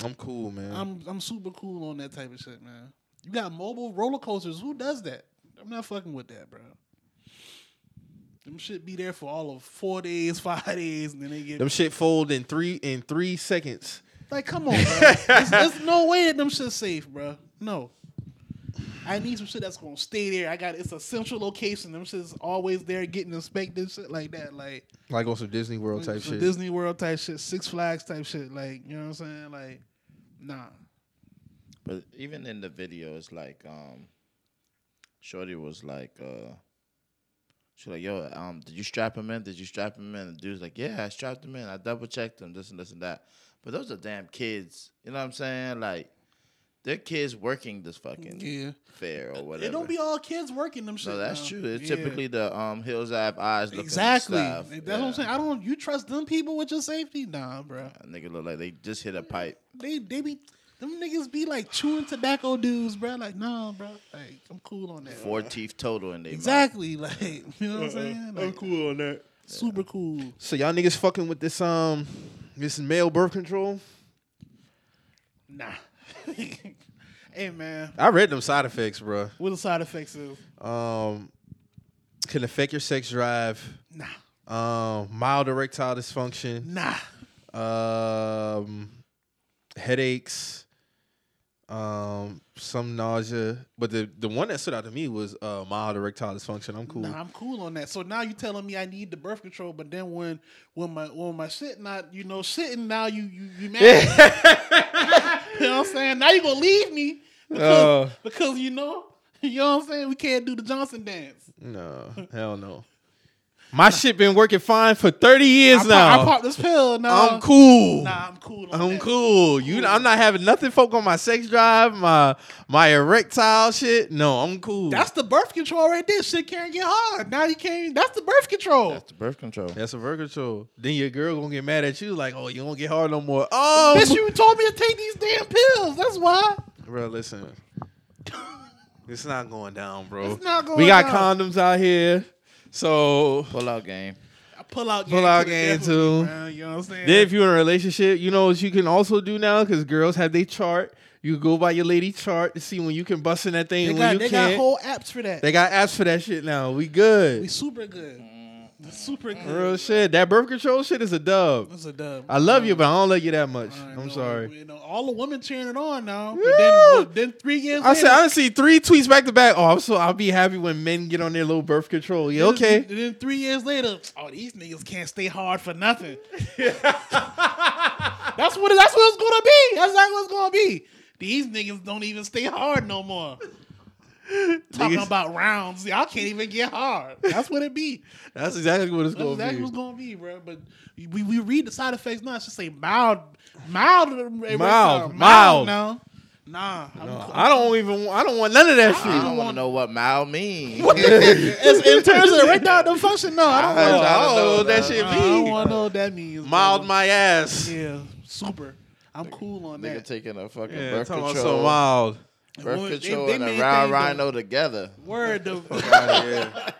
Speaker 2: I'm cool, man.
Speaker 1: I'm I'm super cool on that type of shit, man. You got mobile roller coasters. Who does that? I'm not fucking with that, bro. Them shit be there for all of four days, five days, and then they get
Speaker 2: them shit fold in three in three seconds.
Speaker 1: like, come on, bro. there's, there's no way that them shit's safe, bro. No. I need some shit that's gonna stay there. I got it's a central location. Them shit's always there, getting inspected, shit like that, like
Speaker 2: Like on some Disney World type
Speaker 1: some
Speaker 2: shit.
Speaker 1: Disney World type shit, Six Flags type shit. Like you know what I'm saying? Like, nah.
Speaker 3: But even in the video, it's like um, Shorty was like, uh, she like, yo, um, did you strap him in? Did you strap him in? And the dude's like, yeah, I strapped him in. I double checked him. This and this and that. But those are damn kids. You know what I'm saying? Like, they're kids working this fucking
Speaker 1: Yeah.
Speaker 3: fair or whatever.
Speaker 1: It don't be all kids working them shit.
Speaker 3: no, that's
Speaker 1: now.
Speaker 3: true. It's
Speaker 1: Yeah.
Speaker 3: typically the um hills have eyes looking
Speaker 1: exactly.
Speaker 3: staff.
Speaker 1: That's what I'm
Speaker 3: Yeah.
Speaker 1: saying. I don't. You trust them people with your safety? Nah, bro.
Speaker 3: A nigga look like they just hit a pipe.
Speaker 1: They they be them niggas be like chewing tobacco dudes, bro. Like nah, bro. Like I'm cool on that.
Speaker 3: Four teeth total in they mouth.
Speaker 1: exactly. Like you know what I'm saying? Like,
Speaker 2: Uh-uh. cool on that.
Speaker 1: Super cool.
Speaker 2: So y'all niggas fucking with this um this male birth control?
Speaker 1: Nah. hey man,
Speaker 2: I read them side effects, bro.
Speaker 1: what the side effects is?
Speaker 2: Um can affect your sex drive,
Speaker 1: Nah,
Speaker 2: um, mild erectile dysfunction.
Speaker 1: nah.
Speaker 2: um, headaches, um, some nausea. But the, the one that stood out to me was uh, mild erectile dysfunction. I'm cool.
Speaker 1: Nah, I'm cool on that. So now you telling me I need the birth control, but then when when my when my shit not you know shitting now you you you mad. you know what I'm saying? Now you gonna leave me because,
Speaker 2: Oh.
Speaker 1: because you know you know what I'm saying. We can't do the Johnson dance.
Speaker 2: no, hell no. My shit been working fine for 30 years
Speaker 1: I,
Speaker 2: now.
Speaker 1: pop, I pop this pill. Nah,
Speaker 2: I'm cool.
Speaker 1: Nah, I'm cool. On
Speaker 2: I'm
Speaker 1: that.
Speaker 2: cool. You, I'm not having nothing folk on my sex drive, my my erectile shit. No, I'm cool.
Speaker 1: That's the birth control right there. Shit can't get hard. Now you can't. That's the birth control.
Speaker 3: That's the birth control.
Speaker 2: that's a birth control. Then your girl gonna get mad at you, like, oh, you don't get hard no more. Oh,
Speaker 1: Bitch, you told me to take these damn pills. That's why.
Speaker 2: Bro, listen. It's not going down, bro.
Speaker 1: It's not
Speaker 2: Oh.
Speaker 1: going
Speaker 2: we
Speaker 1: down.
Speaker 2: got condoms out here. So
Speaker 3: Pull out game.
Speaker 1: I pull out.
Speaker 2: Pull out
Speaker 1: to the
Speaker 2: game,
Speaker 1: death
Speaker 2: too.
Speaker 1: with me, man. You know what I'm saying?
Speaker 2: then if you're in a relationship, you know what you can also do now because girls have their chart. You go by your lady chart to see when you can bust in that thing
Speaker 1: They
Speaker 2: and
Speaker 1: got,
Speaker 2: when
Speaker 1: they
Speaker 2: you
Speaker 1: got
Speaker 2: can't.
Speaker 1: whole apps for that.
Speaker 2: they got apps for that shit now. We good.
Speaker 1: we super good. Super good.
Speaker 2: Mm. Real shit. That birth control shit is a dub.
Speaker 1: That's a dub.
Speaker 2: I love you, but I don't love you that much.
Speaker 1: I
Speaker 2: I'm
Speaker 1: know,
Speaker 2: sorry.
Speaker 1: You know, all the women cheering it on now. But
Speaker 2: Woo!
Speaker 1: then, then three years
Speaker 2: I
Speaker 1: later,
Speaker 2: said I done see three tweets back to back. Oh, I'm so I'll be happy when men get on their little birth control. Yeah,
Speaker 1: then-
Speaker 2: okay.
Speaker 1: And then three years later, oh, these niggas can't stay hard for nothing. that's what that's what it's gonna be. That's exactly what it's gonna be. These niggas don't even stay hard no more. Talking
Speaker 2: Niggas-
Speaker 1: about rounds, y'all can't even get hard. That's what it be.
Speaker 2: That's exactly what it's
Speaker 1: That's
Speaker 2: gonna
Speaker 1: exactly what's
Speaker 2: be.
Speaker 1: gonna be, bro. But we, we read the side effects now. It's just say mild, mild, eh,
Speaker 2: Mild, mild.
Speaker 1: now. Nah, I'm cool.
Speaker 2: I don't even. I don't want none of that
Speaker 3: I
Speaker 2: shit.
Speaker 1: don't
Speaker 3: don't want
Speaker 1: want-
Speaker 3: to know what mild means.
Speaker 1: It's in terms of right now the function. No, I don't
Speaker 2: I
Speaker 3: I
Speaker 1: want.
Speaker 2: don't,
Speaker 3: don't
Speaker 2: know
Speaker 3: know
Speaker 2: what that
Speaker 3: that.
Speaker 2: shit
Speaker 1: I don't
Speaker 2: be.
Speaker 1: want to know what that means. bro.
Speaker 2: Mild my ass.
Speaker 1: Yeah, super. I'm cool on
Speaker 3: Nigga
Speaker 1: that.
Speaker 3: taking a fucking
Speaker 2: Yeah,
Speaker 3: birth
Speaker 2: talking about
Speaker 3: control,
Speaker 2: so mild.
Speaker 1: Well, they-
Speaker 3: birth control,
Speaker 1: they made
Speaker 3: and a round
Speaker 1: things
Speaker 3: rhino together.
Speaker 1: Word, the,
Speaker 2: Yeah.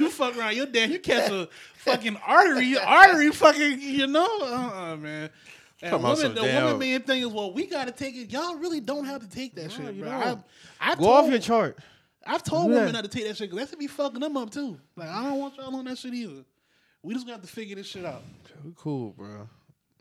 Speaker 1: you fuck around, you're dead. You catch a fucking artery, artery, fucking, you know, uh, uh man. And
Speaker 2: Talking about
Speaker 1: women,
Speaker 2: some
Speaker 1: the
Speaker 2: damn-
Speaker 1: woman man thing is, well, we gotta take it. Y'all really don't have to take that shit,
Speaker 2: you
Speaker 1: bro. I,
Speaker 2: don't.
Speaker 1: I
Speaker 2: Go off
Speaker 1: told,
Speaker 2: your chart.
Speaker 1: I've told
Speaker 2: do that.
Speaker 1: women not to take that shit because that should be fucking them up too. Like I don't want y'all on that shit either. We just got to figure this shit out.
Speaker 2: We cool, bro.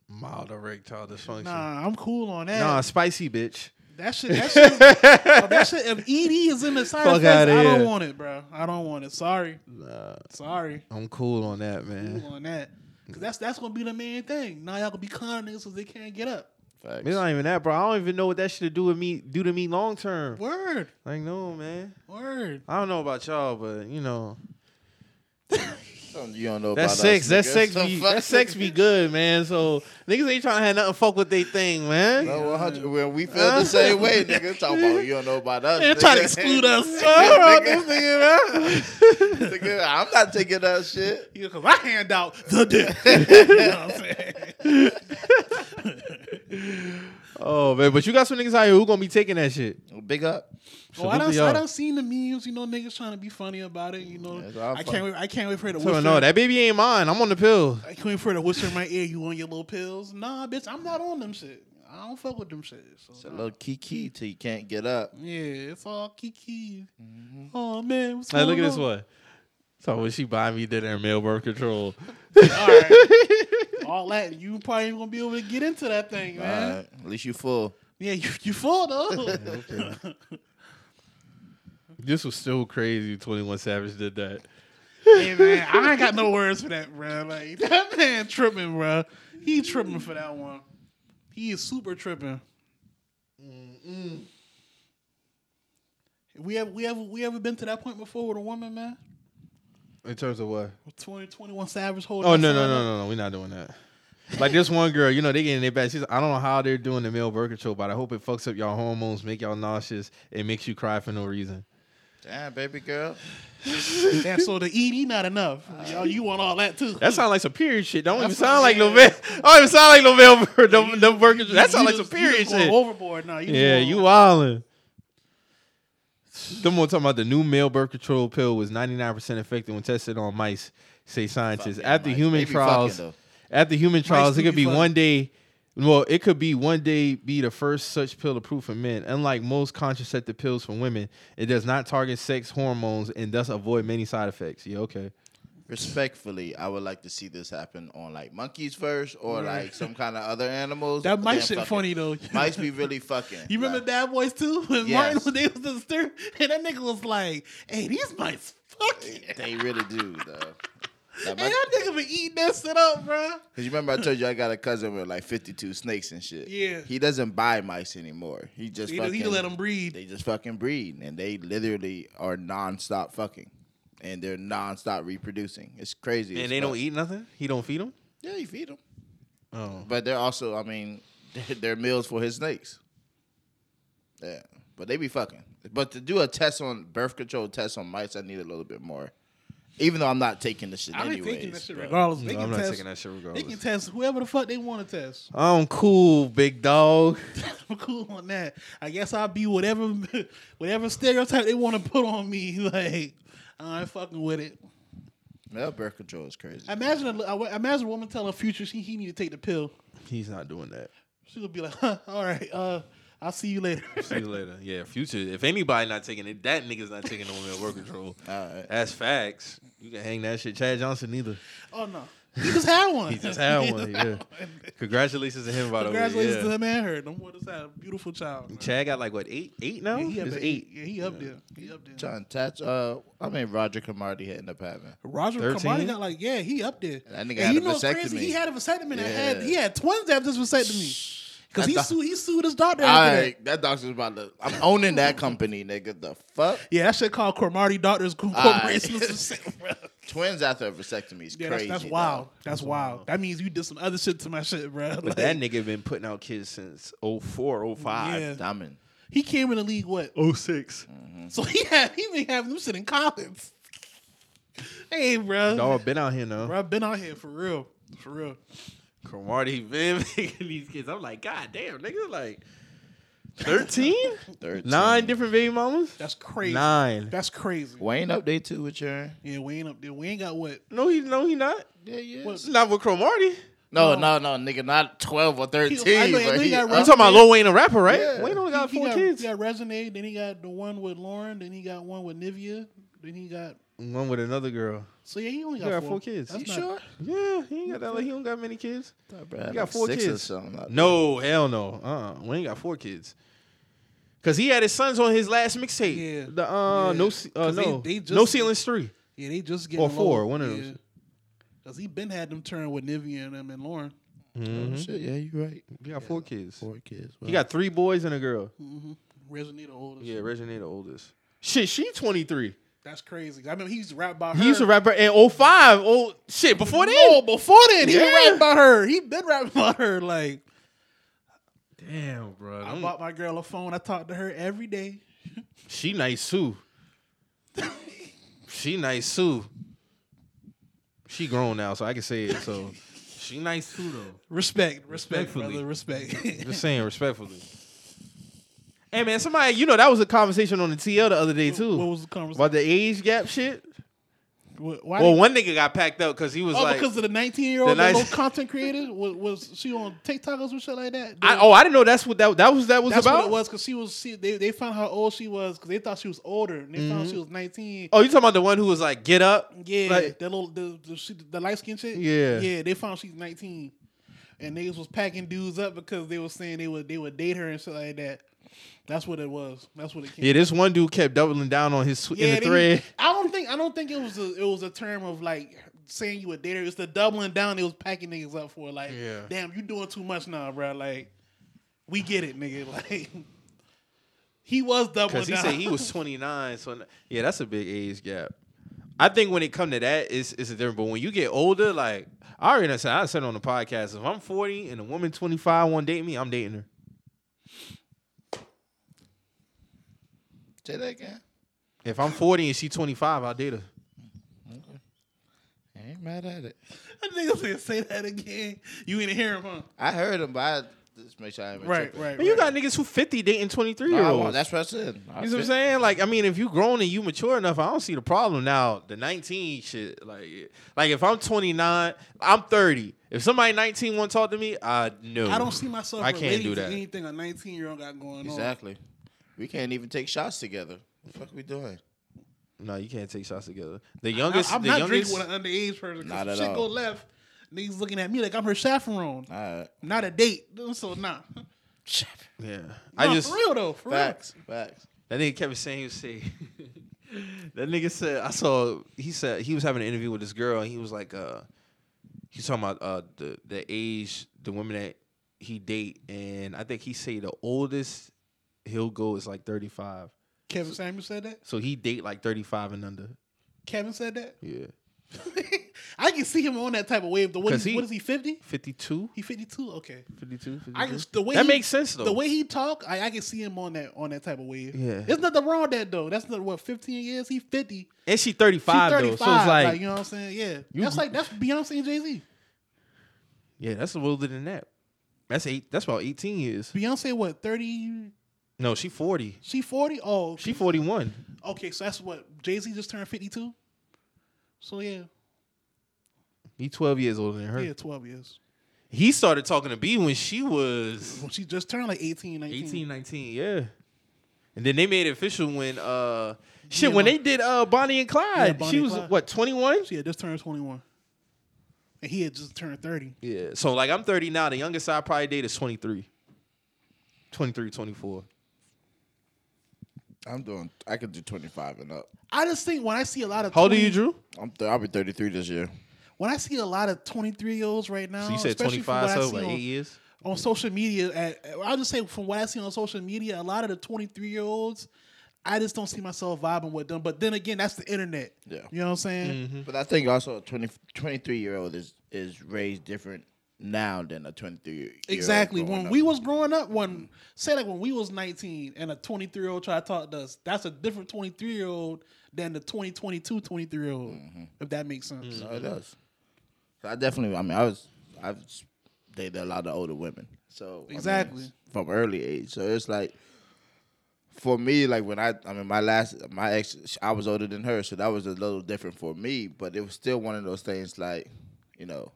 Speaker 2: Mild erectile dysfunction. Nah,
Speaker 1: Nah, I'm cool on that.
Speaker 2: spicy bitch.
Speaker 1: That shit, that shit, bro, that shit. If ED is in the side
Speaker 2: Fuck
Speaker 1: effects,
Speaker 2: outta
Speaker 1: I don't
Speaker 2: here.
Speaker 1: want it, bro. I don't want it. Sorry,
Speaker 2: Nah,
Speaker 1: sorry.
Speaker 2: I'm cool on that, man.
Speaker 1: Cool on that, cause that's that's gonna be the main thing. Now y'all gonna be conning niggas 'cause they can't get up.
Speaker 3: Facts.
Speaker 2: It's not even that, bro. I don't even know what that shit to do with me, do to me long term.
Speaker 1: Word,
Speaker 2: Like, no, man.
Speaker 1: word.
Speaker 2: I don't know about y'all, but you know
Speaker 3: Something You don't know
Speaker 2: that
Speaker 3: about
Speaker 2: sex,
Speaker 3: us,
Speaker 2: that
Speaker 3: nigga.
Speaker 2: sex,
Speaker 3: The
Speaker 2: be,
Speaker 3: fuck?
Speaker 2: that sex be good, man. So niggas ain't trying to have nothing fuck with they thing, man.
Speaker 3: No, 100. Well, we feel the same way, nigga. Talk about you don't know about us.
Speaker 1: They're trying to
Speaker 3: nigga.
Speaker 1: exclude us.
Speaker 2: All right, this nigga, man.
Speaker 3: Nigga, I'm not taking that shit.
Speaker 1: Yeah, cause I hand out the dick. you know what I'm saying?
Speaker 2: Oh man, but you got some niggas out here who gonna be taking that shit.
Speaker 3: Big up.
Speaker 1: well, I
Speaker 2: Salute
Speaker 1: done,
Speaker 2: to y'all.
Speaker 1: I done seen the memes. You know, niggas trying to be funny about it. You know,
Speaker 3: Yeah, it's all
Speaker 1: I
Speaker 3: funny.
Speaker 1: can't wait. I can't wait for her to.
Speaker 2: So
Speaker 1: whisper-
Speaker 2: no, that baby ain't mine. I'm on the pill.
Speaker 1: I came for the whisper in my ear. You on your little pills? Nah, bitch, I'm not on them shit. I don't fuck with them shit. So,
Speaker 3: It's a
Speaker 1: nah.
Speaker 3: little kiki till you can't get up.
Speaker 1: yeah, it's all kiki. Oh man, what's
Speaker 2: Mm-hmm. Like,
Speaker 1: going
Speaker 2: look at this
Speaker 1: on?
Speaker 2: one. So when she buy me dinner and male birth control,
Speaker 1: All right, all that you probably ain't gonna be able to get into that thing, man.
Speaker 3: Alright, at least you full.
Speaker 1: Yeah, you you full though.
Speaker 2: this was still crazy. Twenty One Savage did that.
Speaker 1: hey man, I ain't got no words for that, bro. Like that man tripping, bro. He tripping for that one. He is super tripping. We have we have we ever been to that point before with a woman, man?
Speaker 2: In terms of what?
Speaker 1: 20, 21 Savage holding.
Speaker 2: Oh
Speaker 1: that
Speaker 2: no
Speaker 1: sign
Speaker 2: no no
Speaker 1: up.
Speaker 2: no no, we're not doing that. Like this one girl, you know, they getting their back. She's, I don't know how they're doing the male birth control, but I hope it fucks up y'all hormones, make y'all nauseous, and makes you cry for no reason.
Speaker 3: Damn, baby girl.
Speaker 1: Damn, so the ED not enough. Y'all, you want all that too?
Speaker 2: That sounds like some period shit. Don't even
Speaker 1: That's
Speaker 2: sound like no
Speaker 1: what I'm
Speaker 2: male. Don't even sound like no male birth. No,
Speaker 1: You-
Speaker 2: no birth control. That
Speaker 1: you
Speaker 2: sounds like some
Speaker 1: just- you
Speaker 2: period
Speaker 1: just going
Speaker 2: shit.
Speaker 1: Overboard now. You just
Speaker 2: Yeah,
Speaker 1: going-
Speaker 2: you wildin'. Them one talking about the new male birth control pill was 99% effective when tested on mice, say scientists.
Speaker 3: Fucking
Speaker 2: after
Speaker 3: mice.
Speaker 2: human
Speaker 3: They be
Speaker 2: trials,
Speaker 3: fucking,
Speaker 2: after human trials,
Speaker 1: do
Speaker 2: it could
Speaker 1: be
Speaker 2: be
Speaker 1: fucking.
Speaker 2: one day. Well, it could be one day be the first such pill approved for men. Unlike most contraceptive pills for women, it does not target sex hormones and thus avoid many side effects. Yeah, okay.
Speaker 3: Respectfully, I would like to see this happen on like monkeys first or like some kind of other animals.
Speaker 1: That might
Speaker 3: Damn,
Speaker 1: shit
Speaker 3: fuck
Speaker 1: funny
Speaker 3: it.
Speaker 1: though.
Speaker 3: Mice be really fucking.
Speaker 1: You remember
Speaker 3: like,
Speaker 1: Bad Boys too? When Martin
Speaker 3: Yes.
Speaker 1: when they was the stir, and that nigga was like, "Hey, these mice fucking."
Speaker 3: They really do though. Like,
Speaker 1: Hey,
Speaker 3: my-
Speaker 1: that nigga been eating that shit up, bro.
Speaker 3: Cause you remember I told you I got a cousin with like fifty two snakes and shit.
Speaker 1: Yeah.
Speaker 3: He doesn't buy mice anymore. He just
Speaker 1: He,
Speaker 3: fucking,
Speaker 1: he let them breed.
Speaker 3: They just fucking breed and they literally are nonstop fucking. And they're nonstop reproducing. It's crazy. as
Speaker 2: And they don't
Speaker 3: fuck.
Speaker 2: eat nothing? He don't feed them?
Speaker 3: Yeah, you feed them.
Speaker 2: Oh.
Speaker 3: But they're also, I mean, they're meals for his snakes. Yeah, but they be fucking. But to do a test on birth control test on mice, I need a little bit more. Even though I'm not taking the shit
Speaker 1: I ain't
Speaker 3: anyways.
Speaker 1: taking that shit
Speaker 3: bro.
Speaker 1: regardless. They
Speaker 2: No,
Speaker 1: can
Speaker 2: I'm not
Speaker 1: test,
Speaker 2: taking that shit
Speaker 1: They can
Speaker 2: regardless.
Speaker 1: test whoever the fuck they want to test.
Speaker 2: I'm cool, big dog.
Speaker 1: I'm cool on that. I guess I'll be whatever, whatever stereotype they want to put on me. Like I ain't fucking with it.
Speaker 3: Male birth control is crazy.
Speaker 1: Imagine, a, I imagine a woman telling Future she he need to take the pill.
Speaker 2: He's not doing that.
Speaker 1: She'll be like, huh, "All right, uh, I'll see you later.
Speaker 2: See you later. Yeah, future. If anybody not taking it, that nigga's not taking no male work control.
Speaker 3: All right.
Speaker 2: That's facts. You can hang that shit. Chad Johnson neither.
Speaker 1: oh no, he just had one.
Speaker 2: He just had one.
Speaker 1: just had
Speaker 2: Yeah. Congratulations to him by the way.
Speaker 1: Congratulations
Speaker 2: yeah.
Speaker 1: to the man. Her, no more just had a beautiful child. man.
Speaker 2: Chad got like what eight? Eight now?
Speaker 1: Yeah, he up
Speaker 2: It's
Speaker 1: there.
Speaker 2: eight.
Speaker 1: Yeah, he up there. He up there.
Speaker 3: John Tats. Uh, I mean Roger Camardi ended up having.
Speaker 1: Roger
Speaker 2: 13?
Speaker 1: Camardi got like, yeah, he up there.
Speaker 3: That nigga
Speaker 1: And
Speaker 3: had
Speaker 1: you
Speaker 3: a
Speaker 1: know what's
Speaker 3: vasectomy.
Speaker 1: He had a vasectomy. That had,
Speaker 3: Yeah.
Speaker 1: he had twins after this vasectomy. Because he
Speaker 3: That's the-
Speaker 1: sued, he sued his doctor
Speaker 3: All
Speaker 1: after that.
Speaker 3: right, that doctor's about to. I'm owning that company, nigga. The fuck.
Speaker 1: Yeah, that shit called Cromartie Doctors Corporation.
Speaker 3: Aight. Twins after a vasectomy is
Speaker 1: yeah, that's,
Speaker 3: crazy.
Speaker 1: that's
Speaker 3: dog.
Speaker 1: wild. That's wild. That means you did some other shit to my shit, bro.
Speaker 2: But that nigga been putting out kids since 04, 05.
Speaker 1: Yeah. oh
Speaker 3: Diamond.
Speaker 1: he came in the league what?
Speaker 3: Oh.
Speaker 2: 6
Speaker 1: So he had he been having them shit in college. hey, bro.
Speaker 2: Dog been out here now.
Speaker 1: Bro, I've been out here for real, for real.
Speaker 2: Cromartie been making these kids. I'm like, God damn, nigga, like 13?
Speaker 3: 13.
Speaker 2: Nine different baby mamas?
Speaker 1: That's crazy.
Speaker 2: Nine.
Speaker 1: That's crazy.
Speaker 3: Wayne up there too with your.
Speaker 1: Yeah, we ain't up there. We ain't got what.
Speaker 2: No, he no, he not.
Speaker 3: Yeah, yeah.
Speaker 2: It's not with Cromartie.
Speaker 3: No, no, no, nigga, not twelve or thirteen.
Speaker 1: I know- I know
Speaker 3: but
Speaker 1: he
Speaker 3: he
Speaker 1: got
Speaker 3: up-
Speaker 2: I'm talking about Lil Wayne, a rapper, right?
Speaker 3: Yeah.
Speaker 2: Wayne only got
Speaker 1: he
Speaker 2: four kids.
Speaker 1: He got Resonate, then he got the one with Lauren, then he got one with Nivea, then he got.
Speaker 2: One with another girl.
Speaker 1: So yeah, he only
Speaker 2: He
Speaker 1: got,
Speaker 2: got four kids.
Speaker 1: That's
Speaker 2: You
Speaker 1: not-
Speaker 3: sure?
Speaker 2: Yeah, he ain't got that. Like, he don't got many kids.
Speaker 3: You
Speaker 2: got four
Speaker 3: six or
Speaker 2: kids.
Speaker 3: something. like
Speaker 2: No, hell no. Uh, uh Wayne got four kids. Cause he had his sons on his last mixtape.
Speaker 1: Yeah.
Speaker 2: The uh,
Speaker 1: Yeah.
Speaker 2: no, ce- uh,
Speaker 1: 'Cause they-
Speaker 2: no,
Speaker 1: they just-
Speaker 2: no ceilings three.
Speaker 1: Yeah, they just get
Speaker 2: Or four, one of those.
Speaker 1: Cause he been had them turn with Nivea and them and Lauren.
Speaker 2: Mm-hmm.
Speaker 3: that. Oh, shit, yeah, you right.
Speaker 2: He got four kids.
Speaker 3: Four kids.
Speaker 2: He got three boys and a girl.
Speaker 1: Resonate the oldest.
Speaker 2: Yeah, Regina the oldest. Shit, she 23.
Speaker 1: That's crazy. I remember he used to rap about her.
Speaker 2: He used to rap her in 05. Oh shit, before then.
Speaker 1: No, before then he
Speaker 2: Yeah.
Speaker 1: rap about her. He been rapping about her. Like
Speaker 2: Damn, bro.
Speaker 1: I bought my girl a phone. I talked to her every day.
Speaker 2: She nice too. she nice too. She grown now, so I can say it. So she nice too though.
Speaker 1: Respect, respect,
Speaker 2: Respectfully.
Speaker 1: brother, respect.
Speaker 2: Just saying respectfully. Hey man, somebody, you know that was a conversation on the TL the other day too.
Speaker 1: What was the conversation?
Speaker 2: about the age gap shit?
Speaker 1: Wh- Why?
Speaker 2: Well,
Speaker 1: did-
Speaker 2: one nigga got packed up because he was
Speaker 1: oh,
Speaker 2: like,
Speaker 1: because of the nineteen-year-old
Speaker 2: the nice-
Speaker 1: little content creator was, was she on TikTok or some shit like that?
Speaker 2: I, "Oh, I didn't know that's what that that was that was
Speaker 1: That's
Speaker 2: about."
Speaker 1: what it was because she was. She, they they found how old she was because they thought she was older and they found she was nineteen.
Speaker 2: Mm-hmm. Oh, you talking about the one who was like, "Get up"?
Speaker 1: Yeah,
Speaker 2: Like-
Speaker 1: that little the the, she, the light skin shit.
Speaker 2: Yeah.
Speaker 1: yeah. They found she's nineteen, and niggas was packing dudes up because they were saying they would they would date her and shit like that. That's what it was. That's what it came.
Speaker 2: Yeah, this one dude kept doubling down on his tw- in the
Speaker 1: they-
Speaker 2: thread.
Speaker 1: I don't think I don't think it was a it was a term of like saying you a dater. It's the doubling down. It was packing niggas up for like,
Speaker 2: Yeah.
Speaker 1: damn, you doing too much now, bro. Like, we get it, nigga. Like, he was doubling
Speaker 2: Because he
Speaker 1: down.
Speaker 2: said he was 29. So n- yeah, that's a big age gap. I think when it come to that, it's it's a different. But when you get older, like I already done said, I said on the podcast, if I'm 40 and a woman 25 want to date me, I'm dating her.
Speaker 3: Say that again.
Speaker 2: If I'm 40 and she 25, I'll date her.
Speaker 3: I ain't mad at it.
Speaker 1: That nigga said, say that again. You ain't hear him, huh?
Speaker 3: I heard him, but I just make sure I ain't
Speaker 1: Right,
Speaker 3: tripping.
Speaker 1: right.
Speaker 2: Man, you got niggas who 50 dating 23
Speaker 3: No,
Speaker 2: year
Speaker 3: I won't.
Speaker 2: olds.
Speaker 3: that's what I said.
Speaker 2: You know what I'm saying? Like, I mean, if you grown and you mature enough, I don't see the problem now. The 19 shit, like, like if I'm 29, I'm 30. If somebody 19 want to talk to me, I no.
Speaker 1: I don't see myself
Speaker 2: I
Speaker 1: relating
Speaker 2: can't do
Speaker 1: to
Speaker 2: that.
Speaker 1: anything a 19 year old got going on.
Speaker 3: Exactly. We can't even take shots together. What the fuck we doing?
Speaker 2: No, you can't take shots together. The
Speaker 1: I,
Speaker 2: youngest,
Speaker 1: I'm
Speaker 2: the
Speaker 1: not
Speaker 2: youngest,
Speaker 1: drinking with an underage person.
Speaker 3: Not
Speaker 1: Cause
Speaker 3: at
Speaker 1: shit
Speaker 3: all.
Speaker 1: go left. Niggas looking at me like I'm her chaperone.
Speaker 3: All right.
Speaker 1: Not a date. So nah.
Speaker 2: yeah.
Speaker 1: Nah,
Speaker 2: I just
Speaker 1: for real though. For real.
Speaker 3: Facts. Facts.
Speaker 2: that nigga Kevin saying he was say. that nigga said I saw he said he was having an interview with this girl and he was like uh he's talking about uh the the age the women that he date and I think he say the oldest he'll go is like thirty five
Speaker 1: Kevin Samuel said that.
Speaker 2: so he date like thirty five and under
Speaker 1: Kevin said that.
Speaker 2: yeah
Speaker 1: I can see him on that type of wave. The what,
Speaker 2: 'Cause
Speaker 1: he,
Speaker 2: he-
Speaker 1: what is he? Fifty?
Speaker 2: 52?
Speaker 1: He fifty two? Okay.
Speaker 2: 52?
Speaker 1: I can, the way
Speaker 2: Mm-hmm. that
Speaker 1: he-
Speaker 2: makes sense though
Speaker 1: The way he talk, I, I can see him on that on that type of wave.
Speaker 2: Yeah.
Speaker 1: there's nothing wrong with that though. That's not what fifteen years. He fifty.
Speaker 2: and she
Speaker 1: She
Speaker 2: 35,
Speaker 1: thirty
Speaker 2: though
Speaker 1: five.
Speaker 2: so it's
Speaker 1: like,
Speaker 2: like,
Speaker 1: you know what I'm saying? Yeah,
Speaker 2: You-
Speaker 1: that's like that's Beyonce and Jay Z.
Speaker 2: yeah that's older than that that's eight that's about eighteen years
Speaker 1: Beyonce what thirty?
Speaker 2: no she forty
Speaker 1: She forty? Oh,
Speaker 2: she forty one.
Speaker 1: okay. So that's what Jay Z just turned fifty two. So yeah,
Speaker 2: He twelve years older than her.
Speaker 1: yeah, twelve years.
Speaker 2: He started talking to B when she was
Speaker 1: When she just turned like 18, 19.
Speaker 2: 18, 19, yeah. And then they made it official when uh shit
Speaker 1: Yeah,
Speaker 2: when
Speaker 1: Bon-
Speaker 2: they did uh Bonnie and Clyde.
Speaker 1: Yeah, Bonnie
Speaker 2: she
Speaker 1: and
Speaker 2: was
Speaker 1: Clyde.
Speaker 2: what, 21?
Speaker 1: She had just turned 21. And he had just turned 30.
Speaker 2: Yeah. So like I'm 30 now, the youngest I probably dated is 23. 23, 24.
Speaker 3: I'm doing. I could do 25 and up.
Speaker 1: I just think when I see a lot of
Speaker 2: How old are you,
Speaker 1: 20
Speaker 2: Drew?
Speaker 3: I'm. Th- I'll be 33 this year.
Speaker 1: When I see a lot of 23 year olds right now,
Speaker 2: So you said
Speaker 1: Oh, especially from
Speaker 2: 25,
Speaker 1: what I
Speaker 2: so
Speaker 1: see
Speaker 2: like
Speaker 1: on-
Speaker 2: eight years?
Speaker 1: on social media, at, I'll just say from what I see on social media, a lot of the 23 year olds, I just don't see myself vibing with them. But then again, that's the internet.
Speaker 3: Yeah.
Speaker 1: You know what I'm saying?
Speaker 2: Mm-hmm.
Speaker 3: But I think also a 20, 23 year old is is raised different now than a 23 year old.
Speaker 1: Exactly.
Speaker 3: growing
Speaker 1: When
Speaker 3: up.
Speaker 1: we was growing up, when say like when we was 19 and a 23 year old tried to talk to us, that's a different 23 year old than the 2022 23 year old.
Speaker 2: Mm-hmm.
Speaker 1: If that makes sense.
Speaker 3: No, it does. So I definitely. I mean, I was. I've dated a lot of older women. So I mean,
Speaker 1: Exactly.
Speaker 3: from early age. So it's like. For me, like when I, I mean, my last, my ex, I was older than her, so that was a little different for me. But it was still one of those things, like, you know,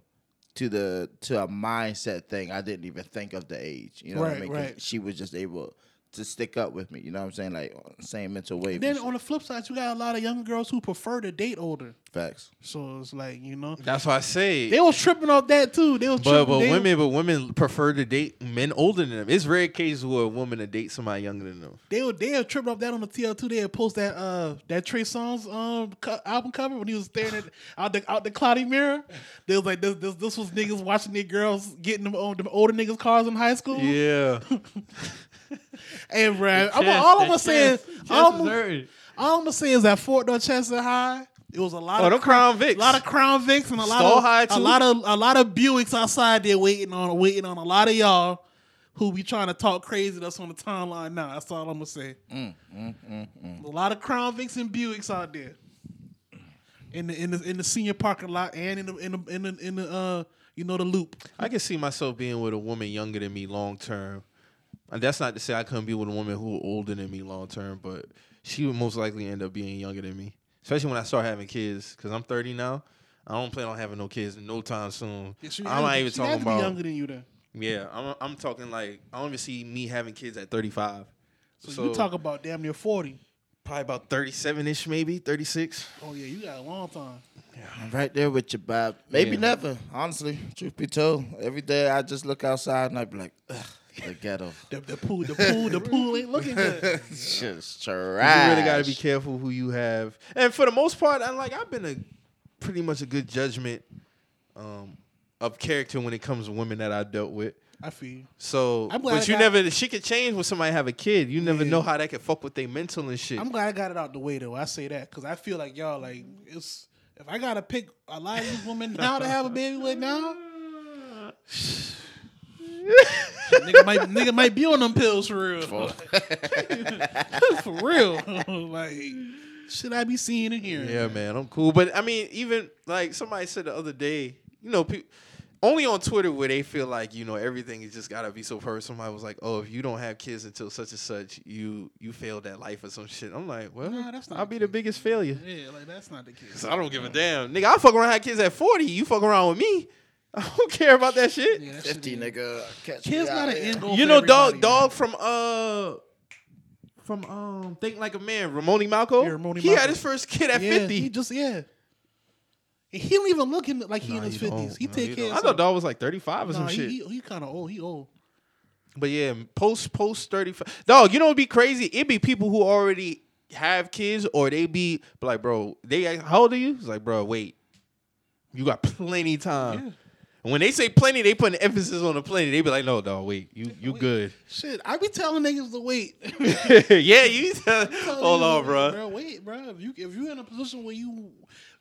Speaker 3: to the to a mindset thing. I didn't even think of the age. You know what I
Speaker 1: Right,
Speaker 3: mean? 'Cause
Speaker 1: right.
Speaker 3: She was just able to stick up with me. You know what I'm saying? Like same mental wave.
Speaker 1: Then
Speaker 3: and
Speaker 1: on the flip side, you got a lot of young girls who prefer to date older.
Speaker 3: shit. facts.
Speaker 1: So it's like, you know,
Speaker 2: That's why I say
Speaker 1: they was tripping off that too. They was
Speaker 2: But
Speaker 1: tripping.
Speaker 2: but
Speaker 1: They-
Speaker 2: women but women prefer to date men older than them. It's rare cases where a woman to date somebody younger than them.
Speaker 1: They would they would trip up that on the TL2. They would post that uh that Trey Songz um co- album cover when he was staring at out the out the cloudy mirror. They was like this this this was niggas watching their girls getting them on them older niggas cars in high school.
Speaker 2: Yeah. Oh,
Speaker 1: Hey, bruh, I'm, all I'm gonna say is all I'm, all
Speaker 2: oh,
Speaker 1: I'm gonna say is that Fort Dorchester High. It was a lot
Speaker 2: Oh, them
Speaker 1: of cra-
Speaker 2: Crown Vicks.
Speaker 1: a lot of Crown Vicks and a lot
Speaker 2: Stall
Speaker 1: of
Speaker 2: High,
Speaker 1: a
Speaker 2: too.
Speaker 1: lot of a lot of Buicks outside there waiting on waiting on a lot of y'all who be trying to talk crazy to us on the timeline now. That's all I'm gonna say.
Speaker 2: Mm,
Speaker 1: A lot of Crown Vicks and Buicks out there in the in the in the senior parking lot and in the in the in the, in the uh you know the loop.
Speaker 2: I can see myself being with a woman younger than me long term. And that's not to say I couldn't be with a woman who older than me long term, but she would most likely end up being younger than me. Especially when I start having kids, because I'm 30 now. I don't plan on having no kids in no time soon.
Speaker 1: She
Speaker 2: I'm
Speaker 1: had
Speaker 2: not
Speaker 1: to-
Speaker 2: even
Speaker 1: she had
Speaker 2: talking
Speaker 1: to be
Speaker 2: about.
Speaker 1: younger than you then.
Speaker 2: Yeah, I'm, I'm talking like I don't even see me having kids at 35.
Speaker 1: So, you talk about damn near forty.
Speaker 2: probably about 37 ish, maybe 36.
Speaker 1: Oh yeah, you got a long time.
Speaker 3: I'm right there with you, Bob. Maybe
Speaker 2: Yeah.
Speaker 3: never. Honestly, truth be told, every day I just look outside and I be like, Ugh, the ghetto.
Speaker 1: The, the pool, the pool, the pool ain't looking good.
Speaker 3: Just
Speaker 2: You
Speaker 3: trash.
Speaker 2: really got to be careful who you have. And for the most part, I like I've been a pretty much a good judgment um, of character when it comes to women that I dealt with.
Speaker 1: I feel you.
Speaker 2: So,
Speaker 1: I'm glad
Speaker 2: but
Speaker 1: I
Speaker 2: you
Speaker 1: got-
Speaker 2: never she could change when somebody have a kid. You never
Speaker 1: Yeah.
Speaker 2: know how that could fuck with their mental and shit.
Speaker 1: I'm glad I got it out the way though. I say that because I feel like y'all like it's if I gotta pick a lot of these women now to have a baby with now. nigga might nigga might be on them pills for real. for real. like should I be seeing and hearing?
Speaker 2: Yeah, man, I'm cool. But I mean, even like somebody said the other day, you know, people only on Twitter where they feel like you know everything is just gotta be so perfect. Somebody was like, "Oh, if you don't have kids until such and such, you you failed at life or some shit." I'm like, "Well,
Speaker 1: Nah, that's not
Speaker 2: I'll
Speaker 1: the
Speaker 2: be the biggest failure."
Speaker 1: Yeah, like that's not the case.
Speaker 2: 'Cause I don't give a damn, nigga. I fuck around have kids at 40. You fuck around with me. I don't care about that shit.
Speaker 1: Yeah, that shit
Speaker 3: Fifty,
Speaker 1: ain't-
Speaker 3: nigga. Catch me
Speaker 1: Kids
Speaker 3: out
Speaker 1: not an
Speaker 3: here.
Speaker 1: end goal.
Speaker 2: You
Speaker 1: for
Speaker 2: know, dog,
Speaker 1: everybody,
Speaker 2: dog from uh. From um, think like a man, Ramoni Malco.
Speaker 1: Yeah, Ramone
Speaker 2: he had
Speaker 1: Malco.
Speaker 2: his first kid at
Speaker 1: man. Yeah,
Speaker 2: fifty.
Speaker 1: He just yeah. And He don't even look in, like he
Speaker 2: Nah,
Speaker 1: in his
Speaker 2: don't.
Speaker 1: fifties. He
Speaker 2: Nah,
Speaker 1: take
Speaker 2: don't.
Speaker 1: care.
Speaker 2: I
Speaker 1: of
Speaker 2: thought dog was like 35 or some
Speaker 1: Nah,
Speaker 2: shit.
Speaker 1: he, he, he kind of old. He old.
Speaker 2: but yeah, post post 35. Dog, you know what'd be crazy? It'd be people who already have kids or they be like, bro, they like, how old are you? It's like, bro, wait. You got plenty time.
Speaker 1: Yeah.
Speaker 2: And when they say plenty, they put an emphasis on the plenty. They be like, no, dog, wait, you you
Speaker 1: Wait.
Speaker 2: good.
Speaker 1: Shit, I be telling niggas to wait.
Speaker 2: yeah, you hold on,
Speaker 1: bro.
Speaker 2: bro.
Speaker 1: Wait, bro. If you if you're in a position where you,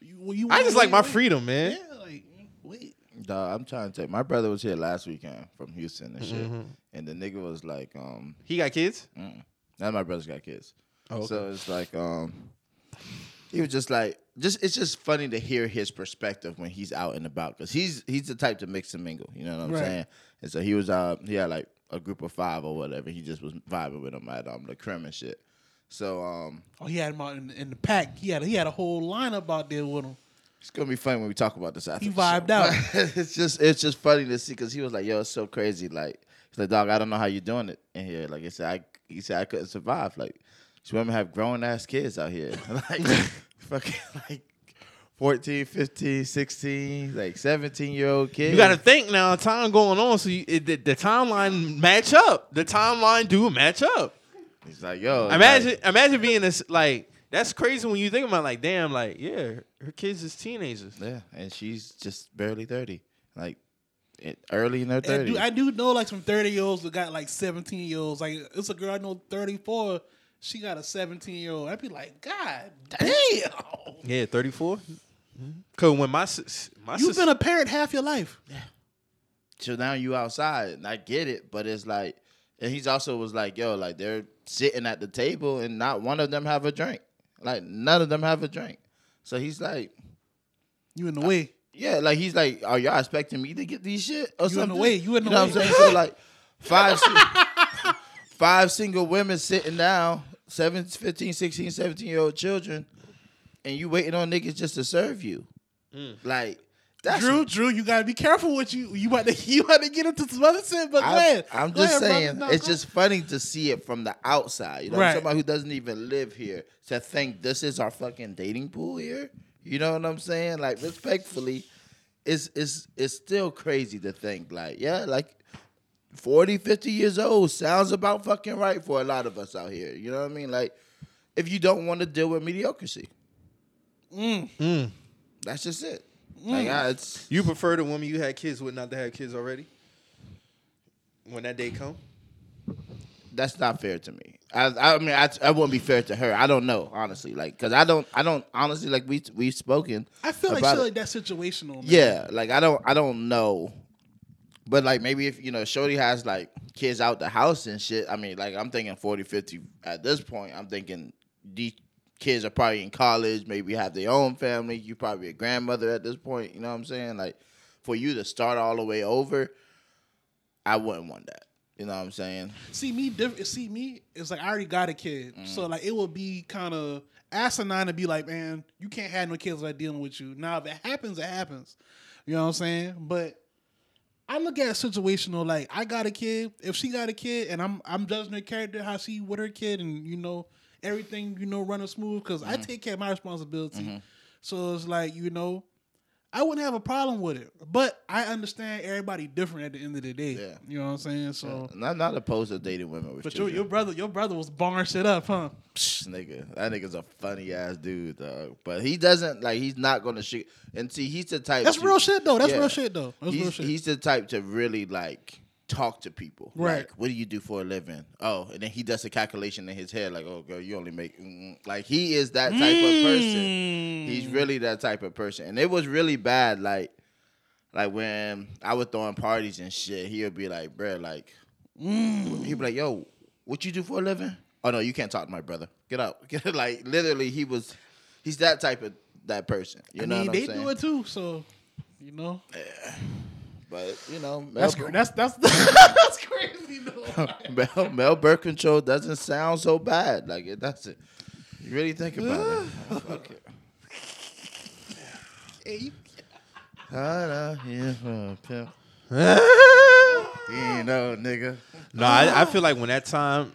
Speaker 1: you where you
Speaker 2: I just like my
Speaker 1: free.
Speaker 2: freedom,
Speaker 1: Yeah,
Speaker 2: man.
Speaker 1: like wait.
Speaker 3: Dawg, I'm trying to take. My brother was here last weekend from Houston and shit, and the nigga was like, um,
Speaker 2: He got kids?
Speaker 3: now my brother's got kids,
Speaker 2: Oh,
Speaker 3: so it's like, um, he was just like, just it's just funny to hear his perspective when he's out and about because he's he's the type to mix and mingle, you know what I'm
Speaker 1: Right.
Speaker 3: saying? And so he was, uh, he had like a group of five or whatever. He just was vibing with them at um the creme and shit. So um,
Speaker 1: Oh, he had him out in, in the pack. He had he had a whole lineup out there with him.
Speaker 3: It's gonna be funny when we talk about this after.
Speaker 1: He
Speaker 3: the show.
Speaker 1: vibed out.
Speaker 3: it's just it's just funny to see because he was like, "Yo, it's so crazy." Like he's like, "Dog, I don't know how you doing it in here." Like he said, I he said I couldn't survive. Like these women have grown ass kids out here, like fucking like 14, 15, 16, like seventeen year old kids.
Speaker 2: You got to think now. Time going on, so you, it, the, the timeline match up. The timeline do match up.
Speaker 3: He's like, "Yo,
Speaker 2: Imagine,
Speaker 3: like,
Speaker 2: imagine being this like that's crazy when you think about like, damn, like yeah, her kids is teenagers.
Speaker 3: yeah," and she's just barely thirty, like it, early in her
Speaker 1: And I
Speaker 3: thirties.
Speaker 1: do, I do know like some 30 year olds that got like 17 year olds. Like it's a girl I know 34. She got a 17 year old. I'd be like, God damn.
Speaker 2: Yeah, thirty four. Mm-hmm. Cause when my sis, my
Speaker 1: You've
Speaker 2: sis,
Speaker 1: been a parent half your life.
Speaker 3: so now you outside and i get it but it's like and he's also was like yo like they're sitting at the table and not one of them have a drink like none of them have a drink so he's like
Speaker 1: You in the way.
Speaker 3: yeah like he's like are y'all expecting me to get these shit or
Speaker 1: the
Speaker 3: something
Speaker 1: way, you in the
Speaker 3: know
Speaker 1: way.
Speaker 3: what i'm saying so like five si- five single women sitting down seven 15 16 17 year old children and you waiting on niggas just to serve you like that's
Speaker 1: Drew, Drew, you gotta be careful what you you about to you about to get into some other sin, but go ahead.
Speaker 3: I'm, I'm
Speaker 1: Go ahead,
Speaker 3: just
Speaker 1: brother.
Speaker 3: saying,
Speaker 1: No,
Speaker 3: it's
Speaker 1: go-
Speaker 3: just funny to see it from the outside. You know,
Speaker 1: Right.
Speaker 3: somebody who doesn't even live here to think this is our fucking dating pool here. You know what I'm saying? Like, respectfully, it's it's it's still crazy to think. Like, yeah, like 40, 50 years old sounds about fucking right for a lot of us out here. You know what I mean? Like, if you don't want to deal with mediocrity,
Speaker 1: Mm.
Speaker 3: that's just it. Like, I, it's
Speaker 2: you prefer the woman you had kids with not to have kids already. When that day come,
Speaker 3: that's not fair to me. I, I mean, I, I wouldn't be fair to her. I don't know, honestly, like, cause I don't, I don't, honestly, like, we we've spoken.
Speaker 1: I feel like
Speaker 3: about
Speaker 1: shit
Speaker 3: it.
Speaker 1: like that's situational. Man.
Speaker 3: yeah, like I don't, I don't know, but like maybe if you know, Shorty has like kids out the house and shit. I mean, like I'm thinking 40, 50 at this point. I'm thinking these kids are probably in college, maybe have their own family. You probably a grandmother at this point. You know what I'm saying? Like, for you to start all the way over, I wouldn't want that. You know what I'm saying?
Speaker 1: See me, diff- see me. It's like I already got a kid,
Speaker 3: Mm.
Speaker 1: so like it would be kind of asinine to be like, man, you can't have no kids like dealing with you. Now if it happens, it happens. You know what I'm saying? But I look at it situational. Like I got a kid. If she got a kid, and I'm I'm judging her character how she with her kid, and you know everything you know running smooth because
Speaker 3: Mm-hmm.
Speaker 1: I take care of my responsibility. So it's like you know. I wouldn't have a problem with it, but I understand everybody different at the end of the day.
Speaker 3: Yeah.
Speaker 1: You know what I'm saying? So
Speaker 3: And I'm not opposed to dating women with
Speaker 1: but your,
Speaker 3: children.
Speaker 1: your brother, your brother was barring shit up, huh?
Speaker 3: Psh, nigga, that nigga's a funny ass dude, dog. But he doesn't like. He's not gonna shoot. And see, he's the type.
Speaker 1: That's
Speaker 3: to-
Speaker 1: real shit though. That's
Speaker 3: Yeah.
Speaker 1: real shit though. That's
Speaker 3: he's,
Speaker 1: real shit.
Speaker 3: he's the type to really like talk to people.
Speaker 1: Right.
Speaker 3: Like, what do you do for a living? Oh, and then he does a calculation in his head, like, oh, girl, you only make. mm, mm." Like, he is that type of person. He's
Speaker 1: Mm.
Speaker 3: really that type of person. And it was really bad. Like, like when I was throwing parties and shit, he would be like, bruh, like,
Speaker 1: Mm.
Speaker 3: he'd be like, yo, what you do for a living? Oh, no, you can't talk to my brother. Get out. like, literally, he was, he's that type of. That person, you
Speaker 1: I
Speaker 3: know
Speaker 1: mean,
Speaker 3: what I'm
Speaker 1: they
Speaker 3: saying?
Speaker 1: do it too. So, you know,
Speaker 3: But you know,
Speaker 1: that's
Speaker 3: Mel-
Speaker 1: cra- that's that's that's crazy though.
Speaker 3: Mel, male birth control doesn't sound so bad. Like it doesn't. You really think about it. Fuck it.
Speaker 1: Hey,
Speaker 3: Hot out here for a pimp. You know, nigga.
Speaker 2: No, I, I feel like when that time,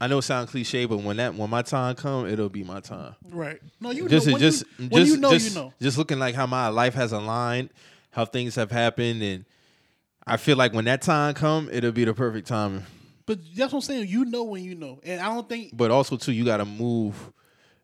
Speaker 2: I know it sounds cliche, but when that when my time come, it'll be my time.
Speaker 1: right? No, you
Speaker 2: Just
Speaker 1: know, when
Speaker 2: just
Speaker 1: you,
Speaker 2: just
Speaker 1: when you know,
Speaker 2: just,
Speaker 1: you know.
Speaker 2: just looking like how my life has aligned, how things have happened, and I feel like when that time come, it'll be the perfect timing.
Speaker 1: But that's what I'm saying. You know when you know, and I don't think
Speaker 2: But also too, you got to move.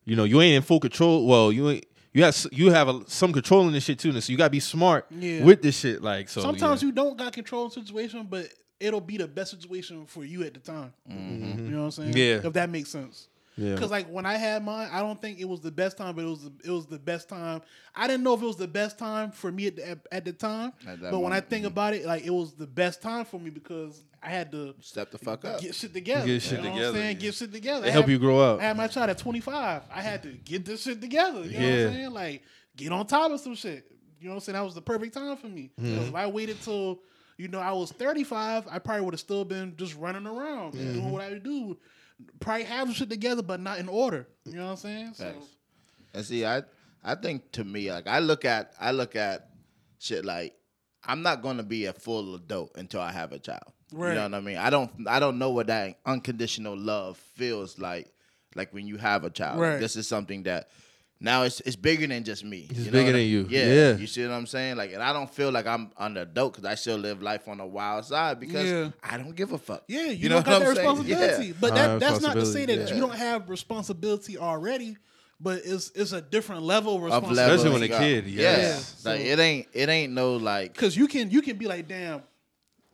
Speaker 2: You know, you ain't in full control. Well, you ain't. You have s- you have a, some control in this shit too, so you gotta be smart
Speaker 1: Yeah.
Speaker 2: with this shit. Like so,
Speaker 1: sometimes
Speaker 2: Oh, yeah.
Speaker 1: you don't got control of the situation, but it'll be the best situation for you at the time.
Speaker 3: Mm-hmm.
Speaker 1: You know what I'm saying?
Speaker 2: Yeah.
Speaker 1: If that makes sense.
Speaker 2: Yeah.
Speaker 1: Cause like when I had mine, I don't think it was the best time, but it was it was the best time. I didn't know if it was the best time for me at the, at, at the time,
Speaker 3: At
Speaker 1: but
Speaker 3: that
Speaker 1: when I
Speaker 3: moment,
Speaker 2: mm-hmm.
Speaker 1: think about it, like it was the best time for me because I had to
Speaker 3: Step the fuck up.
Speaker 1: get shit together.
Speaker 2: Get shit
Speaker 1: you know What I'm
Speaker 2: together,
Speaker 1: saying?
Speaker 2: yeah.
Speaker 1: Get shit together.
Speaker 2: It
Speaker 1: I
Speaker 2: help
Speaker 1: had-
Speaker 2: you grow up.
Speaker 1: I had my child at 25. I had to get this shit together. You know what
Speaker 2: Yeah.
Speaker 1: I'm saying? Like get on top of some shit. You know what I'm saying? That was the perfect time for me.
Speaker 3: Mm-hmm.
Speaker 1: 'Cause If I waited till you know I was 35, I probably would have still been just running around and
Speaker 3: Mm-hmm.
Speaker 1: doing what I would do. Probably have some shit together, but not in order. You know what I'm saying? So,
Speaker 3: Facts. And see, I I think to me, like I look at I look at shit like I'm not gonna be a full adult until I have a child. You
Speaker 1: Right.
Speaker 3: know what I mean? I don't I don't know what that unconditional love feels like like when you have a child. Like,
Speaker 1: Right.
Speaker 3: this is something that now it's it's bigger than just me.
Speaker 2: It's
Speaker 3: know
Speaker 2: bigger
Speaker 3: what I-
Speaker 2: than you.
Speaker 3: Yeah,
Speaker 2: Yeah.
Speaker 3: You see what I'm saying? Like and I don't feel like I'm an adult because I still live life on the wild side because
Speaker 1: Yeah.
Speaker 3: I don't give a fuck.
Speaker 1: Yeah, you,
Speaker 3: You know
Speaker 1: don't got
Speaker 3: what
Speaker 1: that
Speaker 3: I'm saying?
Speaker 1: responsibility.
Speaker 3: Yeah.
Speaker 1: But
Speaker 2: Uh,
Speaker 1: that, that's not to say
Speaker 2: responsibility,
Speaker 1: that
Speaker 3: yeah.
Speaker 1: you don't have responsibility already, but it's it's a different level of
Speaker 3: Of
Speaker 1: responsibility.
Speaker 3: level
Speaker 2: Especially when
Speaker 3: you
Speaker 2: a
Speaker 3: got.
Speaker 2: kid, yes.
Speaker 1: Yeah,
Speaker 3: Like
Speaker 1: so-
Speaker 3: it ain't it ain't no like
Speaker 1: Cause you can you can be like, damn,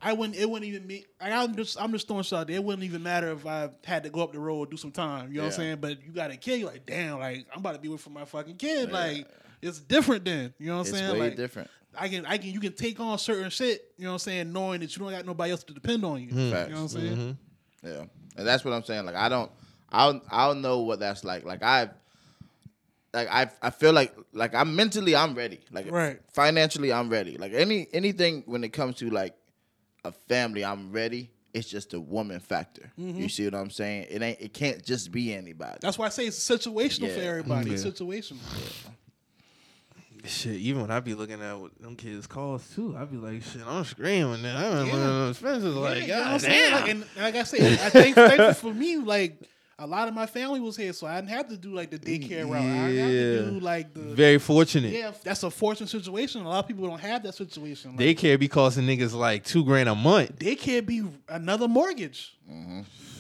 Speaker 1: I wouldn't it wouldn't even me like, I'm just I'm just throwing shit out there. It wouldn't even matter if I had to go up the road do some time. You know what
Speaker 3: Yeah.
Speaker 1: I'm saying? But you got a kid, you're like, damn, like I'm about to be with for my fucking kid. Like it's different then. You know what I'm
Speaker 3: it's
Speaker 1: saying?
Speaker 3: way
Speaker 1: like
Speaker 3: different.
Speaker 1: I can I can you can take on certain shit, you know what I'm saying, knowing that you don't got nobody else to depend on you. You know
Speaker 3: Hmm. Facts. Mm-hmm.
Speaker 1: what I'm saying?
Speaker 3: Yeah, and that's what I'm saying. Like I don't, I don't, I don't know what that's like. Like I, like I, I feel like like I'm mentally I'm ready. Like
Speaker 1: Right.
Speaker 3: financially I'm ready. Like any anything when it comes to like a family, I'm ready. It's just the woman factor.
Speaker 1: Mm-hmm.
Speaker 3: You see what I'm saying? It ain't. It can't just be anybody.
Speaker 1: That's why I say it's situational for
Speaker 3: Yeah. Mm-hmm.
Speaker 1: everybody.
Speaker 2: Yeah.
Speaker 1: It's situational.
Speaker 2: Shit, even when I be looking at what them kids' calls too, I be like, shit, I'm screaming. Now. I'm
Speaker 1: Yeah.
Speaker 2: looking at them expenses
Speaker 1: Yeah,
Speaker 2: like,
Speaker 1: you know what
Speaker 2: God
Speaker 1: I'm saying?
Speaker 2: damn.
Speaker 1: Like, and like I said, I think thankful for me, like a lot of my family was here, so I didn't have to do like the daycare route. I didn't have to
Speaker 2: Yeah.
Speaker 1: do like the
Speaker 2: Very fortunate.
Speaker 1: yeah. That's a fortunate situation. A lot of people don't have that situation. Like,
Speaker 2: Daycare be costing niggas like two grand a month.
Speaker 1: they can't be another mortgage.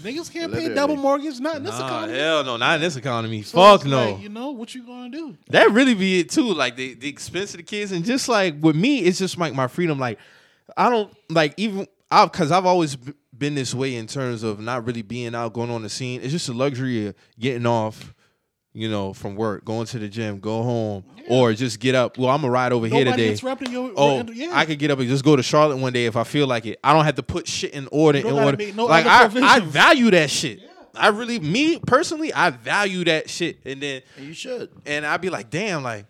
Speaker 1: Niggas can't
Speaker 3: Literally.
Speaker 1: pay double mortgage. Not in this
Speaker 2: Mm-hmm. Nah,
Speaker 1: economy.
Speaker 2: hell no, not in this economy.
Speaker 1: So
Speaker 2: Fuck
Speaker 1: it's
Speaker 2: no.
Speaker 1: like, you know what you gonna do?
Speaker 2: that really be it too. Like the, the expense of the kids, and just like with me, it's just like my freedom. Like I don't like even I because I've always b- been this way in terms of not really being out, going on the scene. It's just a luxury of getting off. You know, from work, going to the gym, go home, or just get up. Well, I'm gonna ride over here
Speaker 1: Nobody
Speaker 2: today.
Speaker 1: interrupting your.
Speaker 2: Oh,
Speaker 1: yeah.
Speaker 2: I could get up and just go to Charlotte one day if I feel like it. I don't have to put shit in order.
Speaker 1: don't
Speaker 2: In
Speaker 1: gotta
Speaker 2: order,
Speaker 1: make no
Speaker 2: like
Speaker 1: other
Speaker 2: I, I
Speaker 1: provisions.
Speaker 2: value that shit. I really, me personally, I value that shit. And then,
Speaker 3: And you should.
Speaker 2: and I'd be like, damn, like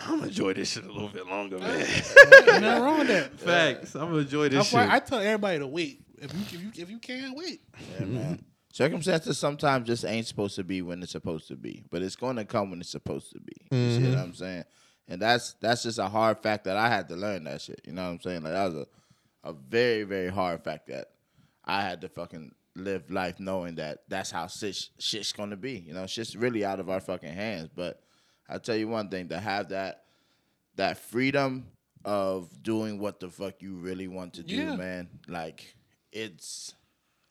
Speaker 2: I'm gonna enjoy this shit a little bit longer, man.
Speaker 1: Ain't nothing wrong with that.
Speaker 2: Facts, I'm gonna enjoy this
Speaker 1: That's why
Speaker 2: shit.
Speaker 1: I tell everybody to wait. If you if you, if you can wait,
Speaker 3: Yeah, man. Circumstances sometimes just ain't supposed to be when it's supposed to be, but it's going to come when it's supposed to be. You see what I'm saying? And that's that's just a hard fact that I had to learn that shit. You know what I'm saying? Like that was a, a very very hard fact that I had to fucking live life knowing that that's how shit, shit's going to be. You know, shit's really out of our fucking hands. But I tell you one thing: to have that that freedom of doing what the fuck you really want to do,
Speaker 1: Yeah.
Speaker 3: man. Like it's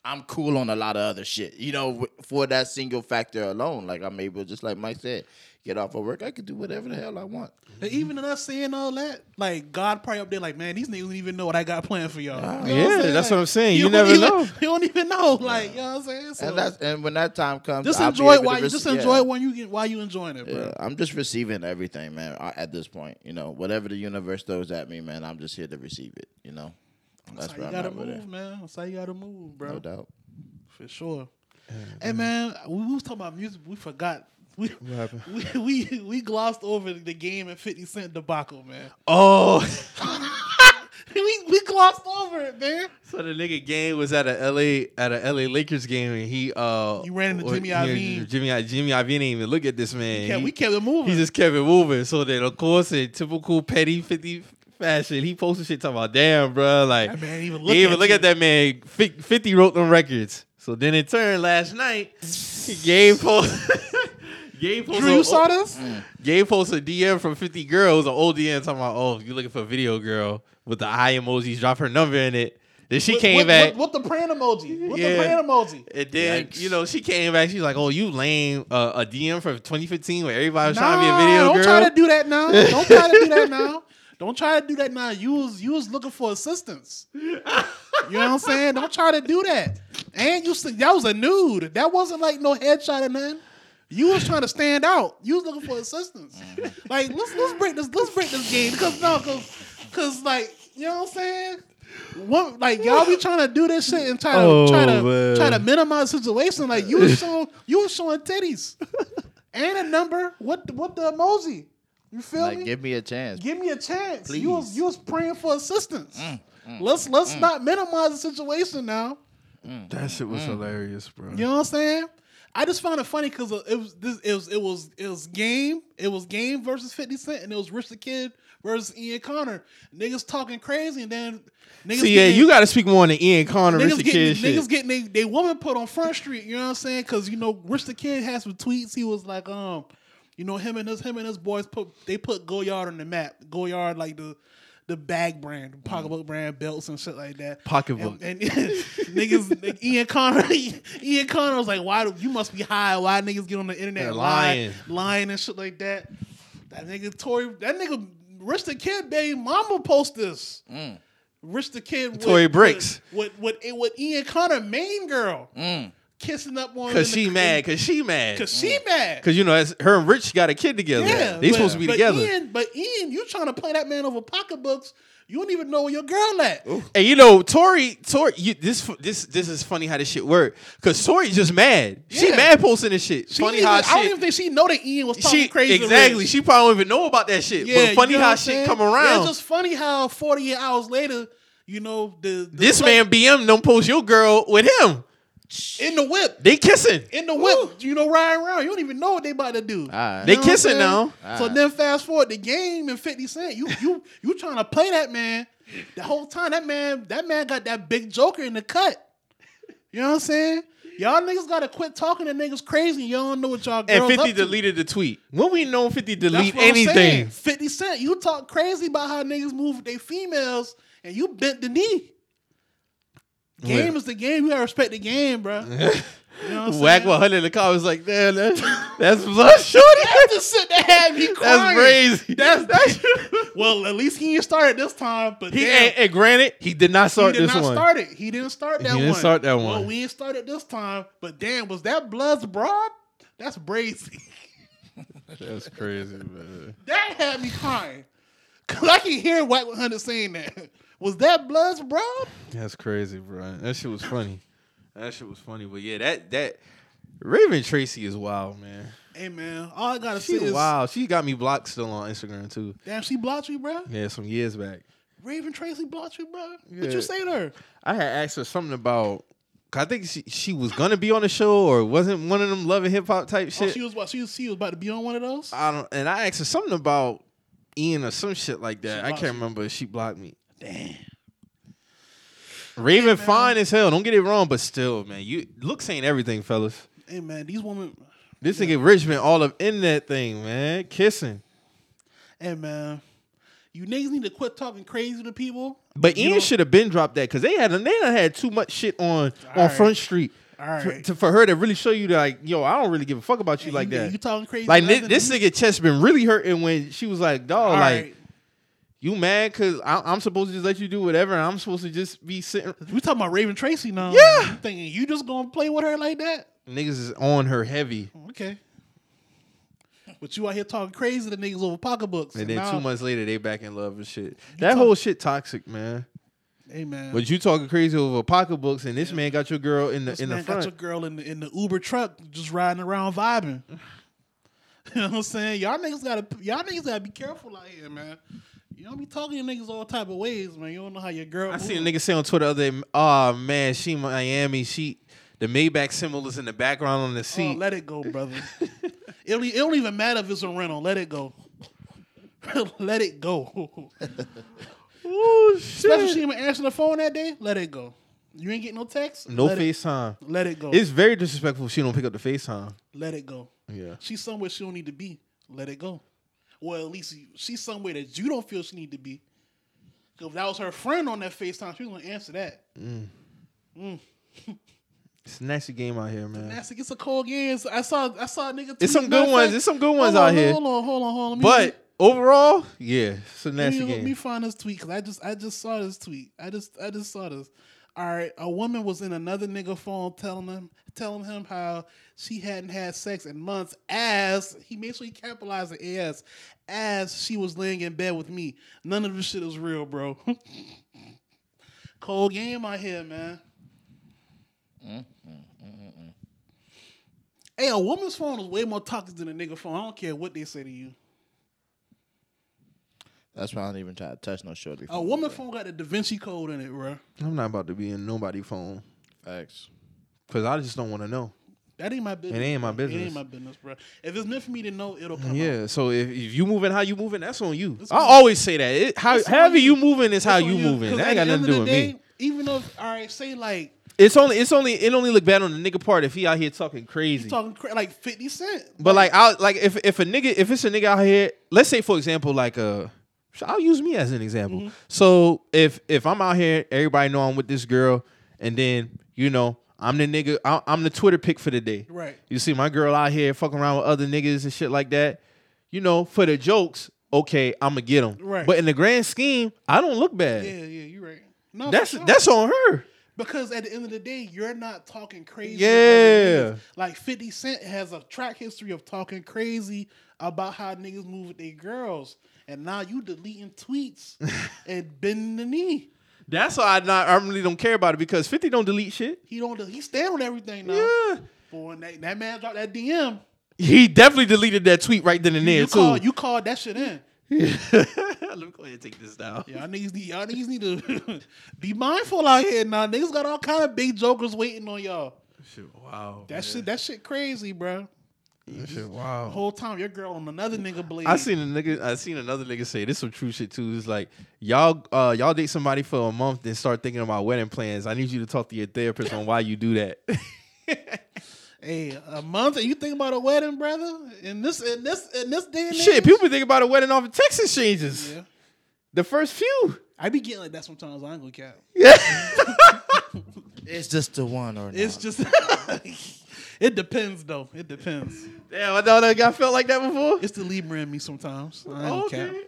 Speaker 3: I'm cool on a lot of other shit. You know, w- for that single factor alone, like I'm able, just like Mike said, get off of work. I could do whatever the hell I want.
Speaker 1: And even in us saying all that, like God probably up there, like man, these niggas don't even know what I got planned for y'all.
Speaker 3: Ah,
Speaker 1: You know
Speaker 2: Yeah,
Speaker 1: I'm saying?
Speaker 2: that's
Speaker 1: Like,
Speaker 2: what I'm saying. You
Speaker 1: don't
Speaker 2: never
Speaker 1: even-
Speaker 2: know.
Speaker 1: You don't even know. Like you know what I'm saying. So
Speaker 3: And that's and when that time comes,
Speaker 1: just
Speaker 3: I'll be
Speaker 1: enjoy it
Speaker 3: able to
Speaker 1: while you
Speaker 3: rec-
Speaker 1: just
Speaker 3: yeah.
Speaker 1: enjoy it when you get while you enjoying it, bro.
Speaker 3: Yeah, I'm just receiving everything, man. I- At this point, you know, whatever the universe throws at me, man, I'm just here to receive it. You know,
Speaker 1: That's, how you
Speaker 3: I'm
Speaker 1: gotta
Speaker 3: at with
Speaker 1: move,
Speaker 3: it.
Speaker 1: man. That's how you gotta move, bro.
Speaker 3: No doubt.
Speaker 1: For sure. Hey man, we we was talking about music, we forgot. We,
Speaker 2: happened?
Speaker 1: we we we glossed over the game and Fifty Cent debacle, man.
Speaker 2: oh,
Speaker 1: we we glossed over it, man.
Speaker 2: so the nigga game was at a LA at a LA Lakers game, and he uh,
Speaker 1: You ran into
Speaker 2: or-
Speaker 1: Jimmy
Speaker 2: he-
Speaker 1: Iovine.
Speaker 2: Jimmy I- Jimmy Iovine didn't even look at this man.
Speaker 1: Yeah,
Speaker 2: He-
Speaker 1: we kept it moving.
Speaker 2: He just kept it moving. So then, of course, in typical petty 50 fashion, he posted shit talking about, damn, bro. Like,
Speaker 1: That man even
Speaker 2: they
Speaker 1: look
Speaker 2: even
Speaker 1: at
Speaker 2: look
Speaker 1: you.
Speaker 2: at that man. Fif- 50 wrote them records. So then in turn, last night, Gabe posted. Gabe posted,
Speaker 1: Drew, you
Speaker 3: oh,
Speaker 1: saw this?
Speaker 2: Gabe posted a DM from 50 girls, an old DM talking about, oh, you looking for a video girl with the eye emojis, drop her number in it. Then she
Speaker 1: With-
Speaker 2: came
Speaker 1: with,
Speaker 2: back.
Speaker 1: with, with the praying emoji. With
Speaker 2: Yeah.
Speaker 1: the praying emoji.
Speaker 2: And then
Speaker 3: Yikes.
Speaker 2: you know she came back. She's like, "Oh, you lame." Uh, a DM from 2015 where everybody was
Speaker 1: Nah,
Speaker 2: trying to be a video
Speaker 1: don't
Speaker 2: girl.
Speaker 1: try to do that now. Don't try to do that now. Don't try to do that now. You was you was looking for assistance. You know what I'm saying? Don't try to do that. And you said that was a nude. That wasn't like no headshot or nothing. You was trying to stand out. You was looking for assistance.
Speaker 2: Mm-hmm.
Speaker 1: Like let's let's break this let's break this game because no because because like you know what I'm saying. What, like y'all be trying to do this shit and try to
Speaker 2: Oh,
Speaker 1: try to
Speaker 2: man.
Speaker 1: try to minimize the situation. Like you was showing you was showing titties and a number. What what the emoji? You feel
Speaker 3: Like,
Speaker 1: me?
Speaker 3: give me a chance.
Speaker 1: Give me a chance.
Speaker 3: Please.
Speaker 1: You was you was praying for assistance. let's let's not minimize the situation now. Mm.
Speaker 2: That shit was hilarious, bro.
Speaker 1: You know what I'm saying? I just found it funny because it was this it was it was it was game it was game versus Fifty Cent and it was Rich the Kid versus Ian Connor. Niggas talking crazy and then niggas.
Speaker 2: See, yeah,
Speaker 1: getting-
Speaker 2: you got to speak more on the Ian Connor,
Speaker 1: Niggas
Speaker 2: Richard
Speaker 1: getting,
Speaker 2: Kidd
Speaker 1: niggas
Speaker 2: shit.
Speaker 1: getting they, they woman put on front street, you know what I'm saying? Cause you know, Rich the Kid had some tweets. He was like, um, you know, him and his him and his boys put they put Goyard on the map. Goyard like the the bag brand, the pocketbook brand belts and shit like that.
Speaker 2: Mm-hmm. Pocketbook.
Speaker 1: And, and niggas like Ian Connor Ian Connor was like, Why do you must be high? Why niggas get on the internet
Speaker 2: They're
Speaker 1: lying
Speaker 2: lying.
Speaker 1: lying and shit like that. That nigga Tory that nigga Rich the Kid baby mama post this. Rich the Kid with-
Speaker 2: Tory Bricks.
Speaker 1: with with with, with eh, Ian Connor main girl kissing up on in
Speaker 2: Mm. Cause
Speaker 1: the- eh,
Speaker 2: she mad. Cause she
Speaker 1: cause
Speaker 2: mad. Cause,
Speaker 1: she mad
Speaker 2: you know, that's, her and Rich got a kid together.
Speaker 1: yeah
Speaker 2: they
Speaker 1: but-
Speaker 2: supposed to be
Speaker 1: but
Speaker 2: together.
Speaker 1: Ian, but Ian you trying to play that man over pocketbooks you don't even know where your girl at
Speaker 2: And you know, Tori, Tori, you, this this this is funny how this shit work. Cause Tori just mad. She
Speaker 1: Yeah.
Speaker 2: mad posting this shit.
Speaker 1: She
Speaker 2: funny
Speaker 1: even-
Speaker 2: how
Speaker 1: I don't
Speaker 2: shit.
Speaker 1: even think she know that Ian was talking
Speaker 2: she
Speaker 1: crazy to
Speaker 2: exactly.
Speaker 1: Rich.
Speaker 2: She probably don't even know about that shit.
Speaker 1: Yeah,
Speaker 2: but funny
Speaker 1: you know what
Speaker 2: how
Speaker 1: I'm
Speaker 2: shit
Speaker 1: saying?
Speaker 2: come
Speaker 1: Yeah,
Speaker 2: around.
Speaker 1: it's just funny how 48 hours later you know the, the
Speaker 2: this
Speaker 1: play-
Speaker 2: man BM don't post your girl with him.
Speaker 1: in the whip
Speaker 2: They kissing.
Speaker 1: in the whip, you know, riding around. You don't even know what they about to do.
Speaker 3: right.
Speaker 2: They
Speaker 1: You know what I'm
Speaker 2: kissing
Speaker 1: saying?
Speaker 2: now.
Speaker 1: So then fast forward the game and 50 Cent. You you you trying to play that man the whole time. That man, that man got that big joker in the cut. You know what I'm saying? Y'all niggas gotta quit talking to niggas crazy. Y'all don't know what y'all girls
Speaker 2: And 50
Speaker 1: up to.
Speaker 2: deleted the tweet. When we know 50
Speaker 1: That's
Speaker 2: delete
Speaker 1: what I'm saying.
Speaker 2: anything.
Speaker 1: 50 Cent, you talk crazy about how niggas move with their females and you bent the knee. Game
Speaker 2: Yeah.
Speaker 1: is the game. You gotta respect the game, bro. You know what I'm
Speaker 2: Whack
Speaker 1: saying?
Speaker 2: 100 in the car was like, damn, that's, that's blood shorty.
Speaker 1: That's the shit that had me crying.
Speaker 2: That's crazy. That's, that's
Speaker 1: Well, at least he didn't start it this time. But
Speaker 2: He
Speaker 1: damn,
Speaker 2: and, and granted, he did not
Speaker 1: he
Speaker 2: start
Speaker 1: did
Speaker 2: this
Speaker 1: not
Speaker 2: one.
Speaker 1: start it. He didn't start that
Speaker 2: He didn't
Speaker 1: one.
Speaker 2: start that
Speaker 1: Well,
Speaker 2: one.
Speaker 1: we didn't start it this time. But damn, was that Bloods broad? That's brazy.
Speaker 2: That's crazy, man.
Speaker 1: that had me crying. Cause I can hear White 100 saying that. Was that Bloods broad?
Speaker 2: That's crazy, bro. That shit was funny. That shit was funny. But yeah, that that Raven Tracy is wild, man.
Speaker 1: Hey man, all I gotta
Speaker 2: She
Speaker 1: say is
Speaker 2: wild. She got me blocked still on Instagram too.
Speaker 1: damn, she blocked you, bro.
Speaker 2: Yeah, some years back.
Speaker 1: Raven Tracy blocked you, bro. What
Speaker 2: Yeah.
Speaker 1: you say to her? Oh,
Speaker 2: I had asked her something about. 'cause I think she, she was gonna be on the show or wasn't one of them loving hip hop type
Speaker 1: Oh,
Speaker 2: shit.
Speaker 1: she was what? She was, she was about to be on one of those.
Speaker 2: I don't. And I asked her something about Ian or some shit like that. I
Speaker 1: blocked
Speaker 2: can't
Speaker 1: you.
Speaker 2: remember. She blocked me.
Speaker 1: Damn.
Speaker 2: Raven fine as hell. Don't get it wrong, but still, man, you looks ain't everything, fellas.
Speaker 1: Hey man, these women.
Speaker 2: This nigga Rich been all up in that thing, man. Kissing.
Speaker 1: Hey man, you niggas need to quit talking crazy to people.
Speaker 2: But
Speaker 1: You
Speaker 2: Ian
Speaker 1: don't-
Speaker 2: should have been dropped that because they had they done had too much shit on on
Speaker 1: right.
Speaker 2: Front Street
Speaker 1: All
Speaker 2: for,
Speaker 1: right.
Speaker 2: to- for her to really show you that, like yo I don't really give a fuck about you like
Speaker 1: you,
Speaker 2: that.
Speaker 1: You talking crazy?
Speaker 2: like
Speaker 1: to
Speaker 2: thi-
Speaker 1: other
Speaker 2: this
Speaker 1: dudes?
Speaker 2: nigga chest been really hurting when she was like dog
Speaker 1: All
Speaker 2: like
Speaker 1: right.
Speaker 2: you mad because I'm supposed to just let you do whatever and I'm supposed to just be sitting.
Speaker 1: we talking about Raven Tracy now.
Speaker 2: Yeah.
Speaker 1: You thinking you just gonna play with her like that?
Speaker 2: Niggas is on her heavy.
Speaker 1: Okay. But you out here talking crazy to niggas over pocketbooks.
Speaker 2: And then
Speaker 1: now-
Speaker 2: two months later, they back in love and shit. That
Speaker 1: talk-
Speaker 2: whole shit toxic, man.
Speaker 1: Hey man,
Speaker 2: But you talking crazy over pocketbooks, and this man got your girl in the
Speaker 1: this
Speaker 2: in
Speaker 1: man
Speaker 2: the front.
Speaker 1: got your girl in the, in the Uber truck just riding around vibing. you know what I'm saying? Y'all niggas gotta y'all niggas gotta be careful out here, man. You don't be talking to niggas all type of ways, man. You don't know how your girl.
Speaker 2: I seen
Speaker 1: move.
Speaker 2: a nigga say on Twitter the other day, "Oh man, she Miami. She the Maybach symbol is in the background on the
Speaker 1: Oh,
Speaker 2: seat.
Speaker 1: let it go, brother. it, don't, e, it don't even matter if it's a rental. Let it go. let it go.
Speaker 2: oh
Speaker 1: Especially if she even answered the phone that day. Let it go. You ain't getting no text.
Speaker 2: No
Speaker 1: let It,
Speaker 2: FaceTime.
Speaker 1: let it go.
Speaker 2: It's very disrespectful. if She don't pick up the FaceTime.
Speaker 1: let it go.
Speaker 2: Yeah.
Speaker 1: She's somewhere she don't need to be. Let it go. Well, at least you- she's somewhere that you don't feel she need to be. 'Cause If that was her friend on that FaceTime, she was gonna answer that.
Speaker 2: It's a nasty game out here, man.
Speaker 1: That's it's a cold game. It's- I saw I saw a nigga.
Speaker 2: It's
Speaker 1: tweet,
Speaker 2: some
Speaker 1: matter
Speaker 2: good
Speaker 1: of
Speaker 2: ones.
Speaker 1: fact-
Speaker 2: It's some good
Speaker 1: hold
Speaker 2: ones
Speaker 1: on,
Speaker 2: out here.
Speaker 1: Hold on, hold on, hold on. Let me-
Speaker 2: But overall, yeah, it's a nasty
Speaker 1: Let me, let me
Speaker 2: game.
Speaker 1: find this tweet because I just I just saw this tweet. I just I just saw this. All right, a woman was in another nigga phone telling him telling him how she hadn't had sex in months as he made sure he capitalized the as as she was laying in bed with me. None of this shit is real, bro. Cold game out here, man. Hey, a woman's phone is way more toxic than a nigga phone. I don't care what they say to you.
Speaker 3: That's why I don't even try to touch no shorty.
Speaker 1: A woman phone got the Da Vinci code in it, bro.
Speaker 2: I'm not about to be in nobody phone
Speaker 3: Facts.
Speaker 2: because I just don't want to know.
Speaker 1: That ain't my business.
Speaker 2: It ain't my
Speaker 1: bro. It
Speaker 2: business.
Speaker 1: ain't my business, bro. If it's meant for me to know, it'll come. out.
Speaker 2: Yeah, so if, if you moving how you moving, that's on you.
Speaker 1: That's
Speaker 2: I
Speaker 1: on you.
Speaker 2: always say that. It, how
Speaker 1: That's on
Speaker 2: however
Speaker 1: you.
Speaker 2: you moving is how
Speaker 1: That's
Speaker 2: you
Speaker 1: on
Speaker 2: moving.
Speaker 1: 'Cause
Speaker 2: That
Speaker 1: at
Speaker 2: ain't got
Speaker 1: the end
Speaker 2: nothing to
Speaker 1: of
Speaker 2: do
Speaker 1: the
Speaker 2: with me.
Speaker 1: day, Even if, all right, say like
Speaker 2: It's only it's only it only look bad on the nigga part if he out here talking crazy.
Speaker 1: you talking cra- like Fifty Cent,
Speaker 2: But like I like if if a nigga if it's a nigga out here, let's say for example like uh so I'll use me as an example.
Speaker 1: Mm-hmm.
Speaker 2: So if if I'm out here, everybody know I'm with this girl, and then you know I'm the nigga, I- I'm the Twitter pick for the day.
Speaker 1: Right.
Speaker 2: You see my girl out here fucking around with other niggas and shit like that. You know for the jokes, okay, I'm gonna get them.
Speaker 1: Right.
Speaker 2: But in the grand scheme, I don't look bad.
Speaker 1: yeah, yeah, you right. No, for
Speaker 2: That's
Speaker 1: sure.
Speaker 2: that's on her.
Speaker 1: Because at the end of the day, you're not talking crazy.
Speaker 2: Yeah.
Speaker 1: about niggas. Like 50 Cent has a track history of talking crazy about how niggas move with their girls. And now you deleting tweets and bending the knee.
Speaker 2: That's why I not I really don't care about it because Fifty don't delete shit.
Speaker 1: He don't he stand on everything now.
Speaker 2: Yeah.
Speaker 1: Boy, when that, that man dropped that DM,
Speaker 2: He definitely deleted that tweet right then and there
Speaker 1: you
Speaker 2: too.
Speaker 1: called you called that shit in.
Speaker 2: Let me go ahead and take this down.
Speaker 1: Y'all niggas need y'all niggas need to be mindful out here now. Niggas got all kind of big jokers waiting on y'all.
Speaker 2: Wow.
Speaker 1: That shit that shit crazy, bro. The
Speaker 2: wow.
Speaker 1: whole time your girl on another nigga blade.
Speaker 2: I seen a nigga. I seen another nigga say this some true shit too. It's like y'all, uh, y'all date somebody for a month, then start thinking about wedding plans. I need you to talk to your therapist on why you do that.
Speaker 1: Hey, a month and you think about a wedding, brother? In this in this in this day and age?
Speaker 2: shit, people think about a wedding off of text exchanges.
Speaker 1: Yeah.
Speaker 2: The first few.
Speaker 1: I be getting like that sometimes. I ain't gonna cap.
Speaker 2: Yeah.
Speaker 3: It's just the one or not?
Speaker 1: It's just it depends though. It depends.
Speaker 2: Damn, I thought I got felt like that before.
Speaker 1: It's the Libra in me sometimes. I ain't
Speaker 2: Okay.
Speaker 1: okay. cap.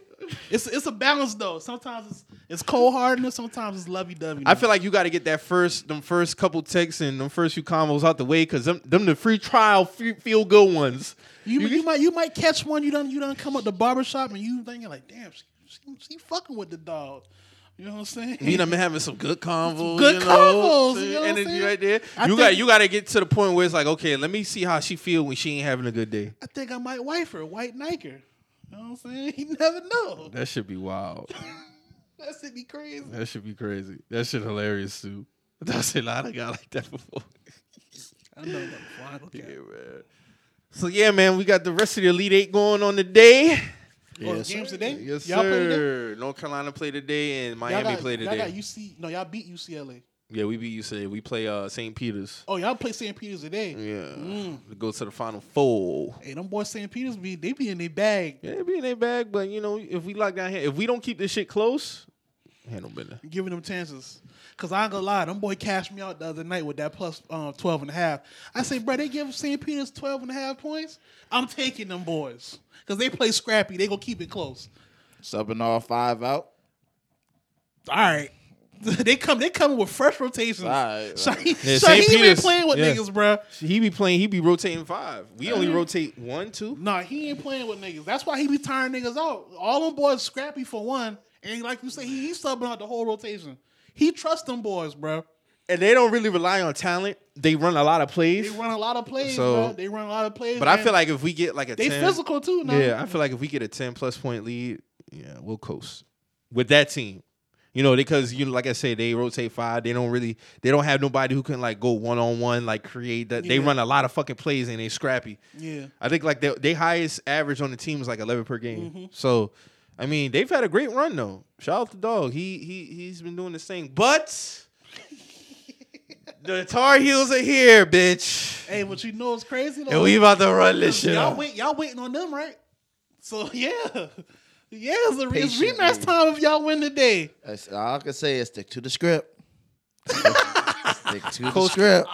Speaker 1: It's it's a balance though. Sometimes it's it's cold hearted sometimes it's lovey dovey.
Speaker 2: I feel like you got to get that first, them first couple texts and them first few combos out the way because them, them the free trial fe- feel good ones.
Speaker 1: you, you might you might catch one you done you done come up the barbershop and you thinking like, damn, she, she, she fucking with the dog. You know what I'm saying?
Speaker 2: Me and I've been having some good convos.
Speaker 1: good
Speaker 2: you know,
Speaker 1: convos, you know what I'm
Speaker 2: energy
Speaker 1: saying?
Speaker 2: right there.
Speaker 1: I
Speaker 2: you
Speaker 1: think-
Speaker 2: got you got to get to the point where it's like, okay, let me see how she feel when she ain't having a good day.
Speaker 1: I think I might wife her, white Nike. her. You know what I'm saying? You never know.
Speaker 2: That should be wild.
Speaker 1: That should be crazy.
Speaker 2: That should be crazy. That shit hilarious too. That's a lot. I got like that before.
Speaker 1: I know about the fly.
Speaker 2: yeah,
Speaker 1: Okay.
Speaker 2: man. So yeah, man, we got the rest of the Elite Eight going on today.
Speaker 1: Oh,
Speaker 3: Yes,
Speaker 1: games
Speaker 3: sir.
Speaker 1: today?
Speaker 2: Yes,
Speaker 1: y'all play today?
Speaker 2: sir. North Carolina played today, and
Speaker 1: Y'all
Speaker 2: Miami
Speaker 1: got,
Speaker 2: played
Speaker 1: y'all got
Speaker 2: today.
Speaker 1: UC. No, y'all beat UCLA.
Speaker 2: yeah, we beat UCLA. We play uh, St. Peter's.
Speaker 1: Oh, y'all play St. Peter's today.
Speaker 2: Yeah, We
Speaker 1: Mm.
Speaker 2: go to the Final Four.
Speaker 1: Hey, them boys St. Peter's be they be in their bag.
Speaker 2: Yeah, it be in their bag, but you know, if we lock down here, if we don't keep this shit close, handle business.
Speaker 1: Giving them chances. Cause I ain't gonna lie, them boy cashed me out the other night with that plus um, 12 and a half. I say, bro, they give St. Peter's 12 and a half points. I'm taking them boys. Cause they play scrappy. They gonna keep it close.
Speaker 3: Subbing all five out.
Speaker 1: All right. they come they coming with fresh rotations.
Speaker 3: All right,
Speaker 1: Shaheed,
Speaker 2: Yeah, St.
Speaker 1: Shaheed ain't
Speaker 2: Peter's.
Speaker 1: playing with
Speaker 2: Yeah.
Speaker 1: niggas, bruh.
Speaker 2: He be playing, he be rotating five. We only rotate one, two.
Speaker 1: Nah, he ain't playing with niggas. That's why he be tiring niggas out. All them boys scrappy for one, and like you say, he, he subbing out the whole rotation. He trusts them boys, bro.
Speaker 2: And they don't really rely on talent. They run a lot of
Speaker 1: They
Speaker 2: plays.
Speaker 1: run a lot of plays,
Speaker 2: So-
Speaker 1: bro. They run a lot of plays.
Speaker 2: But I
Speaker 1: man.
Speaker 2: feel like if we get like a
Speaker 1: they
Speaker 2: 10,
Speaker 1: physical too. Now.
Speaker 2: Yeah, I feel like if we get a 10 plus point lead, yeah, we'll coast with that team. You know, because you know, like I say, they rotate five. They don't really, they don't have nobody who can like go one on one, like create that. They
Speaker 1: Yeah.
Speaker 2: run a lot of fucking plays and they scrappy.
Speaker 1: yeah.
Speaker 2: I think like their they highest average on the team is like eleven per game. So, I mean, they've had a great run though. Shout out to Dog. He he he's been doing this thing, but the Tar Heels are here, bitch,
Speaker 1: Hey, but you know it's crazy though.
Speaker 2: and we about to run this shit.
Speaker 1: y'all
Speaker 2: up.
Speaker 1: wait, y'all waiting on them, right? So yeah, yeah, it's, a, it's
Speaker 3: Patiently.
Speaker 1: rematch time if y'all win today.
Speaker 3: That's- all I can say is stick to the script. stick to the script.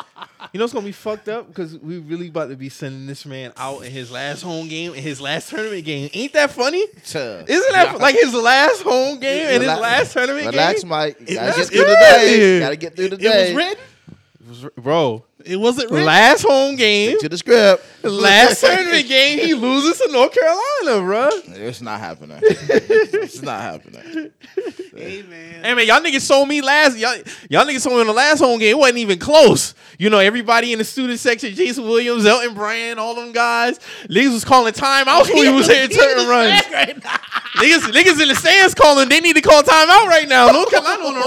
Speaker 2: You know it's gonna be fucked up because we really about to be sending this man out in his last home game in his last tournament game. Ain't that funny?
Speaker 3: Tuh.
Speaker 2: Isn't that like his last home game and his
Speaker 3: Relax-
Speaker 2: last tournament
Speaker 3: Relax,
Speaker 2: game?
Speaker 3: Mike. Gotta
Speaker 2: was
Speaker 3: get through the
Speaker 2: good.
Speaker 3: day. Gotta get through the
Speaker 1: It was
Speaker 3: day.
Speaker 1: written.
Speaker 2: Relax, bro.
Speaker 1: It wasn't written.
Speaker 2: Last home game.
Speaker 3: Stick to the script.
Speaker 2: Last tournament game, he loses to North Carolina, bro.
Speaker 3: It's not happening. it's not happening.
Speaker 1: Hey man,
Speaker 2: Hey man, y'all niggas sold me last y'all y'all niggas sold me on the last home game. It wasn't even close. You know, everybody in the student section, Jason Williams, Elton Brand, all them guys, niggas was calling timeouts when he was here turning runs.
Speaker 1: Right now.
Speaker 2: Niggas, niggas in the stands calling. They need to call timeout right now. North Carolina on the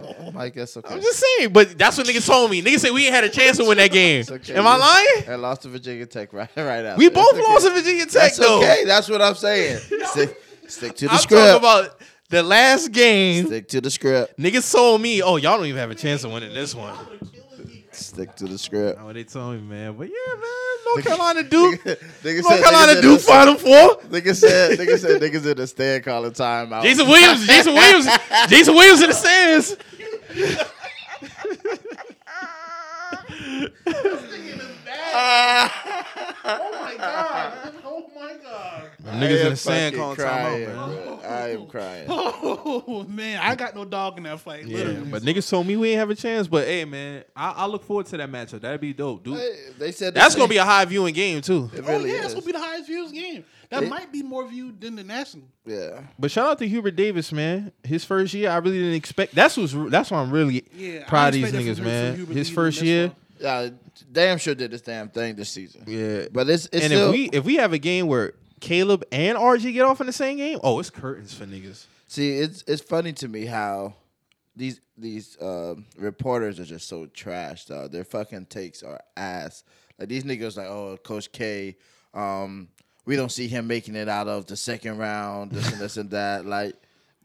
Speaker 2: run.
Speaker 3: I'm like, Oh, that's okay.
Speaker 2: I'm just saying, but that's what niggas told me. Niggas said we ain't had a chance to win that game.
Speaker 3: It's okay.
Speaker 2: Am I lying?
Speaker 3: I lost to Virginia Tech right, right after.
Speaker 2: We both
Speaker 3: That's okay.
Speaker 2: lost to Virginia Tech
Speaker 3: That's
Speaker 2: though.
Speaker 3: okay. That's what I'm saying. Stick, stick to the
Speaker 2: I'm
Speaker 3: script.
Speaker 2: talking about the last game.
Speaker 3: stick to the script.
Speaker 2: Niggas told me, oh, y'all don't even have a chance of winning this one.
Speaker 3: Stick to the script.
Speaker 2: Oh, they told me, man. But yeah, man, North Carolina Duke,
Speaker 3: Nigga- nigga
Speaker 2: North
Speaker 3: said-
Speaker 2: Carolina
Speaker 3: nigga
Speaker 2: Duke
Speaker 3: said-
Speaker 2: Final Four.
Speaker 3: Nigga said, nigga said, niggas in the stand calling timeout.
Speaker 2: Jason Williams, Jason Williams, Jason Williams in the stands.
Speaker 1: Oh my god! Oh my god!
Speaker 3: I
Speaker 2: Niggas in
Speaker 3: am
Speaker 2: the sand calling
Speaker 3: fucking crying,
Speaker 2: timeout, man.
Speaker 3: bro. I am crying.
Speaker 1: Oh man, I got no dog in that fight.
Speaker 2: Yeah,
Speaker 1: literally.
Speaker 2: but niggas told me we ain't have a chance. But hey, man, I, I look forward to that matchup. That'd be dope, dude.
Speaker 3: They- They said
Speaker 2: That's gonna be a high viewing game too.
Speaker 3: It
Speaker 1: oh
Speaker 3: really
Speaker 1: yeah, that's
Speaker 3: is.
Speaker 1: gonna be the highest views game. That
Speaker 3: It-
Speaker 1: might be more viewed than the national.
Speaker 3: yeah.
Speaker 2: But shout out to Hubert Davis, man. His first year, I really didn't expect. That's what's. That's why I'm really
Speaker 1: Yeah, I
Speaker 2: proud of these
Speaker 1: expect that
Speaker 2: niggas,
Speaker 1: from-
Speaker 2: man.
Speaker 1: from Hubert
Speaker 2: His
Speaker 1: Davis
Speaker 2: first
Speaker 1: in this
Speaker 2: year,
Speaker 1: one.
Speaker 3: Yeah, damn sure did this damn thing this season.
Speaker 2: yeah.
Speaker 3: But it's it's
Speaker 2: and
Speaker 3: still
Speaker 2: if we if we have a game where Caleb and RG get off in the same game, oh, it's curtains for niggas.
Speaker 3: see it's it's funny to me how these these um, reporters are just so trash. Dog. Their fucking takes are ass. Like these niggas like, oh, Coach K, um, we don't see him making it out of the second round. This and this and that. Like,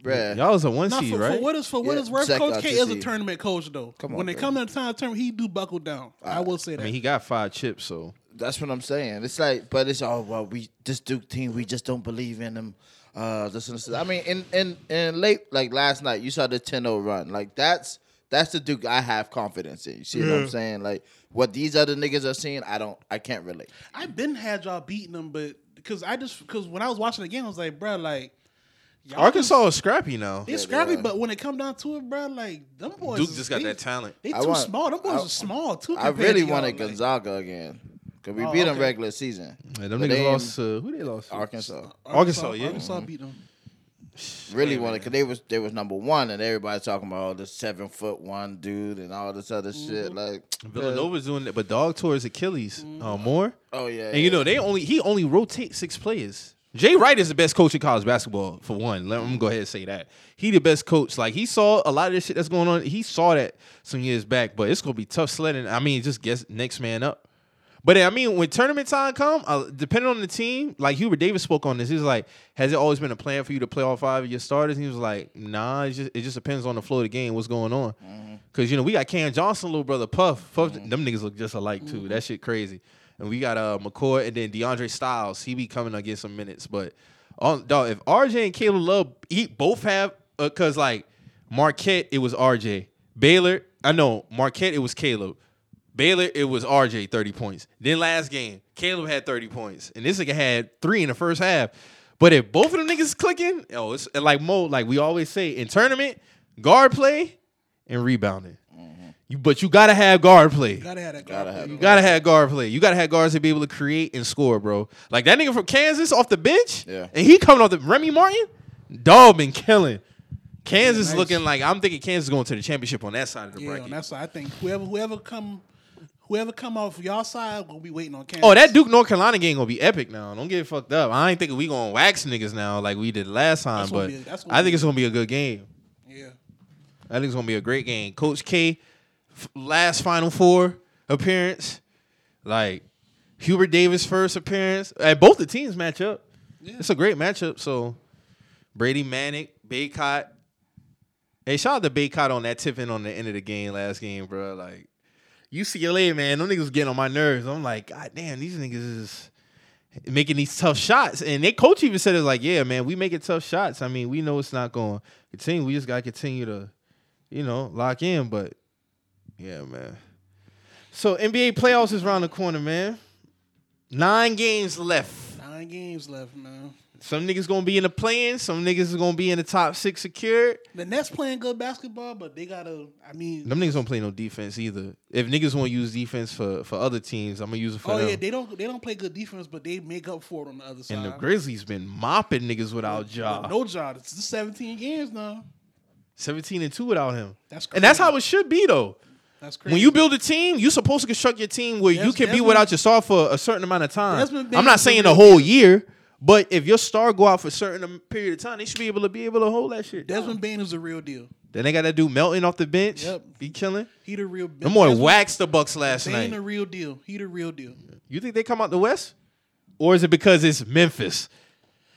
Speaker 3: bruh.
Speaker 2: Y'all was a one
Speaker 1: Now,
Speaker 2: seed,
Speaker 1: for,
Speaker 2: right?
Speaker 1: for what is for what
Speaker 3: Yeah,
Speaker 1: is worth,
Speaker 3: check
Speaker 1: Coach
Speaker 3: out
Speaker 1: K
Speaker 3: to
Speaker 1: is a
Speaker 3: see.
Speaker 1: tournament coach though.
Speaker 3: Come on,
Speaker 1: when they
Speaker 3: bro.
Speaker 1: come to the time term, he do buckle down. I will say that.
Speaker 2: I mean, he got five chips, so
Speaker 3: That's what I'm saying. It's like, but it's all well. We this Duke team, we just don't believe in them. Uh, this and this. I mean, in in in late like last night, you saw the 10-0 run. Like that's that's the Duke I have confidence in. You see what I'm saying? Like what these other niggas are seeing, I don't. I can't relate.
Speaker 1: I've been had y'all beating them, but because I just because when I was watching the game, I was like, bruh, like y'all
Speaker 2: Arkansas is scrappy now.
Speaker 1: It's
Speaker 3: Yeah, they
Speaker 1: scrappy,
Speaker 3: are.
Speaker 1: but when it come down to it, bruh, like them boys.
Speaker 2: Duke
Speaker 1: is-
Speaker 2: just got
Speaker 1: they-
Speaker 2: that talent.
Speaker 1: They
Speaker 3: I
Speaker 1: too
Speaker 3: want-
Speaker 1: small. Them boys
Speaker 3: I-
Speaker 1: are small too.
Speaker 3: I
Speaker 1: compared
Speaker 3: really
Speaker 1: to y'all,
Speaker 3: wanted
Speaker 1: like-
Speaker 3: Gonzaga again because we
Speaker 1: Oh,
Speaker 3: beat them
Speaker 1: okay.
Speaker 3: regular season.
Speaker 2: Yeah, them
Speaker 3: But they
Speaker 2: niggas
Speaker 3: in
Speaker 2: lost to who they lost? To?
Speaker 3: Arkansas.
Speaker 2: Arkansas, yeah.
Speaker 1: Arkansas beat them.
Speaker 3: Really
Speaker 2: Yeah,
Speaker 3: wanted because they was they was number one and everybody talking about all this seven foot one dude and all this other
Speaker 1: Mm-hmm.
Speaker 3: shit. Like
Speaker 2: Villanova's doing it, but dog tore his Achilles
Speaker 1: Mm.
Speaker 2: uh, more.
Speaker 3: Oh yeah,
Speaker 2: And you know they only he only rotates six players. Jay Wright is the best coach in college basketball for one. Let me go ahead and say that he the best coach. Like he saw a lot of this shit that's going on. He saw that some years back, but it's gonna be tough sledding. I mean, just guess next man up. But I mean, when tournament time come, uh, depending on the team, like Hubert Davis spoke on this, he was like, "Has it always been a plan for you to play all five of your starters?" And he was like, "Nah, it just it just depends on the flow of the game, what's going on."
Speaker 3: Mm-hmm.
Speaker 2: Because you know we got Cam Johnson, little brother Puff, Puff. Them niggas look just alike too. That shit crazy. And we got uh McCoy and then DeAndre Styles. He be coming to get some minutes, but on dog, if RJ and Caleb Love eat both have, uh, cause like Marquette, it was RJ Baylor. I know Marquette, it was Caleb. Baylor, it was RJ 30 points. Then last game, Caleb had 30 points. And this nigga had three in the first half. But if both of them niggas clicking, oh, it's and like Mo, like we always say in tournament, guard play and rebounding. You but you gotta have guard play.
Speaker 1: Gotta have that.
Speaker 3: Gotta have
Speaker 1: guy.
Speaker 2: You gotta have guard play. You gotta have guards to be able to create and score, bro. Like that nigga from Kansas off the bench,
Speaker 3: Yeah.
Speaker 2: and he coming off the Remy Martin, dog been killing. Kansas
Speaker 1: nice.
Speaker 2: looking like I'm thinking Kansas is going to the championship on that side of the
Speaker 1: Yeah,
Speaker 2: bracket.
Speaker 1: and that's why I think whoever whoever come whoever come off y'all side will be waiting on Kansas.
Speaker 2: Oh, that Duke North Carolina game gonna be epic now. Don't get fucked up. I ain't thinking we gonna wax niggas now like we did last time,
Speaker 1: That's gonna
Speaker 2: but
Speaker 1: be- that's gonna
Speaker 2: I think
Speaker 1: be-
Speaker 2: it's gonna be a good game.
Speaker 1: Yeah.
Speaker 2: I think it's gonna be a great game. Coach K, f- last Final Four appearance, like Hubert Davis first appearance. Uh, both the teams match up.
Speaker 1: Yeah.
Speaker 2: It's a great matchup. So Brady Manic, Baycott. Hey, shout out to Baycott on that tip in on the end of the game last game, bro. Like UCLA, man, them niggas was getting on my nerves. I'm like, God damn, these niggas is making these tough shots. And their coach even said it's like, yeah, man, we making tough shots. I mean, we know it's not going to continue. We just gotta continue to, you know, lock in. But yeah, man. So NBA playoffs is around the corner, man. Nine games left.
Speaker 1: Nine games left, man.
Speaker 2: Some niggas gonna be in the play-in. Some niggas is gonna be in the top six secured.
Speaker 1: The Nets playing good basketball, but they gotta. I mean,
Speaker 2: Them niggas don't play no defense either. If niggas won't use defense for, for other teams, I'm gonna use it for
Speaker 1: oh
Speaker 2: them.
Speaker 1: yeah, they don't they don't play good defense, but they make up for it on the other side.
Speaker 2: and the Grizzlies been mopping niggas without Ja.
Speaker 1: No job. It's 17 games now.
Speaker 2: 17 and two without him.
Speaker 1: That's crazy.
Speaker 2: And that's how it should be though.
Speaker 1: That's crazy.
Speaker 2: When you build a team, you supposed to construct your team where you
Speaker 1: Yes,
Speaker 2: can be
Speaker 1: Desmond-
Speaker 2: without your star for a certain amount of time.
Speaker 1: Desmond
Speaker 2: I'm
Speaker 1: Bain
Speaker 2: not
Speaker 1: is a
Speaker 2: saying
Speaker 1: real
Speaker 2: a whole year, but if your star go out for a certain am- period of time, they should be able to be able to hold that shit. down.
Speaker 1: Desmond Bain is a real deal.
Speaker 2: Then they got that dude melting off the bench.
Speaker 1: Yep.
Speaker 2: Be killing.
Speaker 1: He the real.
Speaker 2: No more
Speaker 1: That's what-
Speaker 2: waxed the Bucks last
Speaker 1: They
Speaker 2: night.
Speaker 1: ain't the real deal. He the real deal.
Speaker 2: You think they come out the West, or is it because it's Memphis?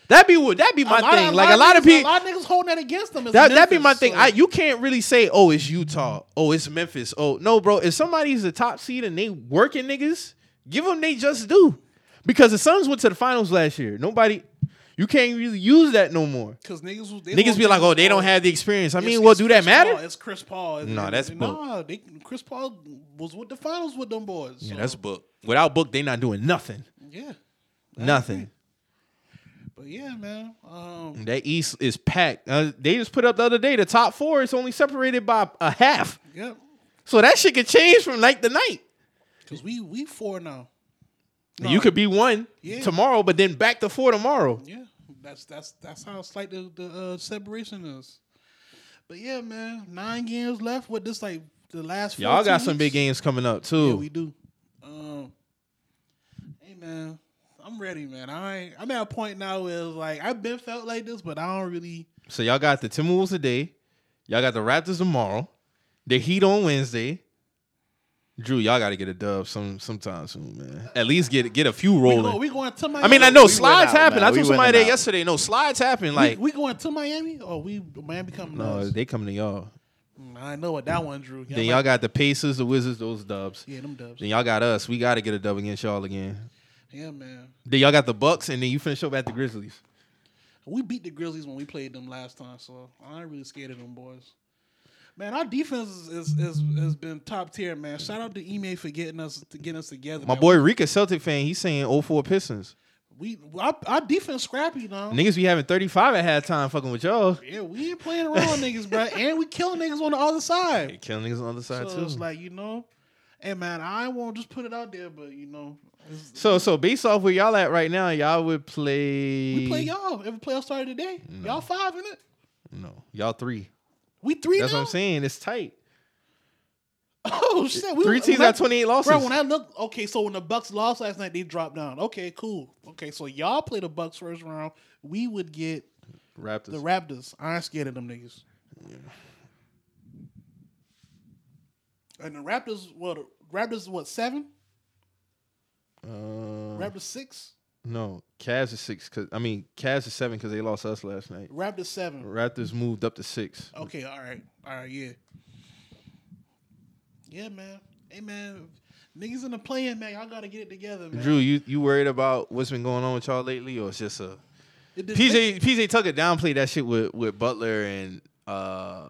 Speaker 2: That be what that be my
Speaker 1: A lot-
Speaker 2: thing. like a lot, of
Speaker 1: niggas- a
Speaker 2: people,
Speaker 1: lot of niggas holding that against them. is
Speaker 2: that that be
Speaker 1: Memphis,
Speaker 2: my thing.
Speaker 1: so-
Speaker 2: I you can't really say, oh, it's Utah, oh, it's Memphis, oh no, bro. If somebody's the top seed and they working niggas, give them they just do. Because the Suns went to the finals last year. Nobody, you can't really use that no more.
Speaker 1: Cause niggas, was- they
Speaker 2: Niggas
Speaker 1: hold
Speaker 2: be like,
Speaker 1: niggas
Speaker 2: oh, they don't
Speaker 1: all-
Speaker 2: have the experience. I
Speaker 1: It's-
Speaker 2: mean, well,
Speaker 1: it's
Speaker 2: do that
Speaker 1: Chris
Speaker 2: matter?
Speaker 1: Paul. It's Chris Paul. It's-
Speaker 2: Nah,
Speaker 1: it's-
Speaker 2: that's
Speaker 1: nah. They, Chris Paul was with the finals with them boys.
Speaker 2: Yeah,
Speaker 1: so,
Speaker 2: that's book. Without book, they not doing nothing.
Speaker 1: yeah,
Speaker 2: Nothing.
Speaker 1: but yeah, man. Um,
Speaker 2: That East is packed. Uh, they just put up the other day. The top four is only separated by a half.
Speaker 1: yep.
Speaker 2: So that shit could change from night to night.
Speaker 1: Cause we we four now.
Speaker 2: You could be one
Speaker 1: Yeah.
Speaker 2: tomorrow, but then back to four tomorrow.
Speaker 1: Yeah, that's that's that's how slight the, the uh, separation is. But yeah, man, nine games left. With this like the last?
Speaker 2: Y'all
Speaker 1: 14
Speaker 2: got some big
Speaker 1: weeks?
Speaker 2: games coming up too.
Speaker 1: Yeah, we do. Um, hey man, I'm ready, man. I ain't- I'm at a point now where it's like I've been felt like this, but I don't really.
Speaker 2: so y'all got the Timberwolves today. Y'all got the Raptors tomorrow. The Heat on Wednesday. Drew, y'all got to get a dub some sometime soon, man. At least get get a few
Speaker 1: We,
Speaker 2: rolling.
Speaker 1: go, we going to Miami.
Speaker 2: I mean, I know
Speaker 1: We-
Speaker 2: slides
Speaker 3: out, man.
Speaker 2: happen. I
Speaker 3: We
Speaker 2: told somebody
Speaker 3: winning
Speaker 2: that
Speaker 3: out.
Speaker 2: yesterday. No, slides happen. Like,
Speaker 1: we, we going to Miami or we Miami coming to
Speaker 2: no,
Speaker 1: us?
Speaker 2: they coming to y'all.
Speaker 1: Mm, I know what that one drew.
Speaker 2: Then y'all got the Pacers, the Wizards, those dubs.
Speaker 1: yeah, them dubs.
Speaker 2: Then y'all got us. We got to get a dub against y'all again.
Speaker 1: Yeah, man.
Speaker 2: Then y'all got the Bucks, and then you finish up at the Grizzlies.
Speaker 1: We beat the Grizzlies when we played them last time, so I ain't really scared of them boys. Man, our defense is, is, is has been top tier, man. Shout out to Ime for getting us to getting us together.
Speaker 2: My
Speaker 1: man.
Speaker 2: boy Rika, Celtic fan, he's saying 04 Pistons.
Speaker 1: we our, our defense scrappy now.
Speaker 2: Niggas be having 35 at halftime fucking with y'all.
Speaker 1: Yeah, we ain't playing around niggas, bro, and we killing niggas on the other
Speaker 2: They
Speaker 1: side.
Speaker 2: killing niggas on the other side,
Speaker 1: So
Speaker 2: too.
Speaker 1: it's like you know, and man, I won't just put it out there, but you know, it's-
Speaker 2: so, so based off where y'all at right now, y'all would play.
Speaker 1: we play y'all. Every playoff started today. Y'all five in it.
Speaker 2: No, y'all three.
Speaker 1: We three.
Speaker 2: That's
Speaker 1: now?
Speaker 2: what I'm saying. It's tight.
Speaker 1: Oh shit! We,
Speaker 2: Three
Speaker 1: when
Speaker 2: teams
Speaker 1: I-
Speaker 2: got 28 losses.
Speaker 1: Bro, when I look, okay, so when the Bucks lost last night, they dropped down. Okay, cool. Okay, so y'all play the Bucks first round. We would get
Speaker 2: Raptors.
Speaker 1: the Raptors. I ain't scared of them niggas. And the Raptors, well, the Raptors what seven?
Speaker 2: Uh,
Speaker 1: Raptors six?
Speaker 2: no, Cavs is six. Cause I mean, Cavs is seven because they lost us last night.
Speaker 1: Raptors seven.
Speaker 2: Raptors moved up to six.
Speaker 1: Okay, all right, all right, yeah, yeah, man. Hey, man, niggas in the playing, man. Y'all gotta get it together, man.
Speaker 2: Drew, you, you worried about what's been going on with y'all lately, or it's just a
Speaker 1: It just-
Speaker 2: PJ PJ Tucker downplayed that shit with with Butler and uh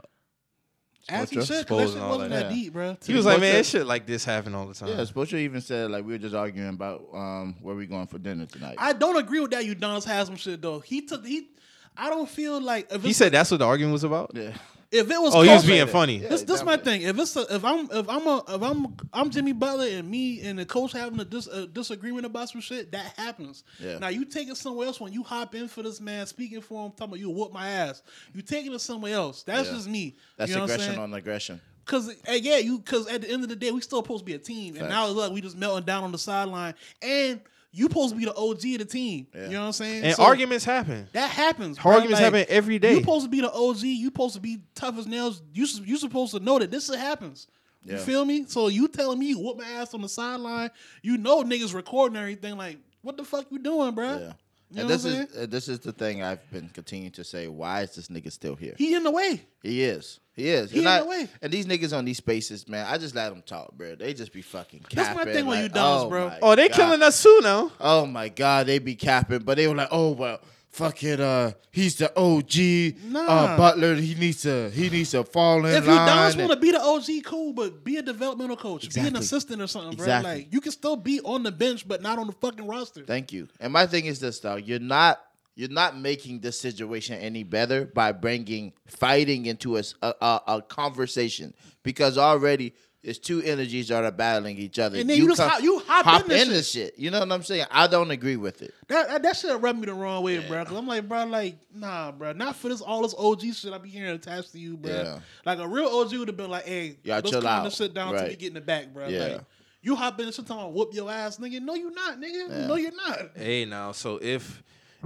Speaker 1: as he should,
Speaker 3: Spoelstra,
Speaker 1: 'cause that
Speaker 2: Spoels
Speaker 1: shit
Speaker 2: and all
Speaker 1: wasn't
Speaker 2: that.
Speaker 1: that deep, bro.
Speaker 2: he was like,
Speaker 3: Butler-
Speaker 2: man, that shit like this happen all the time.
Speaker 3: Yeah,
Speaker 1: Uh-huh.
Speaker 3: Spoelstra even said like we were just arguing about um where we going for dinner tonight.
Speaker 1: I don't agree with that Udonis Haslam shit though. He took he. I don't feel like if
Speaker 2: he
Speaker 1: it's,
Speaker 2: said that's what the argument was about.
Speaker 3: yeah.
Speaker 1: if it was
Speaker 2: Oh, he was
Speaker 1: Kobe-
Speaker 2: being funny.
Speaker 3: Yeah.
Speaker 1: This this my thing. If it's a, if I'm if I'm a, if I'm I'm Jimmy Butler and me and the coach having a, dis, a disagreement about some shit that happens.
Speaker 3: Yeah.
Speaker 1: Now you take it somewhere else when you hop in for this man speaking for him talking about you whoop my ass. You taking it somewhere else. That's
Speaker 3: Yeah.
Speaker 1: just me.
Speaker 3: That's
Speaker 1: you know
Speaker 3: aggression
Speaker 1: What I'm
Speaker 3: on aggression.
Speaker 1: Because yeah, you because at the end of the day we still supposed to be a team and
Speaker 3: Facts.
Speaker 1: now look we just melting down on the sideline and you supposed to be the OG of the team.
Speaker 3: Yeah.
Speaker 1: You know what I'm saying?
Speaker 2: And
Speaker 1: So-
Speaker 2: arguments happen.
Speaker 1: that happens. bruh.
Speaker 2: Arguments happen every day.
Speaker 1: You supposed to be the OG. You supposed to be tough as nails. You s- you supposed to know that this shit happens. You
Speaker 3: Yeah.
Speaker 1: feel me? So you telling me you whoop my ass on the sideline? You know niggas recording everything. Like what the fuck you doing,
Speaker 3: Yeah.
Speaker 1: bruh? You know
Speaker 3: and
Speaker 1: what I'm
Speaker 3: this
Speaker 1: saying?
Speaker 3: is uh, this is the thing I've been continuing to say. Why is this nigga still here?
Speaker 1: He in the way.
Speaker 3: He is. He is.
Speaker 1: He
Speaker 3: and,
Speaker 1: in
Speaker 3: I-
Speaker 1: the way.
Speaker 3: and these niggas on these spaces, man, I just let them talk, bro. They just be fucking capping.
Speaker 1: That's my thing with
Speaker 3: like,
Speaker 1: you dogs,
Speaker 3: oh
Speaker 1: bro.
Speaker 3: my
Speaker 2: Oh, they
Speaker 3: God.
Speaker 2: killing us too now.
Speaker 3: Oh my god, they be capping, but they were like, oh well, fuck it, uh, he's the OG,
Speaker 1: Nah.
Speaker 3: uh, Butler. He needs to, he needs to fall in
Speaker 1: If you
Speaker 3: line.
Speaker 1: don't want to be the OG, cool, but be a developmental coach, be an
Speaker 3: Exactly.
Speaker 1: assistant or something, bruh.
Speaker 3: Exactly.
Speaker 1: Like you can still be on the bench, but not on the fucking roster.
Speaker 3: Thank you. And my thing is this, dog. You're not, you're not making this situation any better by bringing fighting into a s- a, a- a conversation because already. It's two energies that are battling each other.
Speaker 1: And then you just hop- you hop in this shit.
Speaker 3: this shit. You know what I'm saying? I don't agree with it.
Speaker 1: That that, that shit rubbed me the wrong way, bruh. bro. Cause I'm like, bro, like, nah, bro, not for this all this OG shit I be hearing attached to you, bro.
Speaker 3: Yeah.
Speaker 1: Like a real OG would have been like, hey,
Speaker 3: Y'all
Speaker 1: let's
Speaker 3: chill
Speaker 1: calm
Speaker 3: out.
Speaker 1: this shit down till we
Speaker 3: Right.
Speaker 1: get in the back, bro.
Speaker 3: Yeah.
Speaker 1: Like, you hop in and sometimes I whoop your ass, nigga. No, you not, nigga. No, you're not.
Speaker 2: Hey, now, so if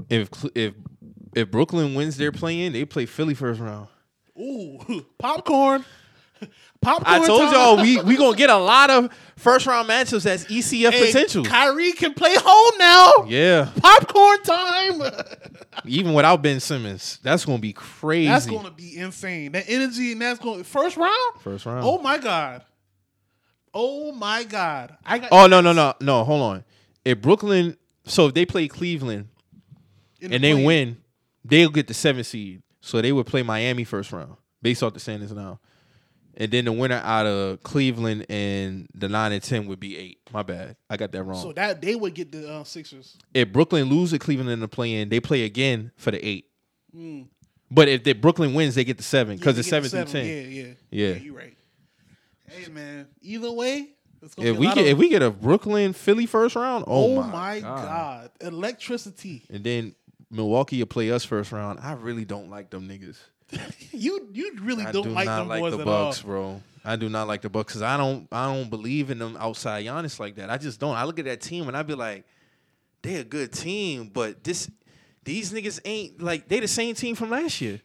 Speaker 2: if Cl- if if Brooklyn wins their play in, they play Philly first round.
Speaker 1: Ooh, popcorn. Popcorn.
Speaker 2: I told
Speaker 1: time.
Speaker 2: y'all we we gonna get a lot of first round matchups that's ECF
Speaker 1: Hey,
Speaker 2: potential.
Speaker 1: Kyrie can play home now.
Speaker 2: yeah,
Speaker 1: Popcorn time.
Speaker 2: even without Ben Simmons, that's gonna be crazy.
Speaker 1: that's gonna be insane. That energy and that's going first round.
Speaker 2: First round.
Speaker 1: Oh my god. Oh my god. I got
Speaker 2: oh no no no no! Hold on. If Brooklyn, so if they play Cleveland
Speaker 1: in the
Speaker 2: and they
Speaker 1: play-
Speaker 2: win, they'll get the seventh seed. So they would play Miami first round based off the standings now. And then the winner out of Cleveland and the nine and ten would be eight. My bad, I got that wrong.
Speaker 1: So that they would get the uh, Sixers.
Speaker 2: if Brooklyn loses Cleveland in the play-in, they play again for the eight. But if the Brooklyn wins, they get the seven because
Speaker 1: Hmm. Yeah,
Speaker 2: it's
Speaker 1: they get the
Speaker 2: seven through ten.
Speaker 1: Yeah, yeah,
Speaker 2: Yeah.
Speaker 1: You're right. Hey man. Either way, it's gonna
Speaker 2: If
Speaker 1: be a
Speaker 2: we
Speaker 1: lot
Speaker 2: get
Speaker 1: of-
Speaker 2: if we get a Brooklyn Philly first round, oh,
Speaker 1: Oh
Speaker 2: my,
Speaker 1: my
Speaker 2: god.
Speaker 1: god. Electricity.
Speaker 2: And then Milwaukee will play us first round. I really don't like them niggas.
Speaker 1: You you really
Speaker 2: I
Speaker 1: don't
Speaker 2: do
Speaker 1: like
Speaker 2: not
Speaker 1: them
Speaker 2: like
Speaker 1: boys
Speaker 2: the
Speaker 1: at
Speaker 2: Bucks,
Speaker 1: all.
Speaker 2: bro. I do not like the Bucks because I don't I don't believe in them outside Giannis like that. I just don't. I look at that team and I be like, they a good team, but this these niggas ain't like they the same team from last year.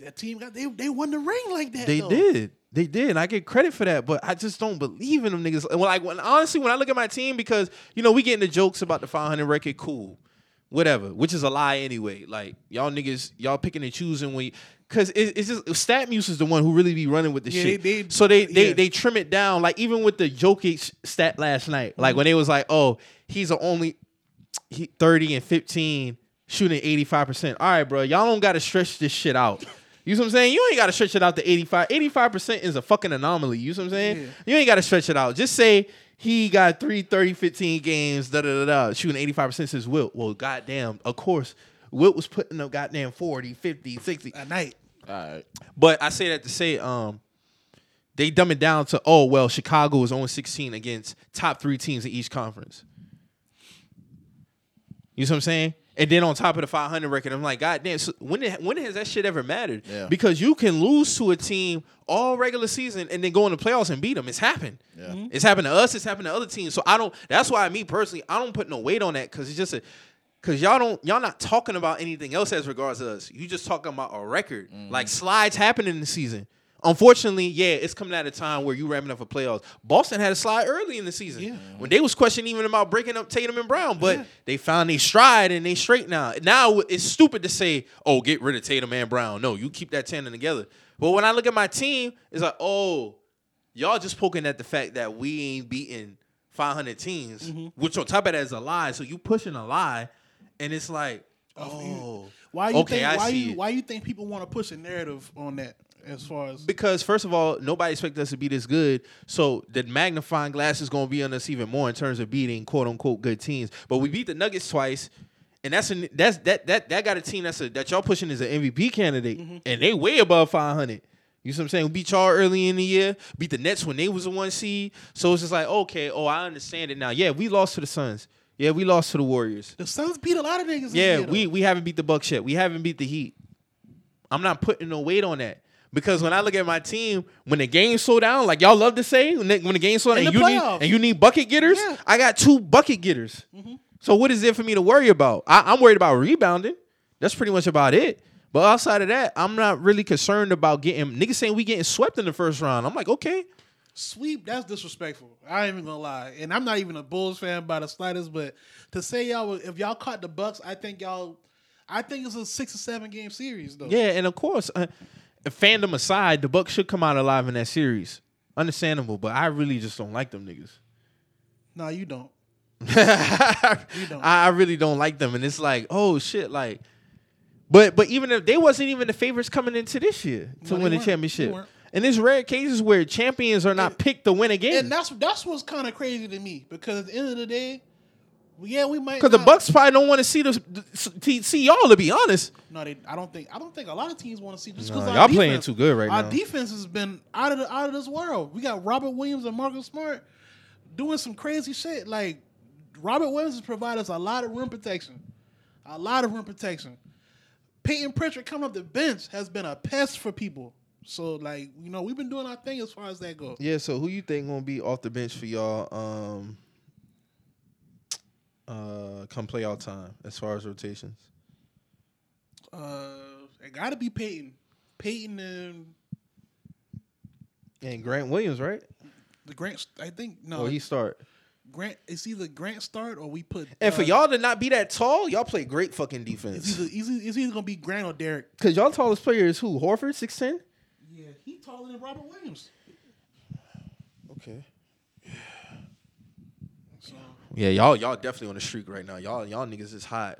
Speaker 1: That team got they they won the ring like that.
Speaker 2: They
Speaker 1: though.
Speaker 2: did. They did. And I get credit for that, but I just don't believe in them niggas. And when, like when honestly, when I look at my team, because you know we getting the jokes about the 500 record, cool, whatever, which is a lie anyway. Like y'all niggas, y'all picking and choosing when, you, cause it, it's just Statmuse is the one who really be running with the
Speaker 1: Yeah,
Speaker 2: shit.
Speaker 1: they- they-
Speaker 2: so they they
Speaker 1: yeah.
Speaker 2: they trim it down. Like even with the Jokic stat last night,
Speaker 1: Mm-hmm.
Speaker 2: like when they was like, oh, he's the only he, 30 and 15 shooting 85%. All right, bro. Y'all don't got to stretch this shit out. You know what I'm saying? You ain't got to stretch it out to 85. 85% is a fucking anomaly. You know what I'm saying?
Speaker 1: Yeah.
Speaker 2: You ain't got to stretch it out. Just say he got three 30, 15 games, da da da da, shooting 85% since Wilt. Well, goddamn, of course, Wilt was putting up goddamn 40, 50, 60.
Speaker 1: at night.
Speaker 3: All right.
Speaker 2: But I say that to say, um, they dumb it down to oh well, Chicago is only 16 against top three teams in each conference. You see what I'm saying? And then on top of the 500 record, I'm like, God damn! So when it- when has that shit ever mattered?
Speaker 3: Yeah.
Speaker 2: Because you can lose to a team all regular season and then go in the playoffs and beat them. It's happened.
Speaker 3: Yeah. Mhm.
Speaker 2: It's happened to us. It's happened to other teams. So I don't. That's why me personally, I don't put no weight on that because it's just a. Cause y'all don't y'all not talking about anything else as regards to us. You just talking about a record. Like slides happen in the season. Unfortunately, yeah, it's coming at a time where you ramping up for playoffs. Boston had a slide early in the season
Speaker 1: Yeah.
Speaker 2: when they was questioning even about breaking up Tatum and Brown, but they found they stride and they straight now. Now it's stupid to say, oh, get rid of Tatum and Brown. No, you keep that tandem together. But when I look at my team, it's like, oh, y'all just poking at the fact that we ain't beating 500 teams, which on top of that is a lie. So you pushing a lie, and it's like, oh,
Speaker 1: Why you
Speaker 2: okay,
Speaker 1: think
Speaker 2: I
Speaker 1: why
Speaker 2: see
Speaker 1: you
Speaker 2: it.
Speaker 1: why you think people want to push a narrative on that as far as
Speaker 2: because first of all, nobody expected us to be this good. So the magnifying glass is going to be on us even more in terms of beating quote unquote good teams. But we beat the Nuggets twice, and that's an, that's that that that got a team that's a, that y'all pushing is an MVP candidate, and they way above five hundred. You see what I'm saying? We beat y'all early in the year, beat the Nets when they was the one seed. So it's just like, okay, oh, I understand it now. Yeah, we lost to the Suns. Yeah, we lost to the Warriors.
Speaker 1: the Suns beat a lot of niggas. this
Speaker 2: Yeah,
Speaker 1: year, though.
Speaker 2: we we haven't beat the Bucks yet. We haven't beat the Heat. I'm not putting no weight on that because when I look at my team, when the game slow down, like y'all love to say, when the, when the game slow down,
Speaker 1: In
Speaker 2: and
Speaker 1: the
Speaker 2: you
Speaker 1: playoffs.
Speaker 2: need and you need bucket getters,
Speaker 1: Yeah. Mm-hmm.
Speaker 2: I got two bucket getters. So what is there for me to worry about? I, I'm worried about rebounding. That's pretty much about it. But outside of that, I'm not really concerned about getting niggas saying we getting swept in the first round. I'm like, okay,
Speaker 1: sweep. That's disrespectful. I ain't even gonna lie, and I'm not even a Bulls fan by the slightest. But to say y'all were- if y'all caught the Bucks, I think y'all, I think it's a six or seven game series though.
Speaker 2: Yeah, and of course, uh, fandom aside, the Bucks should come out alive in that series. Understandable, but I really just don't like them niggas.
Speaker 1: No, you don't. don't.
Speaker 2: I, I really don't like them, and it's like, oh shit, like. But but even if they wasn't even the favorites coming into this year to
Speaker 1: No, they
Speaker 2: win the
Speaker 1: weren't. They
Speaker 2: championship,
Speaker 1: weren't.
Speaker 2: and there's rare cases where champions are not picked to win
Speaker 1: And
Speaker 2: again.
Speaker 1: that's that's what's kind of crazy to me because at the end of the day, yeah, we might
Speaker 2: Because the
Speaker 1: not-
Speaker 2: Bucks probably don't want to see the see- see y'all. To be honest,
Speaker 1: No, they. I don't think. I don't think a lot of teams want to see this.
Speaker 2: Nah,
Speaker 1: because
Speaker 2: y'all playing too good right
Speaker 1: our
Speaker 2: now.
Speaker 1: defense has been out of the, out of this world. We got Robert Williams and Marcus Smart doing some crazy shit. Like Robert Williams has provided us a lot of rim protection, a lot of rim protection. Peyton Pritchard coming up the bench has been a pest for people. So like you know we've been doing our thing as far as that goes.
Speaker 2: Yeah, so who you think gonna be off the bench for y'all um uh come playoff time as far as rotations?
Speaker 1: Uh, it got to be Peyton Peyton and
Speaker 2: And Grant Williams, right?
Speaker 1: the Grant. I think no.
Speaker 2: Or Oh, he start.
Speaker 1: Grant. It's either Grant start or we put.
Speaker 2: And for
Speaker 1: uh,
Speaker 2: y'all to not be that tall, y'all play great fucking
Speaker 1: it's
Speaker 2: defense.
Speaker 1: either, it's either, it's either gonna be Grant or Derek.
Speaker 2: Cause y'all tallest player is who? Horford, six ten.
Speaker 1: Yeah, he taller than Robert Williams.
Speaker 2: Okay.
Speaker 1: So
Speaker 2: Yeah, y'all y'all definitely on the streak right now. Y'all y'all niggas is hot.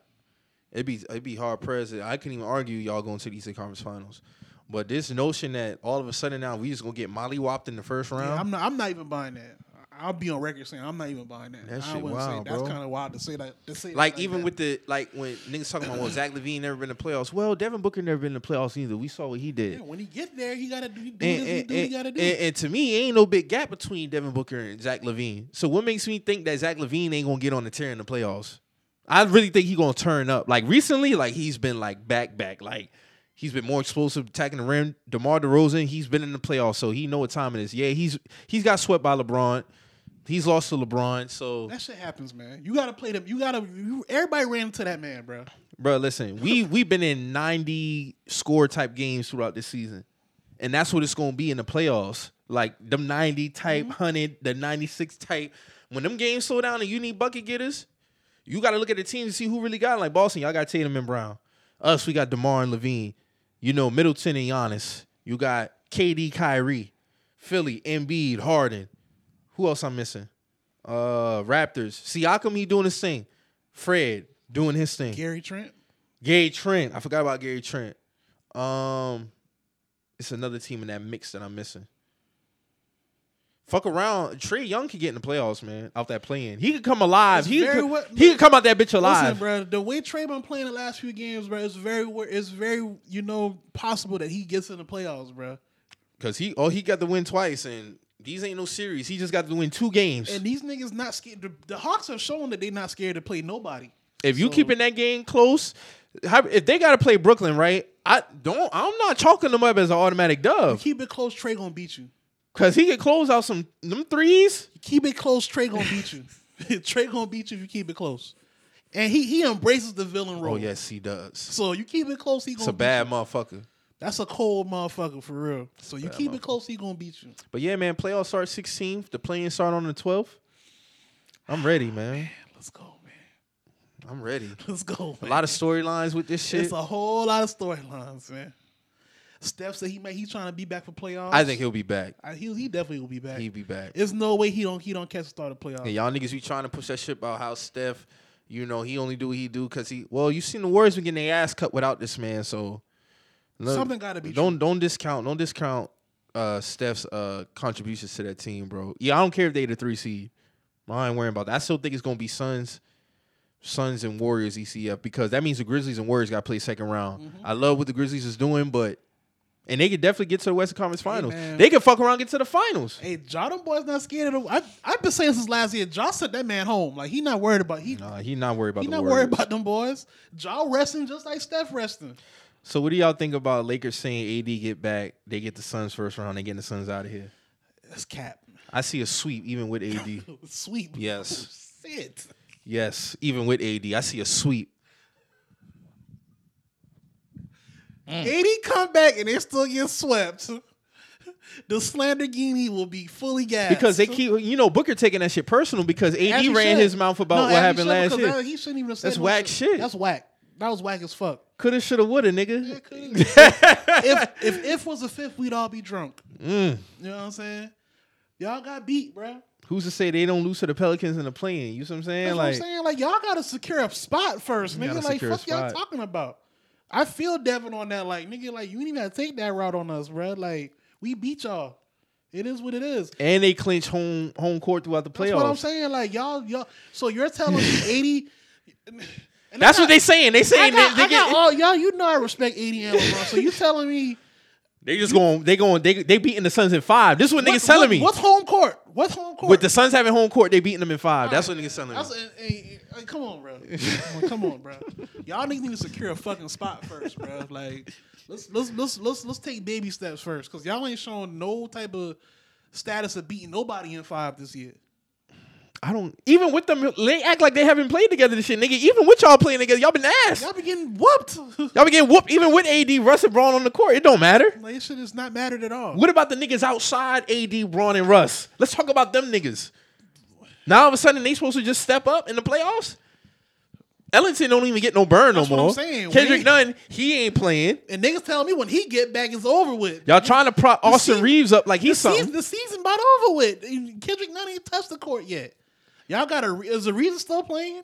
Speaker 2: It'd be it'd be hard pressed. I couldn't even argue y'all going to the Eastern Conference Finals. But this notion that all of a sudden now we just gonna get mollywopped in the first round.
Speaker 1: yeah, I'm not. I'm not even buying that. I- I'll be on record saying I'm not even buying that.
Speaker 2: That
Speaker 1: I
Speaker 2: shit
Speaker 1: wouldn't
Speaker 2: wild,
Speaker 1: say that's
Speaker 2: bro.
Speaker 1: kind of wild to say that. To say that
Speaker 2: like even
Speaker 1: that.
Speaker 2: with the like when niggas talking about well Zach Levine never been in the playoffs. Well, Devin Booker never been in the playoffs either. We saw what he did.
Speaker 1: yeah, when he get there, he gotta do, he do
Speaker 2: and,
Speaker 1: his- he
Speaker 2: and,
Speaker 1: do what he
Speaker 2: and-
Speaker 1: gotta do.
Speaker 2: and- and to me, ain't no big gap between Devin Booker and Zach Levine. So what makes me think that Zach Levine ain't gonna get on the tear in the playoffs? I really think he gonna turn up. Like recently, like he's been like back back. Like he's been more explosive attacking the rim. DeMar DeRozan, he's been in the playoffs, so he know what time it is. Yeah, he's he's got swept by LeBron. He's lost to LeBron. So
Speaker 1: that shit happens, man. You gotta play them. You gotta. You, everybody ran into that man, bro.
Speaker 2: Bro, listen, we we've been in 90 score type games throughout this season. And that's what it's gonna be in the playoffs. Like them 90 type, 100, the 96 type. When them games slow down and you need bucket getters, you gotta look at the teams and see who really got it. Like Boston, y'all got Tatum and Brown. Us, we got DeMar and Levine. You know, Middleton and Giannis. You got KD Kyrie. Philly, Embiid, Harden. Who else I'm missing? Uh Raptors. Siakam, he doing his thing. Fred doing his thing.
Speaker 1: Gary Trent.
Speaker 2: Gary Trent. I forgot about Gary Trent. Um, it's another team in that mix that I'm missing. Fuck around. Trey Young could get in the playoffs, man. Out that playing, he could come alive.
Speaker 1: It's
Speaker 2: He
Speaker 1: very
Speaker 2: could,
Speaker 1: what-
Speaker 2: he could come out that bitch
Speaker 1: Listen,
Speaker 2: alive.
Speaker 1: bro, the way Trey been playing the last few games, bro, it's very, it's very, you know, possible that he gets in the playoffs, bro.
Speaker 2: Cause he, oh, he got to win twice, and these ain't no series. He just got to win two games.
Speaker 1: And these niggas not scared. The, the Hawks have shown that they're not scared to play nobody.
Speaker 2: If you
Speaker 1: So-
Speaker 2: keeping that game close, how, if they got to play Brooklyn, right? I don't. I'm not chalking them up as an automatic dove.
Speaker 1: Keep it close, Trey gonna beat you.
Speaker 2: Cause he could close out some them threes.
Speaker 1: Keep it close, Trey gonna beat you. Trey gonna beat you if you keep it close. And he he embraces the villain role.
Speaker 2: Oh yes, he does.
Speaker 1: So you keep it close, he gonna.
Speaker 2: It's a
Speaker 1: beat
Speaker 2: bad
Speaker 1: you.
Speaker 2: motherfucker.
Speaker 1: That's a cold motherfucker for real. So you
Speaker 2: bad
Speaker 1: keep
Speaker 2: motherfucker.
Speaker 1: it close, he gonna beat you.
Speaker 2: But yeah, man, playoffs start 16th. The playing start on the 12th. I'm ready, man.
Speaker 1: Let's go, man.
Speaker 2: I'm ready.
Speaker 1: Let's go.
Speaker 2: A
Speaker 1: man.
Speaker 2: lot of storylines with this shit.
Speaker 1: It's a whole lot of storylines, man. Steph said he might he's trying to be back for playoffs.
Speaker 2: I think he'll be back.
Speaker 1: I, he he definitely will be back.
Speaker 2: He'll be back.
Speaker 1: There's no way he don't he don't catch the start of playoffs.
Speaker 2: And y'all niggas be trying to push that shit about how Steph, you know, he only do what he do because he. Well, you seen the Warriors been getting their ass cut without this man, so look,
Speaker 1: Something gotta be
Speaker 2: Don't don't discount don't discount uh, Steph's uh, contributions to that team, bro. Yeah, I don't care if they the three seed. I ain't worrying about that. I still think it's gonna be Suns, Suns and Warriors ECF because that means the Grizzlies and Warriors got to play second round.
Speaker 1: Mm-hmm.
Speaker 2: I love what the Grizzlies is doing, but and they could definitely get to the Western Conference Finals.
Speaker 1: man.
Speaker 2: they could fuck around and get to the finals.
Speaker 1: Hey, Ja, them boys not scared of. The, I I've been saying since last year. Ja sent that man home. Like he not worried about he.
Speaker 2: Nah, he not worried about
Speaker 1: He
Speaker 2: the
Speaker 1: not
Speaker 2: Warriors.
Speaker 1: worried about them boys. Ja resting just like Steph resting.
Speaker 2: So what do y'all think about Lakers saying AD get back? They get the Suns first round. They getting the Suns out of here.
Speaker 1: That's cap.
Speaker 2: I see a sweep even with AD.
Speaker 1: Sweep.
Speaker 2: Yes.
Speaker 1: Oh, shit.
Speaker 2: yes, even with AD, I see a sweep.
Speaker 1: Eighty come back and they still get swept. The Slandergini will be fully gassed
Speaker 2: Because they keep, you know, Booker taking that shit personal because AD
Speaker 1: As he
Speaker 2: ran
Speaker 1: should.
Speaker 2: his mouth about
Speaker 1: No,
Speaker 2: what
Speaker 1: as he
Speaker 2: happened
Speaker 1: should,
Speaker 2: last
Speaker 1: because
Speaker 2: year.
Speaker 1: that- he shouldn't even have said
Speaker 2: That's
Speaker 1: no
Speaker 2: whack shit.
Speaker 1: That's whack. That was whack as fuck.
Speaker 2: Coulda, shoulda, woulda, nigga.
Speaker 1: if if if was a fifth, we'd all be drunk.
Speaker 2: Mm.
Speaker 1: You know what I'm saying? Y'all got beat, bruh.
Speaker 2: Who's to say they don't lose to the Pelicans in the play-in? You see what I'm saying?
Speaker 1: That's
Speaker 2: like,
Speaker 1: what I'm saying. Like y'all gotta secure a spot first,
Speaker 2: gotta
Speaker 1: nigga. Like
Speaker 2: secure a
Speaker 1: fuck y'all
Speaker 2: spot.
Speaker 1: talking about. I feel Devin on that. Like nigga, like you ain't even gotta take that route on us, bruh. Like we beat y'all. It is what it is.
Speaker 2: and they clinch home home court throughout the playoffs.
Speaker 1: That's what I'm saying. Like y'all, y'all. So you're telling me 80. and I
Speaker 2: That's what
Speaker 1: got-
Speaker 2: they saying. They
Speaker 1: I
Speaker 2: saying
Speaker 1: got,
Speaker 2: they,
Speaker 1: I
Speaker 2: they,
Speaker 1: got
Speaker 2: get-
Speaker 1: all y'all. You know I respect 80 and LeBron. So you telling me
Speaker 2: they just going they going they they beating the Suns in five. This is what
Speaker 1: what-
Speaker 2: niggas telling
Speaker 1: what-
Speaker 2: me.
Speaker 1: what's home court? What's home court?
Speaker 2: With the Suns having home court, they beating them in five. That's what niggas telling me.
Speaker 1: That's, hey, hey, hey, come on, bro. Come on, come on, bro. Y'all niggas need to secure a fucking spot first, bro. Like, let's let's let's let's let's take baby steps first, cause y'all ain't showing no type of status of beating nobody in five this year.
Speaker 2: I don't even with them. They act like they haven't played together. This shit, nigga. Even with y'all playing together, y'all been ass.
Speaker 1: Y'all be getting whooped.
Speaker 2: Y'all been getting whooped. Even with AD, Russ and Braun on the court, it don't matter.
Speaker 1: like, this shit is not mattered at all.
Speaker 2: What about the niggas outside AD, Braun and Russ? Let's talk about them niggas. Now all of a sudden they supposed to just step up in the playoffs. Ellington don't even get no burn
Speaker 1: That's
Speaker 2: no
Speaker 1: what I'm
Speaker 2: more.
Speaker 1: saying.
Speaker 2: Kendrick
Speaker 1: We-
Speaker 2: Nunn, he ain't playing.
Speaker 1: And niggas telling me when he get back, it's over with.
Speaker 2: Y'all trying to prop Austin
Speaker 1: season-
Speaker 2: Reeves up like
Speaker 1: the
Speaker 2: he's
Speaker 1: season,
Speaker 2: something.
Speaker 1: the season about over with. Kendrick Nunn ain't touched the court yet. Y'all got a re- is the reason still playing?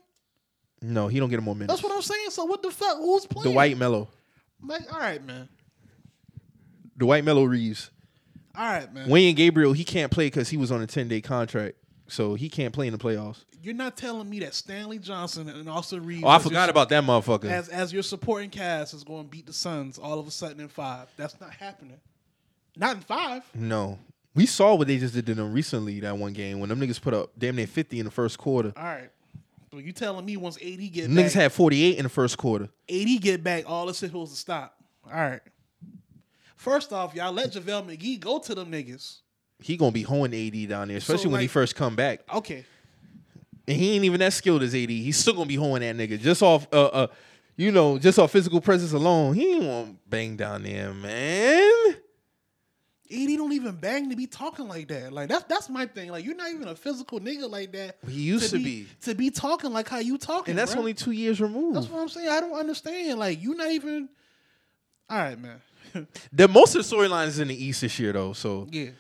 Speaker 2: No, he don't get no more minutes.
Speaker 1: That's what I'm saying. So what the fuck? Who's playing?
Speaker 2: Dwight Mello.
Speaker 1: Like, all right, man.
Speaker 2: Dwight Mello Reeves.
Speaker 1: All right, man.
Speaker 2: Wayne Gabriel, he can't play because he was on a 10 day contract. So he can't play in the playoffs.
Speaker 1: You're not telling me that Stanley Johnson and Austin Reeves.
Speaker 2: Oh, I
Speaker 1: as your
Speaker 2: forgot
Speaker 1: su-
Speaker 2: about that motherfucker.
Speaker 1: as as your supporting cast is going to beat the Suns all of a sudden in five. That's not happening. Not in five.
Speaker 2: no. We saw what they just did to them recently that one game when them niggas put up damn near 50 in the first quarter.
Speaker 1: All right. So you telling me once eighty get
Speaker 2: Them Niggas
Speaker 1: back,
Speaker 2: had 48 in the first quarter.
Speaker 1: eighty get back, all this shit supposed to stop. All right. First off, y'all let JaVale McGee go to them niggas.
Speaker 2: He gonna be hoeing AD down there, especially when he
Speaker 1: like-
Speaker 2: first come back.
Speaker 1: Okay.
Speaker 2: And he ain't even that skilled as AD. He's still gonna be hoeing that nigga just off, uh, uh, you know, just off physical presence alone. He ain't want to bang down there, man.
Speaker 1: AD don't even bang to be talking like that. Like that's that's my thing. Like you're not even a physical nigga like that.
Speaker 2: He used to be.
Speaker 1: to be talking like how you talking.
Speaker 2: And that's
Speaker 1: bruh.
Speaker 2: only two years removed.
Speaker 1: that's what I'm saying. I don't understand. Like you're not even. All right, man.
Speaker 2: The most of the storyline is in the East this year, though. So
Speaker 1: yeah.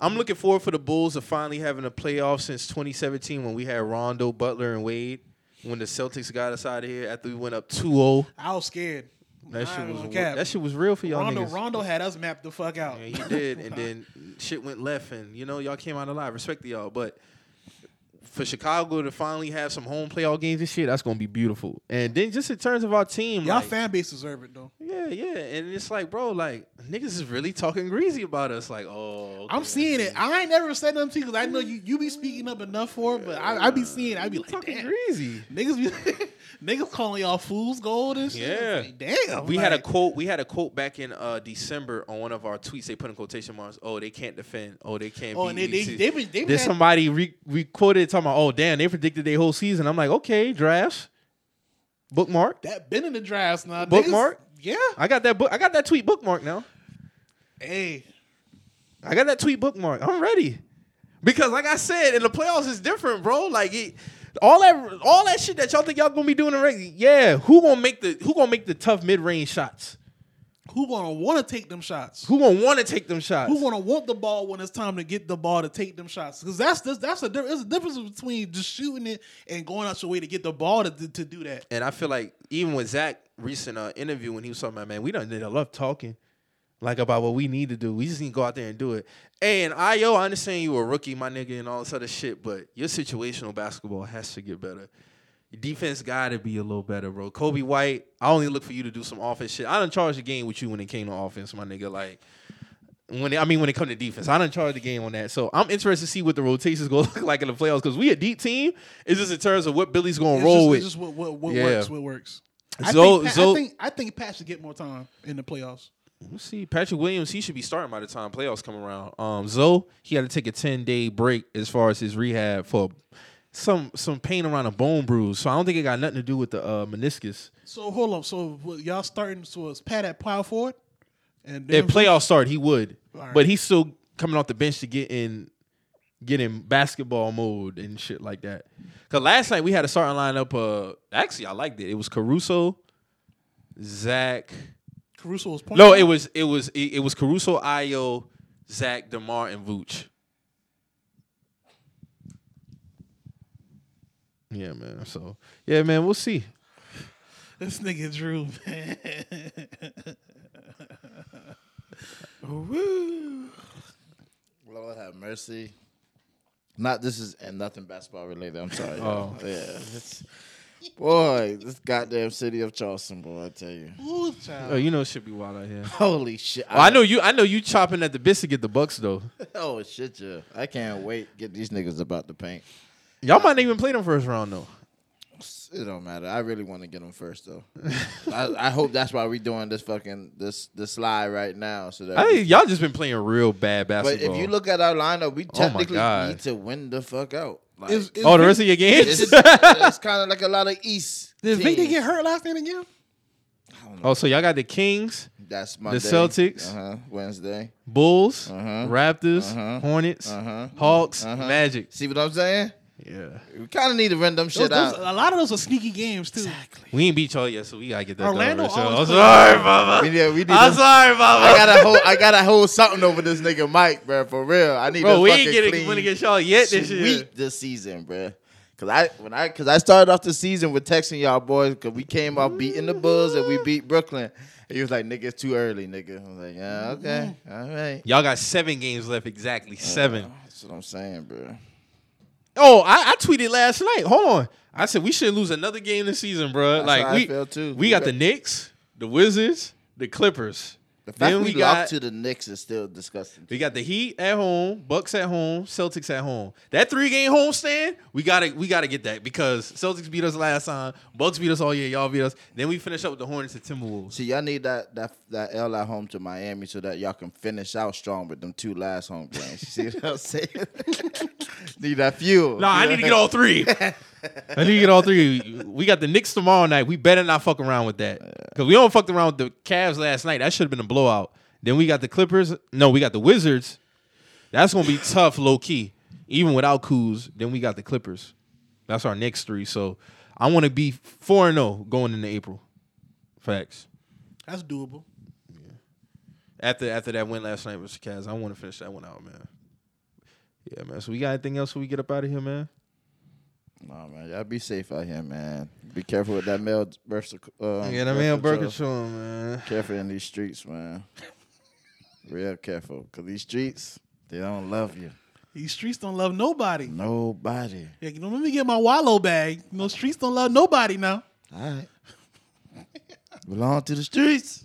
Speaker 2: I'm looking forward for the Bulls to finally having a playoff since 2017 when we had Rondo, Butler, and Wade. When the Celtics got us out of here after we went up 2-0.
Speaker 1: I was scared.
Speaker 2: That
Speaker 1: I
Speaker 2: shit
Speaker 1: ain't
Speaker 2: was
Speaker 1: gonna cap.
Speaker 2: that shit was real for y'all
Speaker 1: Rondo,
Speaker 2: niggas.
Speaker 1: Rondo had us mapped the fuck out.
Speaker 2: Yeah, he did, and then shit went left, and you know y'all came out alive. Respect to y'all, but for Chicago to finally have some home playoff games and shit, that's gonna be beautiful. And then just in terms of our team,
Speaker 1: Y'all
Speaker 2: like,
Speaker 1: fan base deserve it though.
Speaker 2: yeah, yeah, and it's like, bro, like niggas is really talking greasy about us. Like, oh,
Speaker 1: I'm
Speaker 2: okay,
Speaker 1: seeing it. I ain't never said nothing to you because I know you, you be speaking up enough for it, but I, I be seeing it. I be like,
Speaker 2: talking
Speaker 1: damn.
Speaker 2: greasy.
Speaker 1: Niggas be niggas calling y'all fools gold and shit.
Speaker 2: Yeah.
Speaker 1: Like, damn.
Speaker 2: We had a
Speaker 1: like,
Speaker 2: quote. We had a quote back in uh, December on one of our tweets. They put in quotation marks. Oh, they can't defend. Oh, they can't.
Speaker 1: Oh,
Speaker 2: beat
Speaker 1: and they they
Speaker 2: these-
Speaker 1: they been they
Speaker 2: Then
Speaker 1: been had,
Speaker 2: somebody re- re quoted talking about, oh damn, they predicted their whole season. I'm like, okay, drafts, bookmark.
Speaker 1: that been in the drafts now. Niggas-
Speaker 2: Bookmark?
Speaker 1: Yeah.
Speaker 2: I got that book. I got that tweet bookmark now.
Speaker 1: Hey.
Speaker 2: I got that tweet bookmark. I'm ready because, like I said, in the playoffs it's different, bro. Like it, all that, all that shit that y'all think y'all gonna be doing, in reg- yeah. Who gonna make the Who gonna make the tough mid range shots?
Speaker 1: Who gonna wanna take them shots?
Speaker 2: Who gonna want to take them shots?
Speaker 1: Who gonna want the ball when it's time to get the ball to take them shots? Because that's that's that's a diff- there's a difference between just shooting it and going out your way to get the ball to, to, to do that.
Speaker 2: And I feel like even with Zach recent uh, interview when he was talking about, man, we done did a love talking, like about what we need to do. We just need to go out there and do it. And I yo, I understand you were a rookie, my nigga, and all this other shit, but your situational basketball has to get better. Your defense gotta be a little better, bro. Kobe White, I only look for you to do some offense shit. I done charged the game with you when it came to offense, my nigga. Like when it, I mean when it come to defense, I done charged the game on that. So I'm interested to see what the rotations gonna look like in the playoffs because we a deep team. It's just in terms of what Billy's gonna
Speaker 1: It's
Speaker 2: roll
Speaker 1: just,
Speaker 2: with.
Speaker 1: It's just what what, what
Speaker 2: Yeah.
Speaker 1: works. What works. I,
Speaker 2: Zo-
Speaker 1: think Pat,
Speaker 2: Zo-
Speaker 1: I think I think Pat should get more time in the playoffs.
Speaker 2: We'll see. Patrick Williams, he should be starting by the time playoffs come around. Um, Zoe, he had to take a 10 day break as far as his rehab for some some pain around a bone bruise. So I don't think it got nothing to do with the uh, meniscus.
Speaker 1: So hold on. So what, y'all starting? So it's Pat at power forward, and
Speaker 2: If playoff start, he would.
Speaker 1: Alright.
Speaker 2: But he's still coming off the bench to get in get in basketball mode and shit like that. Cause last night we had a starting lineup, uh actually I liked it. It was Caruso, Zach,
Speaker 1: Caruso was point.
Speaker 2: No,
Speaker 1: guard?
Speaker 2: it was it was it, it was Caruso, Io, Zach, Demar, and Vooch. Yeah, man. So yeah, man. We'll see.
Speaker 1: this nigga Drew man. Woo.
Speaker 3: Lord have mercy. Not this is and nothing basketball related. I'm sorry.
Speaker 2: Oh.
Speaker 3: y'all. yeah. It's- boy, this goddamn city of Charleston, boy, I tell you.
Speaker 1: Ooh,
Speaker 2: Oh,
Speaker 1: child.
Speaker 2: you know it should be wild out here.
Speaker 3: Holy shit!
Speaker 2: Well, I know you. I know you chopping at the bits to get the bucks though.
Speaker 3: Oh shit, yeah. I can't wait. to Get these niggas about the paint.
Speaker 2: Y'all might not even play them first round though.
Speaker 3: It don't matter. I really want to get them first though. I, I hope that's why we doing this fucking this this slide right now. So that
Speaker 2: I
Speaker 3: we-
Speaker 2: think y'all just been playing real bad
Speaker 3: but
Speaker 2: basketball. Oh
Speaker 3: if you look at our lineup, we
Speaker 2: my
Speaker 3: technically
Speaker 2: God.
Speaker 3: need to win the fuck out. Like,
Speaker 1: Is,
Speaker 3: it's,
Speaker 1: is
Speaker 2: Oh, the
Speaker 1: Vic-
Speaker 2: rest of your games?
Speaker 3: it's kind of like a lot of East.
Speaker 1: Did Vic they
Speaker 3: teams.
Speaker 1: get hurt last night again?
Speaker 3: I don't know.
Speaker 2: Oh, so y'all got the Kings,
Speaker 3: That's Monday.
Speaker 2: Celtics.
Speaker 3: Uh-huh. Wednesday.
Speaker 2: Bulls,
Speaker 3: Uh-huh.
Speaker 2: Raptors,
Speaker 3: Uh-huh.
Speaker 2: Hornets,
Speaker 3: Uh-huh.
Speaker 2: Hawks,
Speaker 3: Uh-huh.
Speaker 2: Magic.
Speaker 3: See what I'm saying?
Speaker 2: Yeah.
Speaker 3: We kind of need to rent them
Speaker 1: Those,
Speaker 3: shit
Speaker 1: those,
Speaker 3: out.
Speaker 1: a lot of those are sneaky games too.
Speaker 2: We ain't beat y'all yet, so we gotta get that
Speaker 1: Orlando
Speaker 2: done. Rich.
Speaker 1: always
Speaker 2: I'm sorry,
Speaker 3: We
Speaker 2: mama.
Speaker 3: need, we need
Speaker 2: I'm
Speaker 3: them-
Speaker 2: sorry,
Speaker 3: I
Speaker 2: mama.
Speaker 3: gotta hold. I gotta hold something over this nigga Mike, bro. For real, I need.
Speaker 2: Bro,
Speaker 3: to
Speaker 2: we
Speaker 3: fucking
Speaker 2: ain't getting
Speaker 3: clean
Speaker 2: win against y'all yet this year.
Speaker 3: sweep this season, bro. Cause I when I cause I started off the season with texting y'all boys because we came out beating the Bulls and we beat Brooklyn. And he was like, "Nigga, it's too early, nigga." I was like, "Yeah,
Speaker 2: Mm-hmm.
Speaker 3: okay, all right."
Speaker 2: Y'all got seven games left, exactly
Speaker 3: Oh,
Speaker 2: seven.
Speaker 3: That's what I'm saying, bro.
Speaker 2: Oh, I, I tweeted last night. Hold on. I said we should lose another game this season, bro.
Speaker 3: That's
Speaker 2: like
Speaker 3: how I
Speaker 2: we,
Speaker 3: feel, too.
Speaker 2: we got the Knicks, the Wizards, the Clippers.
Speaker 3: The fact
Speaker 2: then
Speaker 3: we,
Speaker 2: we
Speaker 3: lost
Speaker 2: got
Speaker 3: to the Knicks is still disgusting.
Speaker 2: we got the Heat at home, Bucks at home, Celtics at home. That three game homestand, we gotta we gotta get that because Celtics beat us last time, Bucks beat us all year, y'all beat us. Then we finish up with the Hornets and Timberwolves.
Speaker 3: See, y'all need that that that L at home to Miami so that y'all can finish out strong with them two last home games. You see what I'm saying? need that fuel.
Speaker 2: No, I need to get all three. I need to get all three. We got the Knicks tomorrow night. We better not fuck around with that because we don't fucked around with the Cavs last night. That should have been a blowout. Then we got the Clippers. No, we got the Wizards. That's gonna be tough, low key. Even without Kuz, then we got the Clippers. That's our next three. So I want to be four and zero going into April. Facts.
Speaker 1: That's doable.
Speaker 2: After after that win last night with the Cavs, I want to finish that one out, man. Yeah, man. So we got anything else? when We get up out of here, man.
Speaker 3: Nah, man, y'all be safe out here, man. Be careful with that male birth. sec- Um,
Speaker 2: Yeah, that
Speaker 3: birth
Speaker 2: man
Speaker 3: control.
Speaker 2: Burger Show, man.
Speaker 3: Careful in these streets, man. Real careful, cause these streets they don't love you.
Speaker 1: These streets don't love nobody.
Speaker 3: Nobody.
Speaker 1: Yeah, you know, let me get my wallow bag. You know, streets don't love nobody now.
Speaker 3: All right. Belong to the streets.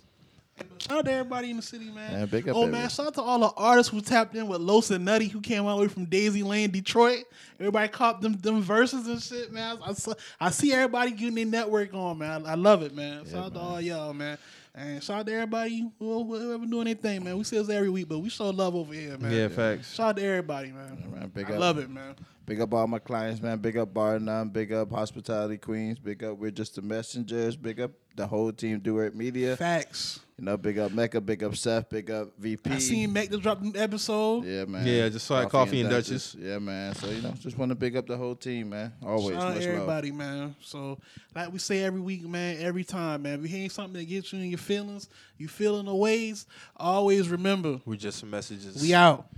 Speaker 1: Shout out to everybody in the city, man.
Speaker 3: Yeah, big up
Speaker 1: oh man,
Speaker 3: everybody.
Speaker 1: shout out to all the artists who tapped in with Los and Nutty, who came all the way from Daisy Lane, Detroit. Everybody caught them them verses and shit, man. I, I, saw- I see everybody getting their network on, man. I, I love it, man. Shout out to all y'all, man. And shout out to everybody who whoever doing anything, man. We see this every week, but we show love over here, man.
Speaker 2: Yeah, facts.
Speaker 1: Shout out to everybody, man.
Speaker 3: man, big
Speaker 1: I
Speaker 3: up.
Speaker 1: love it, man.
Speaker 3: Big up all my clients, man. Big up Bar None. Big up Hospitality Queens. Big up We're Just the Messengers. Big up the whole team, Do It Media.
Speaker 1: Facts.
Speaker 3: You know, big up Mecca. Big up Seth. Big up VP.
Speaker 1: I seen Mac just drop an episode.
Speaker 3: Yeah, man.
Speaker 2: Yeah, just saw it, Coffee and Duchess.
Speaker 3: Yeah, man. So, you know, just want to big up the whole team, man. Always.
Speaker 1: Shout out
Speaker 3: Much love.
Speaker 1: everybody, man. So, like we say every week, man, every time, man. If you hearing something that gets you in your feelings, you feeling the ways, always remember,
Speaker 2: We're just some messages.
Speaker 1: we out.